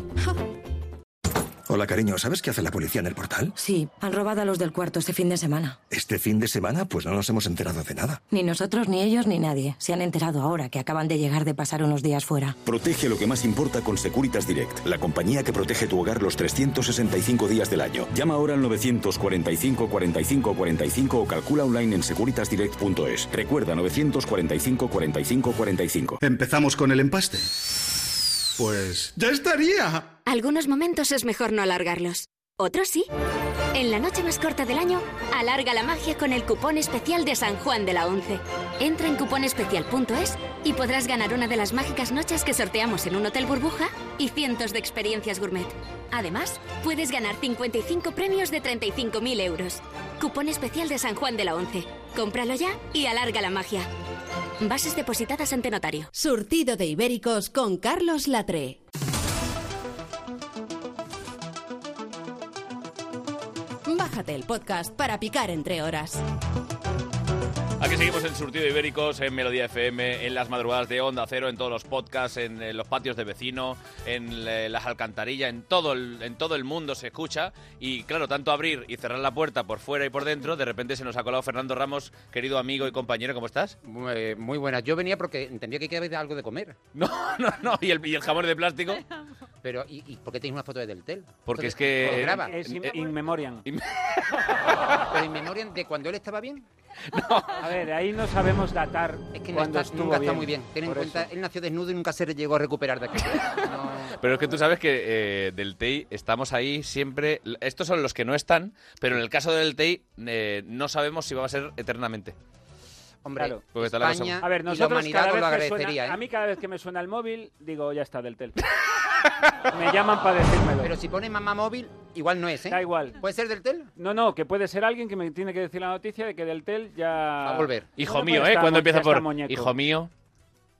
[SPEAKER 12] Hola, cariño, ¿sabes qué hace la policía en el portal?
[SPEAKER 28] Sí, han robado a los del cuarto este fin de semana.
[SPEAKER 12] Este fin de semana, pues no nos hemos enterado de nada.
[SPEAKER 28] Ni nosotros, ni ellos, ni nadie. Se han enterado ahora que acaban de llegar de pasar unos días fuera.
[SPEAKER 25] Protege lo que más importa con Securitas Direct, la compañía que protege tu hogar los 365 días del año. Llama ahora al 945 45 45 o calcula online en securitasdirect.es. Recuerda 945 45 45.
[SPEAKER 29] Empezamos con el empaste. Pues
[SPEAKER 12] ¡Ya estaría!
[SPEAKER 24] Algunos momentos es mejor no alargarlos. Otros sí. En la noche más corta del año, alarga la magia con el cupón especial de San Juan de la Once. Entra en cuponespecial.es y podrás ganar una de las mágicas noches que sorteamos en un hotel burbuja y cientos de experiencias gourmet. Además, puedes ganar 55 premios de 35.000 euros. Cupón especial de San Juan de la Once. Cómpralo ya y alarga la magia. Bases depositadas ante notario.
[SPEAKER 22] Surtido de Ibéricos con Carlos Latre. Bájate el podcast para picar entre horas.
[SPEAKER 1] Aquí seguimos en Surtido Ibéricos, en Melodía FM, en las madrugadas de Onda Cero, en todos los podcasts, en, eh, los patios de vecino, en eh, las alcantarillas, en todo, el, en todo el mundo se escucha. Y claro, tanto abrir y cerrar la puerta por fuera y por dentro, de repente se nos ha colado Fernando Ramos, querido amigo y compañero, ¿cómo estás?
[SPEAKER 30] Muy, eh, muy buenas. Yo venía porque entendía que quería algo de comer.
[SPEAKER 1] [laughs] No, no, no. ¿Y el, y el jamón de plástico?
[SPEAKER 30] Pero, ¿y, y por qué tenéis una foto de Deltel?
[SPEAKER 1] Porque es que-
[SPEAKER 30] Os graba.
[SPEAKER 1] Es in- eh, [laughs]
[SPEAKER 30] [laughs]
[SPEAKER 14] in memoriam.
[SPEAKER 30] ¿Pero in memoriam de cuando él estaba bien?
[SPEAKER 14] A ver, ahí no sabemos datar. Es
[SPEAKER 30] Que no está- nunca está muy bien. Ten en cuenta, él nació desnudo y nunca se llegó a recuperar de aquello.
[SPEAKER 1] Pero es que tú sabes que eh, del TEI estamos ahí siempre. Estos son los que no están, pero en el caso del TEI eh, no sabemos si va a ser eternamente.
[SPEAKER 30] Hombre,
[SPEAKER 1] Porque está la cosa-
[SPEAKER 14] a ver,
[SPEAKER 1] y la
[SPEAKER 14] nosotros
[SPEAKER 1] humanidad
[SPEAKER 14] cada
[SPEAKER 1] os
[SPEAKER 14] vez
[SPEAKER 1] lo
[SPEAKER 14] que suena-
[SPEAKER 1] agradecería, ¿eh?
[SPEAKER 14] A mí cada vez que me suena el móvil, digo, ya está, del tel. [laughs] me llaman para decírmelo.
[SPEAKER 30] Pero si pone mamá móvil, igual no es, ¿eh?
[SPEAKER 14] Da igual.
[SPEAKER 30] ¿Puede ser del tel?
[SPEAKER 14] No, no, que puede ser alguien que me tiene que decir la noticia de que del tel ya... Va
[SPEAKER 1] a volver. Ah. Hijo
[SPEAKER 14] pues
[SPEAKER 1] mío, ¿eh? Cuando empieza por. Hijo mío.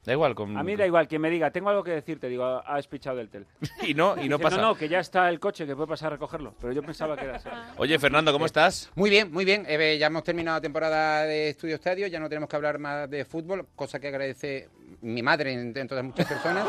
[SPEAKER 1] Da igual. Con...
[SPEAKER 14] A mí da igual, quien me diga, tengo algo que decirte, digo, has pichado del tel.
[SPEAKER 1] Y [laughs] no, y no
[SPEAKER 14] Dice,
[SPEAKER 1] pasa.
[SPEAKER 14] No, no, que ya está el coche, que puede pasar a recogerlo. [laughs] Pero yo pensaba que era así.
[SPEAKER 1] Oye, Fernando, ¿cómo estás?
[SPEAKER 30] Eh, Muy bien, muy bien. Eh, ya hemos terminado la temporada de Estudio Estadio, ya no tenemos que hablar más de fútbol, cosa que agradece mi madre entre todas muchas
[SPEAKER 1] [laughs]
[SPEAKER 30] personas.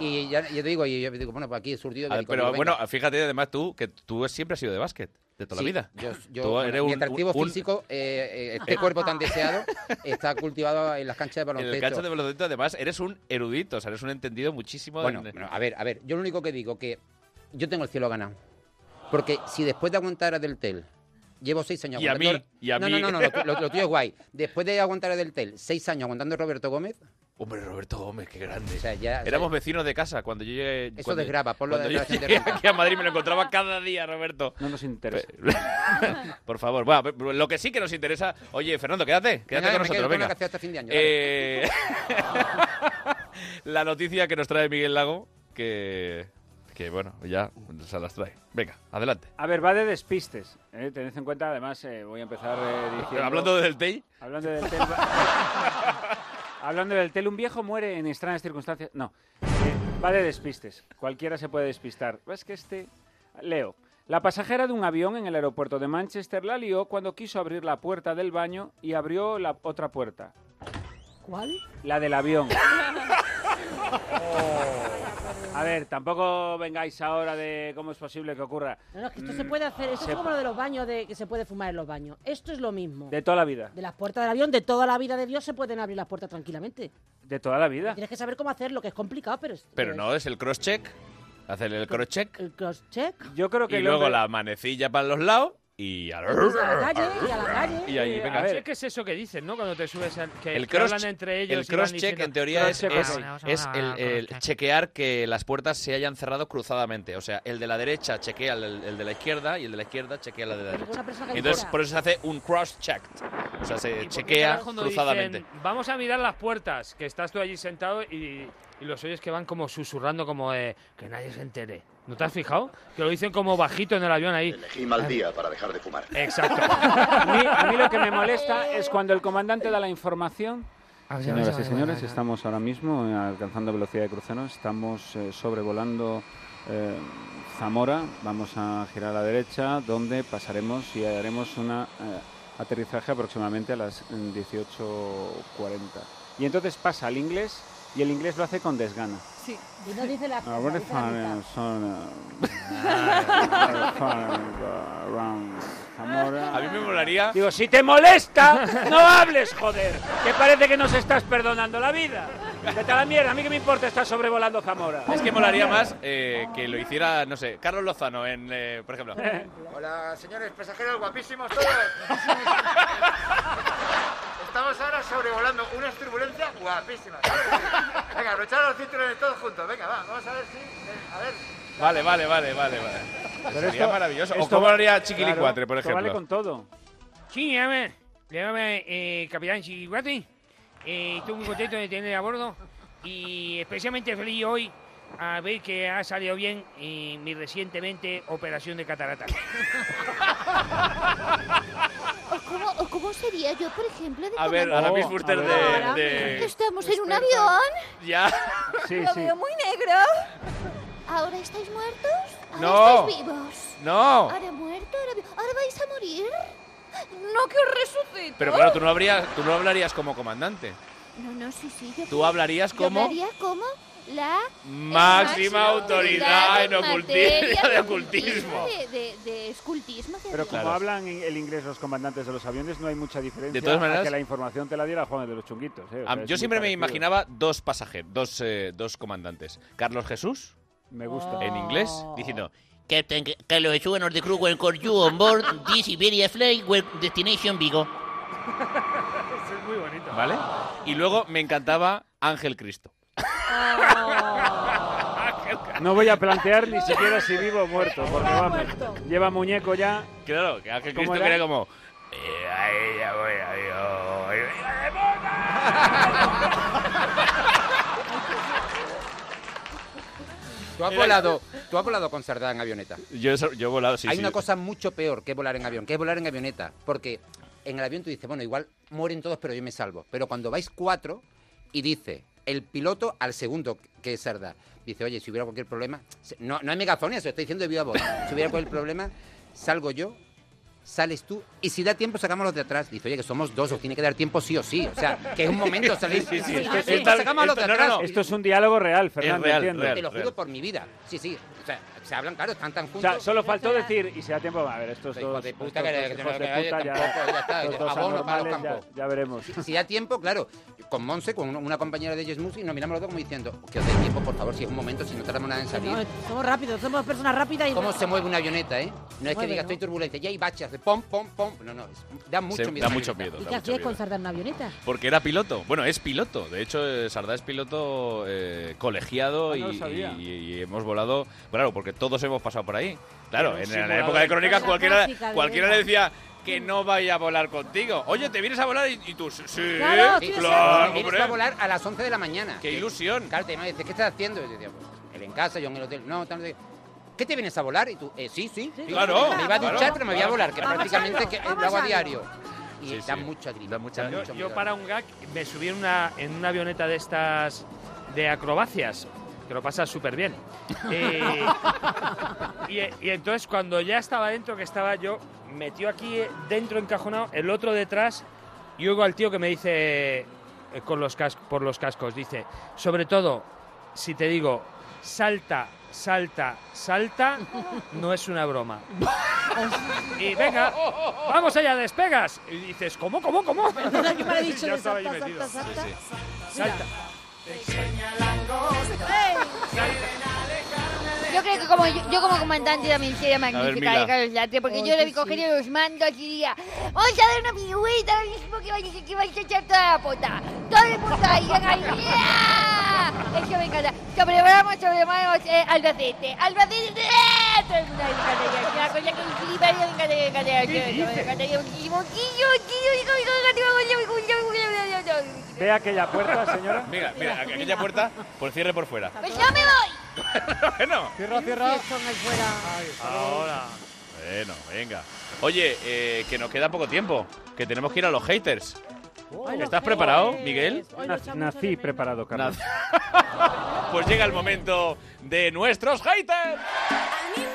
[SPEAKER 30] Y ya, yo te digo, y yo digo, bueno, pues aquí he surtido.
[SPEAKER 1] Ah,
[SPEAKER 30] de licor.
[SPEAKER 1] Pero
[SPEAKER 30] Digo,
[SPEAKER 1] bueno,
[SPEAKER 30] venga.
[SPEAKER 1] fíjate además tú que tú siempre has sido de básquet, de toda
[SPEAKER 30] Sí,
[SPEAKER 1] la vida.
[SPEAKER 30] Yo, yo,
[SPEAKER 1] Tú
[SPEAKER 30] bueno,
[SPEAKER 1] eres
[SPEAKER 30] mi
[SPEAKER 1] un-
[SPEAKER 30] atractivo
[SPEAKER 1] un-
[SPEAKER 30] físico, eh, eh, este cuerpo
[SPEAKER 1] [laughs]
[SPEAKER 30] tan deseado, está cultivado en las canchas de
[SPEAKER 1] En
[SPEAKER 30] baloncesto.
[SPEAKER 1] el cancha de baloncesto, además, eres un erudito, o sea, eres un entendido muchísimo.
[SPEAKER 30] Bueno,
[SPEAKER 1] en-
[SPEAKER 30] bueno, a ver, a ver, yo lo único que digo que yo tengo el cielo ganado. Porque si después de aguantar a Del Tel, llevo seis años
[SPEAKER 1] Y a
[SPEAKER 30] aguantando-
[SPEAKER 1] mí, y a
[SPEAKER 30] no,
[SPEAKER 1] mí.
[SPEAKER 30] No, no, no, lo, tu- lo- lo tuyo es guay. Después de aguantar a Del Tel, seis años aguantando a Roberto Gómez.
[SPEAKER 1] Hombre, Roberto Gómez, qué grande.
[SPEAKER 30] O sea, ya.
[SPEAKER 1] Éramos vecinos de casa cuando yo llegué.
[SPEAKER 30] Eso
[SPEAKER 1] cuando-
[SPEAKER 30] desgraba, ponlo
[SPEAKER 1] cuando
[SPEAKER 30] de
[SPEAKER 1] yo
[SPEAKER 30] la gente
[SPEAKER 1] llegué
[SPEAKER 30] renta.
[SPEAKER 1] aquí a Madrid me lo encontraba cada día, Roberto.
[SPEAKER 14] No nos interesa.
[SPEAKER 1] [laughs] Por favor, va, pero lo que sí que nos interesa. Oye, Fernando, quédate, quédate con
[SPEAKER 30] Venga, me quedo
[SPEAKER 1] nosotros,
[SPEAKER 30] con lo
[SPEAKER 1] venga.
[SPEAKER 30] que hacía hasta fin de año,
[SPEAKER 1] Eh, [laughs] la noticia que nos trae Miguel Lago, que. que bueno, ya se las trae. Venga, adelante.
[SPEAKER 14] A ver, va de despistes. ¿eh? Tened en cuenta, además, eh, voy a empezar eh, diciendo...
[SPEAKER 1] Ah, ¿Hablando del TEI?
[SPEAKER 14] Hablando del
[SPEAKER 1] [laughs]
[SPEAKER 14] TEI... Hablando del TEL, un viejo muere en extrañas circunstancias. No, Eh, va de despistes. Cualquiera se puede despistar. Es que este... Leo. La pasajera de un avión en el aeropuerto de Manchester la lió cuando quiso abrir la puerta del baño y abrió la otra puerta.
[SPEAKER 3] ¿Cuál?
[SPEAKER 14] La del avión. A ver, tampoco vengáis ahora de cómo es posible que ocurra.
[SPEAKER 3] No, no, es que esto se puede hacer, eso
[SPEAKER 14] Se-
[SPEAKER 3] es como lo de los baños, de que se puede fumar en los baños. Esto es lo mismo.
[SPEAKER 14] De toda la vida.
[SPEAKER 3] De las puertas del avión, de toda la vida de Dios se pueden abrir las puertas tranquilamente.
[SPEAKER 14] De toda la vida.
[SPEAKER 3] Tienes que saber cómo hacerlo, que es complicado, pero es
[SPEAKER 1] Pero no, es el cross-check. Hacer el cross-check.
[SPEAKER 3] el cross-check.
[SPEAKER 14] Yo creo
[SPEAKER 1] Y luego la manecilla para los lados y. [laughs] a
[SPEAKER 3] Pues la calle, y a la calle.
[SPEAKER 1] Y ahí,
[SPEAKER 10] Eh,
[SPEAKER 1] venga.
[SPEAKER 10] a ver, ¿qué es eso que dicen, no? Cuando te subes al... Que,
[SPEAKER 1] El
[SPEAKER 10] que
[SPEAKER 1] cross,
[SPEAKER 10] hablan entre ellos
[SPEAKER 1] el
[SPEAKER 10] y van
[SPEAKER 1] cross check
[SPEAKER 10] diciendo-
[SPEAKER 1] en teoría es,
[SPEAKER 10] Cross-check,
[SPEAKER 1] es-
[SPEAKER 10] ah,
[SPEAKER 1] es
[SPEAKER 10] ah,
[SPEAKER 1] el, el chequear que las puertas se hayan cerrado cruzadamente. O sea, el de la derecha chequea el, el de la izquierda y el de la izquierda chequea la de la derecha.
[SPEAKER 10] persona que
[SPEAKER 1] Entonces,
[SPEAKER 10] diga-
[SPEAKER 1] por eso se hace un cross check. O sea, se
[SPEAKER 10] Ahora
[SPEAKER 1] chequea
[SPEAKER 10] es cuando
[SPEAKER 1] cruzadamente.
[SPEAKER 10] dicen, Vamos a mirar las puertas, que estás tú allí sentado y, y los oyes que van como susurrando, como de que nadie se entere. ¿No te has fijado? Que lo dicen como bajito en el avión ahí.
[SPEAKER 15] Y mal día para dejar de fumar. [laughs]
[SPEAKER 10] Exacto.
[SPEAKER 14] A mí, a mí lo que me molesta es cuando el comandante da la información. Señoras y señores, estamos ahora mismo eh, alcanzando velocidad de crucero. Estamos eh, sobrevolando eh, Zamora. Vamos a girar a la derecha, donde pasaremos y haremos un aterrizaje aproximadamente a las mm, 18.40. Y entonces pasa al inglés y el inglés lo hace con desgana.
[SPEAKER 3] Sí. Y no dice la
[SPEAKER 14] I want to
[SPEAKER 3] dice la mitad.
[SPEAKER 14] find some, uh, find, uh, around Zamora.
[SPEAKER 1] A mí me molaría.
[SPEAKER 14] Digo, si te molesta, no hables, joder. Que parece que nos estás perdonando la vida. Vete a la mierda, a mí que me importa, estás sobrevolando Zamora.
[SPEAKER 1] Es que molaría más eh, que lo hiciera, no sé, Carlos Lozano, en, eh, por ejemplo.
[SPEAKER 10] [laughs]
[SPEAKER 15] [laughs] Hola, señores pasajeros, guapísimos todos. Estamos ahora sobrevolando unas turbulencias guapísimas. Venga, abrochar los cinturones todos juntos. Venga, va, vamos a ver si. eh, A ver.
[SPEAKER 1] Vale, vale, vale, vale. vale.
[SPEAKER 14] Pero
[SPEAKER 1] Sería
[SPEAKER 14] esto-
[SPEAKER 1] maravilloso.
[SPEAKER 14] esto
[SPEAKER 1] o cómo
[SPEAKER 14] va-
[SPEAKER 1] haría Chiquilicuatre,
[SPEAKER 14] claro,
[SPEAKER 1] por
[SPEAKER 14] esto
[SPEAKER 1] ejemplo.
[SPEAKER 14] vale con todo.
[SPEAKER 10] Sí, llámame, llámame eh, Capitán Chiquiguate. Eh, estoy muy contento de tener a bordo y especialmente feliz hoy a ver que ha salido bien eh, mi recientemente operación de catarata.
[SPEAKER 7] ¿O cómo, o cómo sería yo, por ejemplo, de
[SPEAKER 10] A ver,
[SPEAKER 7] comandante?
[SPEAKER 10] ahora mismo usted de-
[SPEAKER 7] Ahora,
[SPEAKER 10] de-
[SPEAKER 7] Estamos en un avión.
[SPEAKER 1] Ya.
[SPEAKER 7] Lo veo muy negro. ¿Ahora estáis muertos? ¿Ahora
[SPEAKER 1] No.
[SPEAKER 7] estáis vivos?
[SPEAKER 1] No.
[SPEAKER 7] ¿Ahora muerto? ¿Ahora, vi- ahora vais a morir? No, que os resucito.
[SPEAKER 1] Pero claro, tú no, habrías, tú no hablarías como comandante.
[SPEAKER 7] No, no, sí, sí. Yo
[SPEAKER 1] Tú hablarías
[SPEAKER 7] yo
[SPEAKER 1] como-
[SPEAKER 7] hablaría como la...
[SPEAKER 1] Máxima autoridad en
[SPEAKER 7] materia
[SPEAKER 1] ocultismo. De ocultismo.
[SPEAKER 7] De, de, de escultismo. que
[SPEAKER 14] Pero como
[SPEAKER 7] habría.
[SPEAKER 14] hablan en el inglés los comandantes de los aviones, no hay mucha diferencia
[SPEAKER 1] De todas
[SPEAKER 14] a
[SPEAKER 1] maneras-
[SPEAKER 14] que la información te la diera Juan de los Chunguitos. ¿eh? O sea,
[SPEAKER 1] Am-
[SPEAKER 14] es
[SPEAKER 1] Yo
[SPEAKER 14] muy
[SPEAKER 1] siempre me
[SPEAKER 14] parecido.
[SPEAKER 1] imaginaba dos pasajeros, dos, eh, dos comandantes. Carlos Jesús.
[SPEAKER 14] Me gusta.
[SPEAKER 1] En inglés, diciendo.
[SPEAKER 20] Captain Carlos Jesús and the crew welcome you on board this Iberia flight with destination Vigo.
[SPEAKER 1] [laughs]
[SPEAKER 14] es muy bonito.
[SPEAKER 1] ¿Vale? Y luego me encantaba Ángel Cristo.
[SPEAKER 14] No voy a plantear ni siquiera si vivo o muerto, porque vamos, lleva muñeco ya.
[SPEAKER 1] [laughs] Claro, que Ángel
[SPEAKER 14] ¿Cómo
[SPEAKER 1] Cristo
[SPEAKER 14] era?
[SPEAKER 1] que era como. "Eh, ahí ya voy, adiós".
[SPEAKER 30] Tú has volado, tú has volado con Sardá en avioneta.
[SPEAKER 1] Yo, he- yo he volado, sí,
[SPEAKER 30] Hay
[SPEAKER 1] sí.
[SPEAKER 30] una cosa mucho peor que volar en avión, que es volar en avioneta, porque en el avión tú dices, bueno, igual mueren todos, pero yo me salvo. Pero cuando vais cuatro y dice el piloto al segundo, que es Sardá, dice, oye, si hubiera cualquier problema, se- no, no hay megafonía, se lo estoy diciendo de viva voz, si hubiera cualquier problema, salgo yo, sales tú, y si da tiempo sacamos los de atrás. Dice, oye, que somos dos, os tiene que dar tiempo sí o sí, o sea, que es
[SPEAKER 14] [laughs]
[SPEAKER 30] un momento salir.
[SPEAKER 14] Sí, sí, sí.
[SPEAKER 30] Esto-
[SPEAKER 14] Esto-
[SPEAKER 30] esto- sacamos los de atrás.
[SPEAKER 14] Esto es un diálogo real, Fernando,
[SPEAKER 30] real,
[SPEAKER 14] entiendo.
[SPEAKER 30] te lo juro por mi vida. Sí, sí. O sea, se hablan, claro, están tan
[SPEAKER 14] O
[SPEAKER 30] juntos.
[SPEAKER 14] sea, solo faltó decir, y se da tiempo, a ver, estos
[SPEAKER 30] Hijo
[SPEAKER 14] dos...
[SPEAKER 30] de puta,
[SPEAKER 14] estos dos
[SPEAKER 30] que, que-
[SPEAKER 14] hijos
[SPEAKER 30] que-
[SPEAKER 14] de
[SPEAKER 30] que-
[SPEAKER 14] puta ya-
[SPEAKER 30] tampoco, ya está,
[SPEAKER 14] estos dos
[SPEAKER 30] abono para los
[SPEAKER 14] anormales, ya-
[SPEAKER 30] campos.
[SPEAKER 14] ya veremos.
[SPEAKER 30] [laughs] Si, si da tiempo, claro, con Monse, con una compañera de Yes Music, nos miramos los dos como diciendo, que os dé tiempo, por favor, si es un momento, si no tardamos nada en salir.
[SPEAKER 3] No, somos rápidos, somos personas rápidas y...
[SPEAKER 30] ¿Cómo se mueve una avioneta, eh? No es que
[SPEAKER 3] mueve,
[SPEAKER 30] digas,
[SPEAKER 3] ¿no?
[SPEAKER 30] estoy turbulente, ya hay baches de pom, pom, pom. No, no, es- da mucho
[SPEAKER 1] Se-
[SPEAKER 30] miedo.
[SPEAKER 1] da
[SPEAKER 30] la
[SPEAKER 1] mucho miedo,
[SPEAKER 30] avioneta.
[SPEAKER 1] da
[SPEAKER 3] ¿Y qué
[SPEAKER 1] mucho
[SPEAKER 3] hacías
[SPEAKER 1] miedo.
[SPEAKER 3] con Sardar en una avioneta?
[SPEAKER 1] Porque era piloto. Bueno, es piloto. De hecho, eh, Sardá es piloto eh, colegiado
[SPEAKER 3] Ah,
[SPEAKER 1] y,
[SPEAKER 3] no lo sabía.
[SPEAKER 1] y- y hemos volado. Claro, porque todos hemos pasado por ahí. Claro,
[SPEAKER 14] Pero
[SPEAKER 1] en
[SPEAKER 14] sí
[SPEAKER 1] la
[SPEAKER 14] volado
[SPEAKER 1] época de
[SPEAKER 14] en
[SPEAKER 1] crónicas
[SPEAKER 14] coche.
[SPEAKER 1] cualquiera,
[SPEAKER 14] Clásica de
[SPEAKER 1] cualquiera
[SPEAKER 14] esa.
[SPEAKER 1] le decía que no vaya a volar contigo. Oye, ¿te vienes a volar? Y, y tú, sí, sí,
[SPEAKER 30] Claro, sí,
[SPEAKER 1] claro,
[SPEAKER 30] vienes
[SPEAKER 1] hombre.
[SPEAKER 30] a volar a las 11 de la mañana.
[SPEAKER 1] ¡Qué ilusión!
[SPEAKER 30] Claro, te dice, ¿qué estás haciendo? Y yo decía, pues, él en casa, yo en el hotel. No, tal, no sé qué. ¿Qué te vienes a volar? Y tú, eh, sí, sí. Digo,
[SPEAKER 1] claro,
[SPEAKER 30] Me iba a
[SPEAKER 1] claro.
[SPEAKER 30] duchar, pero me voy a volar, que
[SPEAKER 10] Vamos
[SPEAKER 30] prácticamente
[SPEAKER 10] a
[SPEAKER 30] que
[SPEAKER 10] verlo,
[SPEAKER 30] lo hago a
[SPEAKER 10] vamos a
[SPEAKER 30] diario. Y
[SPEAKER 1] Sí,
[SPEAKER 30] da
[SPEAKER 1] sí.
[SPEAKER 30] mucha grima.
[SPEAKER 1] Da mucha
[SPEAKER 30] da
[SPEAKER 1] grima.
[SPEAKER 30] mucho
[SPEAKER 10] Yo
[SPEAKER 30] miedo.
[SPEAKER 10] para un gag me subí en una, en una avioneta de estas de acrobacias, que lo pasas súper
[SPEAKER 30] [laughs]
[SPEAKER 10] bien. Eh, y, y entonces cuando ya estaba dentro, que estaba yo metido aquí eh, dentro encajonado, el otro detrás, y oigo al tío que me dice eh, con los cas- por los cascos, dice, sobre todo, si te digo, salta, salta, salta, no es una broma. Y venga, vamos allá, despegas. Y dices, ¿cómo,
[SPEAKER 2] [laughs]
[SPEAKER 10] cómo, cómo?
[SPEAKER 2] ¿Qué me ha dicho
[SPEAKER 10] Ya
[SPEAKER 2] de
[SPEAKER 10] estaba ahí
[SPEAKER 2] salta,
[SPEAKER 10] metido.
[SPEAKER 2] salta, salta?
[SPEAKER 10] Sí,
[SPEAKER 2] Salta.
[SPEAKER 7] Yo creo que como yo, yo como comandante también sería magnífica
[SPEAKER 2] Mila.
[SPEAKER 7] de Carlos Latre, porque
[SPEAKER 2] Ay,
[SPEAKER 7] yo
[SPEAKER 2] sí,
[SPEAKER 7] le cogería los mandos y diría, vamos a dar una pigüita ahora mismo que vais, que vais a echar toda la pota. Todo el mundo ahí, haga ahí. ¡Yeah! Eso me encanta. Sobrevolamos, sobrevolamos, eh, Albacete. Albacete, ¡eh! todo el mundo ahí, me encantaría. Es una cosa que flipa, me encantaría, me encantaría, me encantaría, me encantaría muchísimo. Quillo, quillo, hijo, hijo, hijo, hijo, hijo, hijo, hijo, hijo, hijo, hijo.
[SPEAKER 14] Ve aquella puerta, señora.
[SPEAKER 1] Mira, mira, aquella puerta, por cierre por fuera. [laughs]
[SPEAKER 7] Pues yo me voy.
[SPEAKER 1] bueno.
[SPEAKER 14] Cierra,
[SPEAKER 1] Ahora. Bueno, venga. Oye, eh, que nos queda poco tiempo, que tenemos que ir a los haters. Oh. ¿Estás preparado, Miguel?
[SPEAKER 14] Nací preparado, Carlos.
[SPEAKER 1] [laughs] Pues llega el momento de nuestros haters.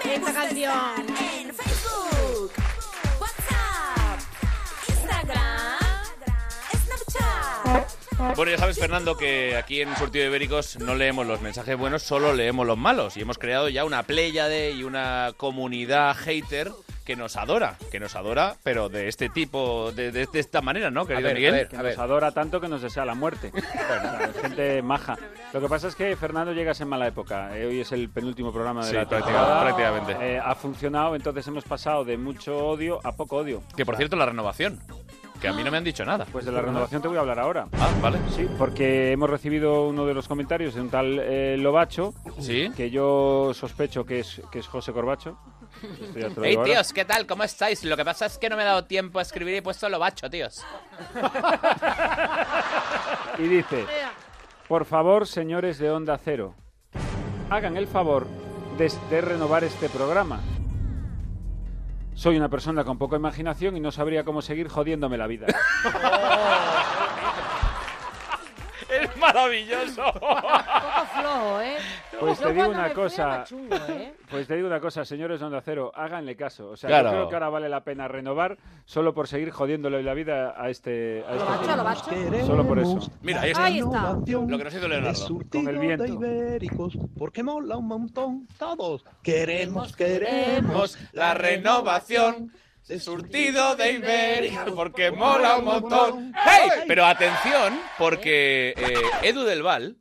[SPEAKER 3] Esta canción.
[SPEAKER 2] En Facebook, WhatsApp, Instagram, Snapchat.
[SPEAKER 1] Bueno, ya sabes, Fernando, que aquí en Surtido Ibéricos no leemos los mensajes buenos, solo leemos los malos. Y hemos creado ya una pléyade y una comunidad hater que nos adora, que nos adora, pero de este tipo, de, de- de esta manera, ¿no, querido Miguel?
[SPEAKER 14] que nos adora tanto que nos desea la [laughs] muerte. O sea, gente maja. Lo que pasa es que Fernando llegas en mala época. Eh, hoy es el penúltimo programa de
[SPEAKER 1] Sí,
[SPEAKER 14] la
[SPEAKER 1] práctica-
[SPEAKER 14] temporada.
[SPEAKER 1] prácticamente.
[SPEAKER 14] Eh, ha funcionado, entonces hemos pasado de mucho odio a poco odio.
[SPEAKER 1] Que por cierto, la renovación, que a mí no me han dicho nada.
[SPEAKER 14] Pues de la renovación te voy a hablar ahora.
[SPEAKER 1] Ah, vale.
[SPEAKER 14] Sí, porque hemos recibido uno de los comentarios de un tal eh, Lobacho, que yo sospecho que es, que es José Corbacho. Esto ya te lo
[SPEAKER 5] Hey,
[SPEAKER 14] digo ahora.
[SPEAKER 5] tíos, ¿qué tal? ¿Cómo estáis? Lo que pasa es que no me he dado tiempo a escribir y he
[SPEAKER 1] Pues
[SPEAKER 5] puesto lo bacho, tíos.
[SPEAKER 14] Y dice, por favor, señores de Onda Cero, hagan el favor de, de renovar este programa. Soy una persona con poca imaginación y no sabría cómo seguir jodiéndome la
[SPEAKER 3] [laughs]
[SPEAKER 14] vida.
[SPEAKER 1] Es maravilloso.
[SPEAKER 3] Poco flojo, ¿eh?
[SPEAKER 14] Pues
[SPEAKER 3] Yo
[SPEAKER 14] te digo una
[SPEAKER 3] cuando me fui era
[SPEAKER 14] cosa.
[SPEAKER 3] chungo, ¿eh?
[SPEAKER 14] Pues te digo una cosa, señores de Onda Cero, háganle caso. O sea,
[SPEAKER 1] Claro.
[SPEAKER 14] yo creo que ahora vale la pena renovar solo por seguir jodiéndole la vida a este... A este
[SPEAKER 3] bacho,
[SPEAKER 14] tío.
[SPEAKER 3] lo bacho.
[SPEAKER 14] Solo por eso.
[SPEAKER 1] Mira, ahí está. Lo que nos hizo Leonardo.
[SPEAKER 14] Con el viento.
[SPEAKER 20] ibéricos, porque mola un montón todos. Queremos, queremos
[SPEAKER 1] la renovación
[SPEAKER 20] de
[SPEAKER 1] surtido de Ibéricos, porque mola un montón. ¡Hey! Pero atención, porque eh, Edu del Val,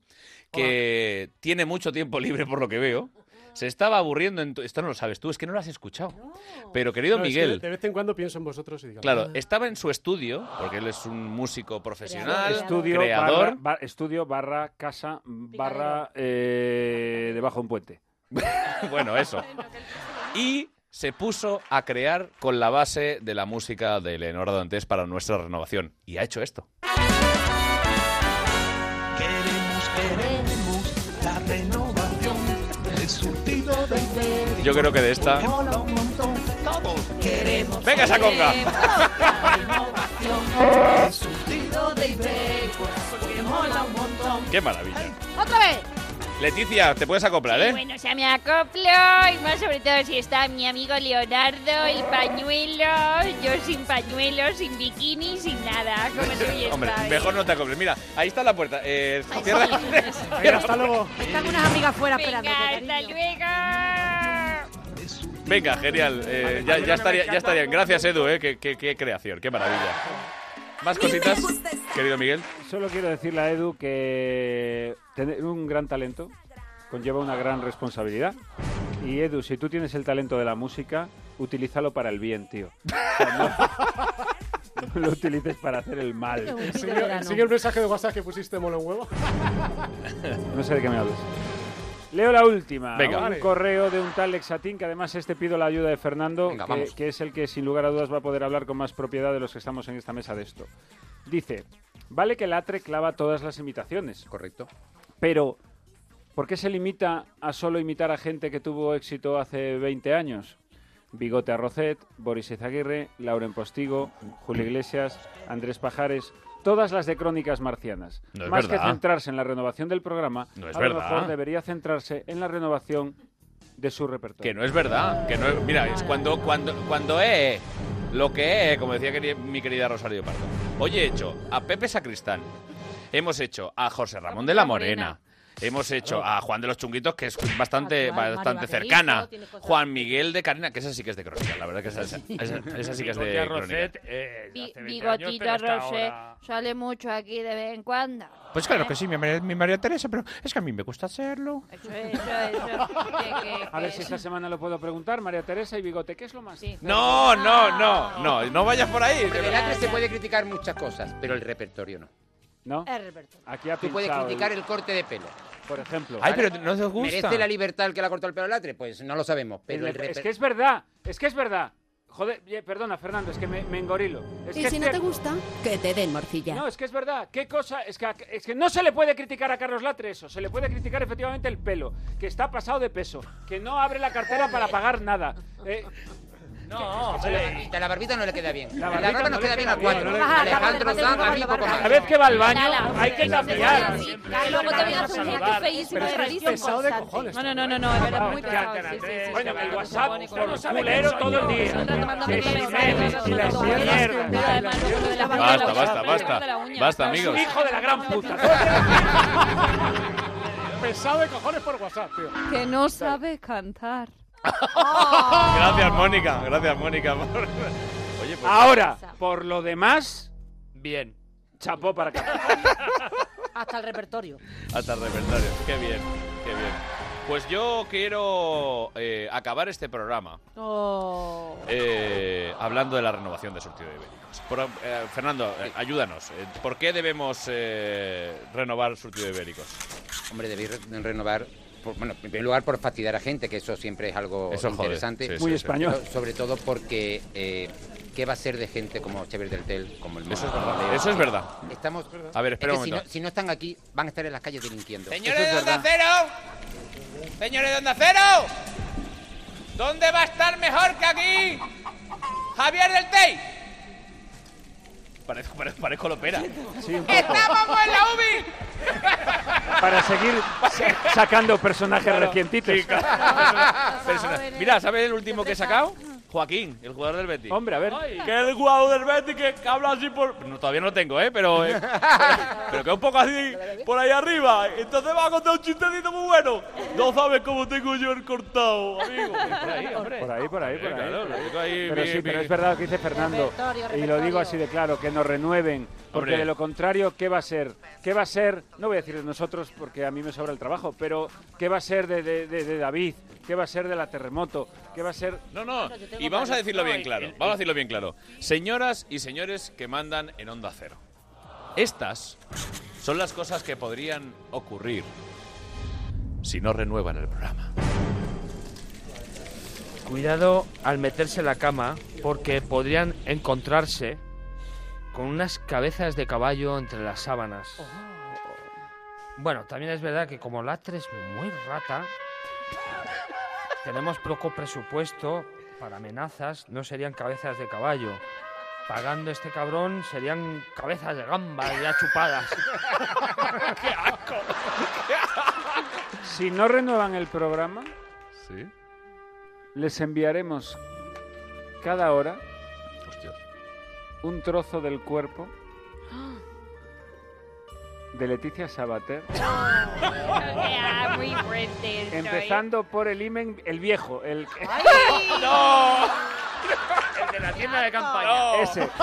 [SPEAKER 1] que tiene mucho tiempo libre por lo que veo, Se estaba aburriendo en tu- Esto no lo sabes tú, es que no lo has escuchado. Pero querido
[SPEAKER 6] No, es que
[SPEAKER 1] Miguel,
[SPEAKER 6] de vez en cuando pienso en vosotros y digo.
[SPEAKER 1] claro,
[SPEAKER 6] "Ah".
[SPEAKER 1] estaba en su estudio, porque él es un músico profesional,
[SPEAKER 14] Estudio,
[SPEAKER 1] creador.
[SPEAKER 14] Barra, ba- estudio barra casa barra eh, debajo de un puente.
[SPEAKER 1] [laughs] bueno, eso. Y se puso a crear con la base de la música de Leonora Dantes para nuestra renovación. Y ha hecho esto.
[SPEAKER 20] Queremos, queremos la renovación, el surtido de Ibérico.
[SPEAKER 1] Yo creo que de esta-
[SPEAKER 20] Que mola un montón, todos queremos.
[SPEAKER 1] ¡Venga esa conga!
[SPEAKER 20] queremos la renovación, el surtido de Ibérico, que mola un montón.
[SPEAKER 1] ¡Qué maravilla!
[SPEAKER 7] ¡Otra vez!
[SPEAKER 1] Leticia, te puedes acoplar, ¿eh?
[SPEAKER 7] Bueno, o sea, me acoplo y más sobre todo si está mi amigo Leonardo, el pañuelo, yo sin pañuelo, sin bikini, sin nada, como tú y
[SPEAKER 1] Hombre,
[SPEAKER 7] estás.
[SPEAKER 1] mejor no te acoples. Mira, ahí está la puerta. Eh, cierra. [laughs]
[SPEAKER 3] hasta luego. Están unas amigas fuera esperando.
[SPEAKER 7] Hasta luego.
[SPEAKER 1] Venga, genial. Eh, ya, ya estaría, ya estarían. Gracias, Edu, ¿eh? Qué, qué- qué creación, qué maravilla. Más cositas, querido Miguel.
[SPEAKER 14] Solo quiero decirle a Edu que tener un gran talento conlleva una gran responsabilidad. Y Edu, si tú tienes el talento de la música, utilízalo para el bien, tío. O sea, no- [laughs] no lo utilices para hacer el mal.
[SPEAKER 6] Sigue, sigue el mensaje de WhatsApp que pusiste mola un huevo. [laughs]
[SPEAKER 14] No sé de qué me hablas. Leo la última.
[SPEAKER 1] Venga.
[SPEAKER 14] Un
[SPEAKER 1] Vale.
[SPEAKER 14] correo de un tal Exatín, que además este pido la ayuda de Fernando, que-
[SPEAKER 1] vamos.
[SPEAKER 14] que es el que sin lugar a dudas va a poder hablar con más propiedad de los que estamos en esta mesa de esto. Dice, vale que Latre clava todas las imitaciones.
[SPEAKER 30] Correcto.
[SPEAKER 14] Pero, ¿por qué se limita a solo imitar a gente que tuvo éxito hace 20 años? Bigote Arrocet, Boris Izaguirre, Lauren Postigo, Julio Iglesias, Andrés Pajares, todas las de Crónicas Marcianas.
[SPEAKER 1] No es
[SPEAKER 14] Más
[SPEAKER 1] verdad.
[SPEAKER 14] que centrarse en la renovación del programa,
[SPEAKER 1] No es
[SPEAKER 14] a lo
[SPEAKER 1] verdad.
[SPEAKER 14] mejor debería centrarse en la renovación de su repertorio.
[SPEAKER 1] Que no es verdad. Que no es- mira, es cuando, cuando, cuando es lo que es, como decía queri- mi querida Rosario Pardo. Hoy he hecho a Pepe Sacristán. Hemos hecho a José Ramón de la Morena. Hemos hecho a Juan de los Chunguitos, que es bastante,
[SPEAKER 5] Mario
[SPEAKER 1] bastante
[SPEAKER 5] Vaquerizo,
[SPEAKER 1] cercana.
[SPEAKER 5] tiene cosas-
[SPEAKER 1] Juan Miguel de Carina, que esa sí que es de crónica, la verdad que esa, esa- [laughs] esa- esa sí que es de
[SPEAKER 10] Gloria
[SPEAKER 1] crónica.
[SPEAKER 10] Roset, eh,
[SPEAKER 7] Bi-
[SPEAKER 10] hace 20 años,
[SPEAKER 7] Bigotito
[SPEAKER 10] pero hasta
[SPEAKER 7] Rosé
[SPEAKER 10] ahora.
[SPEAKER 7] sale mucho aquí de vez en cuando.
[SPEAKER 1] Pues claro que sí, mi, María- mi María Teresa, pero es que a mí me gusta hacerlo.
[SPEAKER 7] Eso, eso, eso. Que- que-
[SPEAKER 14] A ver
[SPEAKER 7] que-
[SPEAKER 14] si esta semana lo puedo preguntar, María Teresa y Bigote, ¿qué es lo más?
[SPEAKER 1] No, no, no, no, no vayas por ahí.
[SPEAKER 30] Hombre, del atre se puede criticar muchas cosas, pero el repertorio no.
[SPEAKER 14] ¿No?
[SPEAKER 7] El repertorio.
[SPEAKER 14] Aquí ha
[SPEAKER 30] Tú puedes
[SPEAKER 14] pinchado
[SPEAKER 30] criticar
[SPEAKER 14] el-
[SPEAKER 30] el corte de pelo.
[SPEAKER 14] Por ejemplo.
[SPEAKER 1] Ay, pero no te gusta.
[SPEAKER 30] ¿Merece la libertad el que le ha cortado el pelo al atre? Pues no lo sabemos. Pero el
[SPEAKER 14] El- es
[SPEAKER 30] reper-
[SPEAKER 14] que es verdad, es que es verdad. Joder, ye- perdona, Fernando, es que me, me engorilo. Es
[SPEAKER 22] Y
[SPEAKER 14] que
[SPEAKER 22] si
[SPEAKER 14] es
[SPEAKER 22] no te
[SPEAKER 14] cierto.
[SPEAKER 22] gusta, que te den morcilla.
[SPEAKER 14] No, es que es verdad. ¿Qué cosa? Es que, a- es que no se le puede criticar a Carlos Latre eso. Se le puede criticar efectivamente el pelo, que está pasado de peso, que no abre la cartera para pagar
[SPEAKER 22] [laughs]
[SPEAKER 14] nada. [laughs] Eh,
[SPEAKER 30] [laughs] No, la barbita, la barbita no le queda bien. La,
[SPEAKER 14] barbita no
[SPEAKER 30] barba nos
[SPEAKER 14] le
[SPEAKER 30] queda bien
[SPEAKER 14] queda
[SPEAKER 9] Ah,
[SPEAKER 30] a cuatro.
[SPEAKER 14] bien, no le-
[SPEAKER 30] Alejandro Sanz, a mí poco más.
[SPEAKER 14] Cada vez que va al baño hay que cambiar.
[SPEAKER 9] Que luego te voy a decir que feísimo
[SPEAKER 14] Pero
[SPEAKER 9] es
[SPEAKER 14] es
[SPEAKER 9] rarísimo.
[SPEAKER 14] pesado de cojones.
[SPEAKER 9] No, no, no, no, no, es verdad, muy pesado. sí, sí, sí,
[SPEAKER 14] Bueno,
[SPEAKER 9] sí,
[SPEAKER 14] el
[SPEAKER 9] sí,
[SPEAKER 14] WhatsApp
[SPEAKER 9] sí, sí, sí,
[SPEAKER 14] por
[SPEAKER 9] sí, sí,
[SPEAKER 14] culero
[SPEAKER 9] sí,
[SPEAKER 14] todo el
[SPEAKER 9] sí,
[SPEAKER 14] día.
[SPEAKER 9] sí, sí, sí,
[SPEAKER 14] Que
[SPEAKER 9] sí,
[SPEAKER 14] si
[SPEAKER 9] sí,
[SPEAKER 14] memes,
[SPEAKER 9] sí,
[SPEAKER 14] si las
[SPEAKER 9] sí, sí,
[SPEAKER 14] mierdas.
[SPEAKER 9] sí, además, luego lo de la banda de
[SPEAKER 1] Basta,
[SPEAKER 9] los
[SPEAKER 1] basta,
[SPEAKER 9] chavales,
[SPEAKER 1] basta.
[SPEAKER 9] de la uña.
[SPEAKER 1] Basta, amigos.
[SPEAKER 14] Hijo de la gran puta.
[SPEAKER 6] Pesado de cojones por WhatsApp, tío.
[SPEAKER 9] Que no sabe
[SPEAKER 7] [laughs]
[SPEAKER 9] cantar.
[SPEAKER 7] ¡Oh!
[SPEAKER 22] Ah.
[SPEAKER 1] Gracias, Mónica. Gracias, Mónica. por- [laughs] Oye, pues-
[SPEAKER 14] Ahora, por lo demás, bien. Chapó
[SPEAKER 1] [laughs]
[SPEAKER 14] para acá.
[SPEAKER 3] Hasta el repertorio.
[SPEAKER 1] Hasta el repertorio. Qué bien, qué bien. Pues yo quiero eh, acabar este programa
[SPEAKER 3] Oh.
[SPEAKER 1] eh, hablando de la renovación de surtido de ibéricos. Por- eh, Fernando, eh, ayúdanos. Eh, ¿Por qué debemos eh, renovar surtido de ibéricos?
[SPEAKER 30] Hombre, debéis re- renovar. por- bueno, en primer lugar, por fastidiar a gente, que eso siempre es algo
[SPEAKER 1] Eso jode,
[SPEAKER 30] interesante.
[SPEAKER 1] sí, Muy sí, sí. español.
[SPEAKER 30] Pero Sobre todo porque. eh, ¿Qué va a ser de gente como Chever del Tel, como el Mono,
[SPEAKER 1] Eso es
[SPEAKER 30] como
[SPEAKER 1] verdad.
[SPEAKER 30] Leo?
[SPEAKER 1] Eso es verdad.
[SPEAKER 30] Estamos.
[SPEAKER 1] A ver, espera
[SPEAKER 30] Es
[SPEAKER 1] un
[SPEAKER 30] que si, no,
[SPEAKER 1] momento.
[SPEAKER 30] si no están aquí, van a estar en las calles delinquiendo.
[SPEAKER 5] Señores de
[SPEAKER 30] Eso es
[SPEAKER 5] Onda
[SPEAKER 30] verdad.
[SPEAKER 5] Cero, señores de Onda Cero, ¿dónde va a estar mejor que aquí? Javier del Tey.
[SPEAKER 1] Parezco, parezco, parezco lopera.
[SPEAKER 5] Estamos en la UBI.
[SPEAKER 14] Para seguir sacando personajes recientitos. [laughs]
[SPEAKER 1] Persona- Mira, ¿sabes el último que he sacado? Joaquín, el jugador del Betis.
[SPEAKER 14] Hombre, a ver.
[SPEAKER 1] Que es el jugador del Betis que, que habla así por... No, todavía no lo tengo, ¿eh? Pero, eh, pero que es un poco así por ahí arriba. Entonces va a contar un chistecito muy bueno. No sabes cómo tengo yo el cortado, amigo. Por ahí, [laughs] hombre.
[SPEAKER 14] Por ahí, por ahí, por ahí.
[SPEAKER 1] Claro, lo tengo ahí,
[SPEAKER 14] Pero
[SPEAKER 1] mi-
[SPEAKER 14] sí, pero
[SPEAKER 1] mi-
[SPEAKER 14] es verdad lo que dice Fernando.
[SPEAKER 1] Repertorio,
[SPEAKER 14] Y lo digo así de claro, que nos renueven. Porque
[SPEAKER 1] Hombre.
[SPEAKER 14] de lo contrario, ¿qué va a ser? ¿Qué va a ser? No voy a decir de nosotros porque a mí me sobra el trabajo, pero ¿qué va a ser de, de- de- de David? ¿Qué va a ser de la terremoto? ¿Qué va a ser...?
[SPEAKER 1] No, no, Y vamos a decirlo bien claro, vamos a decirlo bien claro. Señoras y señores que mandan en Onda Cero. Estas son las cosas que podrían ocurrir si no renuevan el programa.
[SPEAKER 10] Cuidado al meterse en la cama porque podrían encontrarse con unas cabezas de caballo entre las sábanas. Bueno, también es verdad que como Latre es muy rata, tenemos poco presupuesto para amenazas, no serían cabezas de caballo. Pagando este cabrón serían cabezas de gamba ya chupadas.
[SPEAKER 14] Si no renuevan el programa,
[SPEAKER 1] ¿Sí?
[SPEAKER 14] les enviaremos cada hora
[SPEAKER 1] Hostias.
[SPEAKER 14] un trozo del cuerpo de Leticia Sabater.
[SPEAKER 20] muy fuerte
[SPEAKER 7] ¿eh?
[SPEAKER 20] estoy.
[SPEAKER 14] Empezando por el imen, el viejo, el... [laughs]
[SPEAKER 20] ¡No!
[SPEAKER 10] [laughs] El de la tienda de campaña.
[SPEAKER 14] Ese.
[SPEAKER 1] [laughs]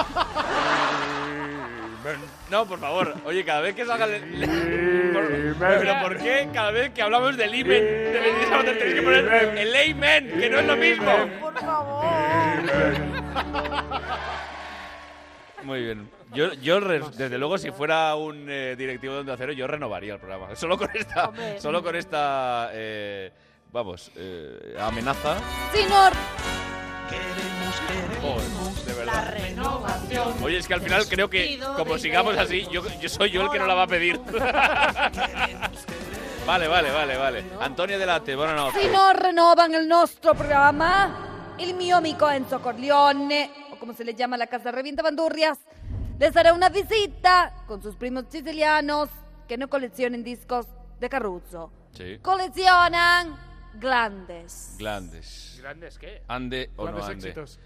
[SPEAKER 1] No, por favor. Oye, cada vez que salga el... por- Pero ¿por qué cada vez que hablamos del imen, de Leticia Sabater, tenéis que poner el amen, que no es lo mismo?
[SPEAKER 20] Por favor.
[SPEAKER 1] Muy bien. Yo, yo re- desde luego, si fuera un eh, directivo de Onda Cero, yo renovaría el programa. [laughs] Solo con esta,
[SPEAKER 20] Hombre.
[SPEAKER 1] solo con esta eh, vamos, eh, amenaza.
[SPEAKER 20] Señor.
[SPEAKER 1] Joder, de verdad. [laughs]
[SPEAKER 20] Renovación.
[SPEAKER 1] Oye, es que al final creo que, como sigamos así, yo, yo soy yo el que no la va a pedir. vale, vale, vale, vale. Antonio Delate, buenas
[SPEAKER 7] Si
[SPEAKER 1] noches.
[SPEAKER 7] no rinnovan il nostro programma, il mio amico Enzo Corleone, o come se le chiama la casa revinta Bandurrias, le sarà una visita con sus primos sicilianos che non collezionan discos de Carruzzo.
[SPEAKER 1] Sí.
[SPEAKER 7] Coleccionan glandes.
[SPEAKER 1] Glandes.
[SPEAKER 10] ¿Grandes qué?
[SPEAKER 1] Ande o no
[SPEAKER 10] Grandes
[SPEAKER 1] ande.
[SPEAKER 10] éxitos.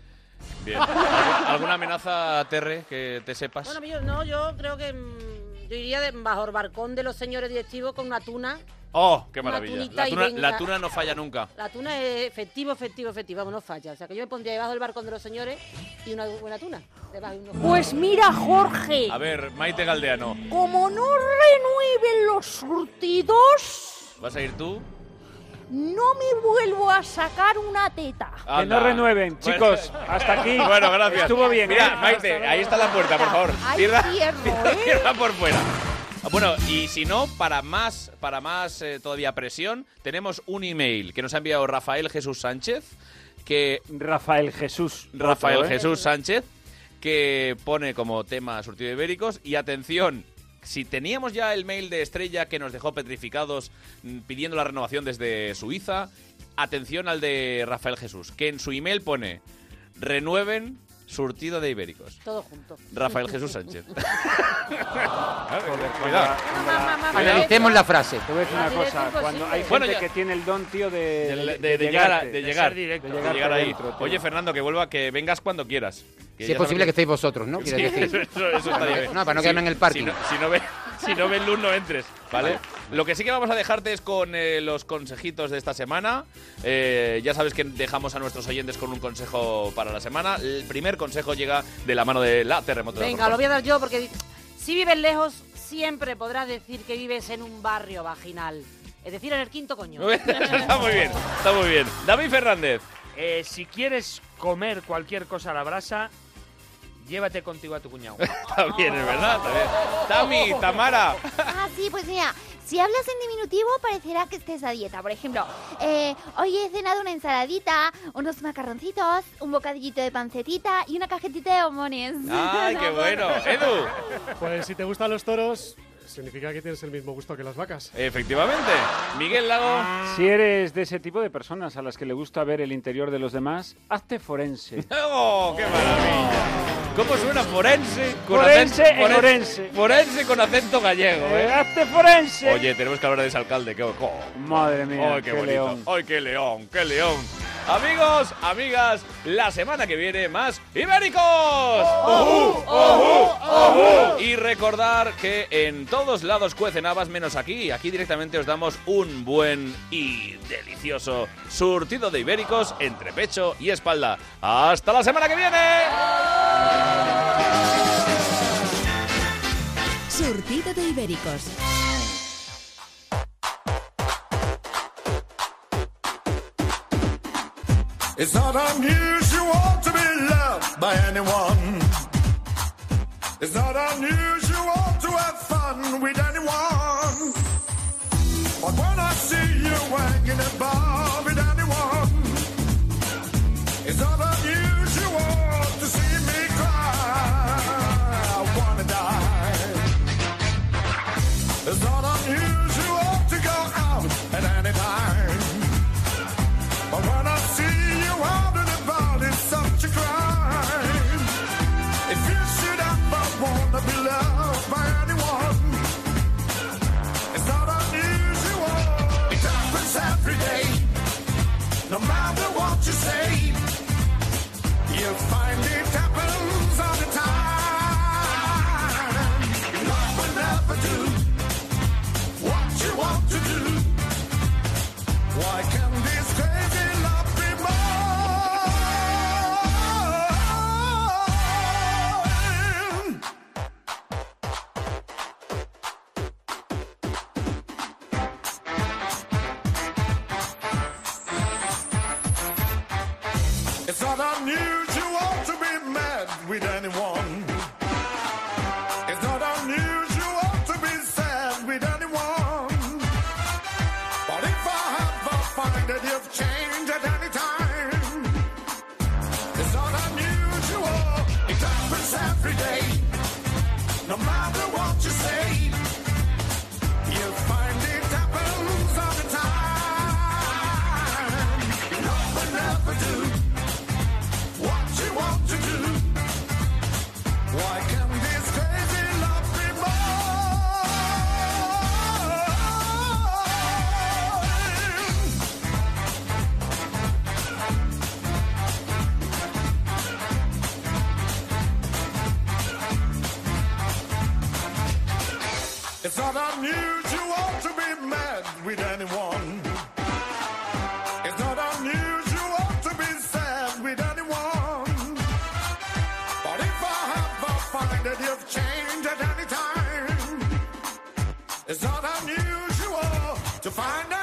[SPEAKER 1] Bien. ¿Algu- ¿Alguna amenaza, Terre, que te sepas?
[SPEAKER 3] Bueno, yo, no, yo creo que mm, yo iría de, bajo el barcón de los señores directivos con una tuna.
[SPEAKER 1] ¡Oh, qué
[SPEAKER 3] Una
[SPEAKER 1] maravilla!
[SPEAKER 3] tunita
[SPEAKER 1] La
[SPEAKER 3] y
[SPEAKER 1] tuna,
[SPEAKER 3] venga.
[SPEAKER 1] la tuna no falla nunca.
[SPEAKER 3] La tuna es efectivo, efectivo, efectivo, vamos, no falla. O sea, que yo me pondría debajo del barcón de los señores y una buena tuna. debajo de unos-
[SPEAKER 8] Pues mira, Jorge,
[SPEAKER 1] A ver, Maite Galdeano,
[SPEAKER 8] como no renueven los surtidos,
[SPEAKER 1] ¿vas a ir tú?
[SPEAKER 8] no me vuelvo a sacar una teta.
[SPEAKER 14] Que no renueven, chicos. Hasta aquí.
[SPEAKER 1] Bueno, gracias.
[SPEAKER 14] Estuvo bien,
[SPEAKER 1] Mira,
[SPEAKER 14] ¿eh?
[SPEAKER 1] Maite, ahí está la puerta, por favor.
[SPEAKER 8] Ahí
[SPEAKER 1] Cierra,
[SPEAKER 8] cierro,
[SPEAKER 1] [laughs] cierra-
[SPEAKER 8] ¿eh?
[SPEAKER 1] cierra por fuera. Bueno, y si no, para más, para más eh, todavía presión, tenemos un email que nos ha enviado Rafael Jesús Sánchez, que
[SPEAKER 14] Rafael Jesús.
[SPEAKER 1] Rafael
[SPEAKER 14] Otro, ¿eh?
[SPEAKER 1] Jesús Sánchez, que pone como tema surtido de ibéricos. Y atención, si teníamos ya el mail de Estrella que nos dejó petrificados mm, pidiendo la renovación desde Suiza, atención al de Rafael Jesús, que en su email pone renueven surtido de ibéricos.
[SPEAKER 3] Todo junto.
[SPEAKER 1] Rafael Jesús
[SPEAKER 3] [laughs]
[SPEAKER 1] Sánchez.
[SPEAKER 14] cuidado.
[SPEAKER 30] Analicemos la frase.
[SPEAKER 14] Te voy a decir una cosa. Cuando hay gente
[SPEAKER 1] Bueno, ya-
[SPEAKER 14] que tiene el don, tío, de, de-
[SPEAKER 1] De, de- de llegar, a-
[SPEAKER 14] llegarte,
[SPEAKER 1] de llegar,
[SPEAKER 14] ser directo,
[SPEAKER 1] de
[SPEAKER 14] de llegarte
[SPEAKER 1] llegar ahí.
[SPEAKER 14] dentro, tío.
[SPEAKER 1] Oye, Fernando, que vuelva, que vengas cuando quieras.
[SPEAKER 30] Si es posible que estéis vosotros, ¿no?
[SPEAKER 1] Sí,
[SPEAKER 30] Quieres
[SPEAKER 1] eso,
[SPEAKER 30] decir.
[SPEAKER 1] eso estaría bien.
[SPEAKER 30] No, para no
[SPEAKER 1] Si-
[SPEAKER 30] quedarme en el
[SPEAKER 1] Si
[SPEAKER 30] parking.
[SPEAKER 1] no, si no ve- [laughs] si no ves luz, no entres, ¿vale? Lo que sí que vamos a dejarte es con eh, los consejitos de esta semana. Eh, ya sabes que dejamos a nuestros oyentes con un consejo para la semana. El primer consejo llega de la mano de la terremoto. de la
[SPEAKER 3] Venga,
[SPEAKER 1] Roca.
[SPEAKER 3] lo voy a dar yo porque di- si vives lejos, siempre podrás decir que vives en un barrio vaginal. Es decir, en el quinto coño.
[SPEAKER 1] [laughs] está muy bien, está muy bien. David Fernández.
[SPEAKER 10] Eh, si quieres comer cualquier cosa a la brasa, llévate contigo a tu cuñado.
[SPEAKER 1] Está bien, es verdad, está bien. Tami, Tamara.
[SPEAKER 27] Ah, sí, pues mira, si hablas en diminutivo parecerá que estés a dieta. Por ejemplo, eh, hoy he cenado una ensaladita, unos macarroncitos, un bocadillito de pancetita y una cajetita de homones.
[SPEAKER 1] Ay, qué bueno. Edu.
[SPEAKER 6] Pues si te gustan los toros, significa que tienes el mismo gusto que las vacas.
[SPEAKER 1] Efectivamente. Miguel Lago.
[SPEAKER 14] Si eres de ese tipo de personas a las que le gusta ver el interior de los demás, hazte forense.
[SPEAKER 1] ¡Oh, qué maravilla! ¿Cómo suena forense?
[SPEAKER 14] Forense en
[SPEAKER 1] foren-
[SPEAKER 14] Orense.
[SPEAKER 1] Forense con acento gallego,
[SPEAKER 14] Eh,
[SPEAKER 1] ¿eh?
[SPEAKER 14] ¡Hazte forense!
[SPEAKER 1] Oye, tenemos que hablar de ese alcalde. que- oh,
[SPEAKER 14] Madre mía,
[SPEAKER 1] ¡Ay, qué
[SPEAKER 14] qué
[SPEAKER 1] bonito!
[SPEAKER 14] león.
[SPEAKER 1] ¡Ay, qué león! ¡Qué león! Amigos, amigas, la semana que viene más ibéricos.
[SPEAKER 14] Oh,
[SPEAKER 1] Y recordar que en todos lados cuecen habas menos aquí. Aquí directamente os damos un buen y delicioso surtido de ibéricos entre pecho y espalda. Hasta la semana que viene.
[SPEAKER 22] Surtido de ibéricos.
[SPEAKER 4] It's not unusual to be loved by anyone. It's not unusual to have fun with anyone. But when I see you hanging about with anyone, it's not unusual to see me cry. I wanna die. It's not unusual to go out at any time. But when I see you out and about, it's such a crime. If you should ever wanna be loved by anyone, it's not unusual. It happens every day. No matter what you say, you find it happens all the time. Love will never do what you want to do. Why can this crazy love be mine? It's not unusual to be mad with anyone. It's not unusual to be sad with anyone. But if I ever find that you've changed at any time, it's not unusual. It happens every day. No matter what you say, you find it happens all the time. Love will never do what you want to do. Why can't this crazy love be mine? It's not unusual to be mad with anyone. It's not unusual to be sad with anyone. But if I ever find that you've changed at any time, it's not unusual to find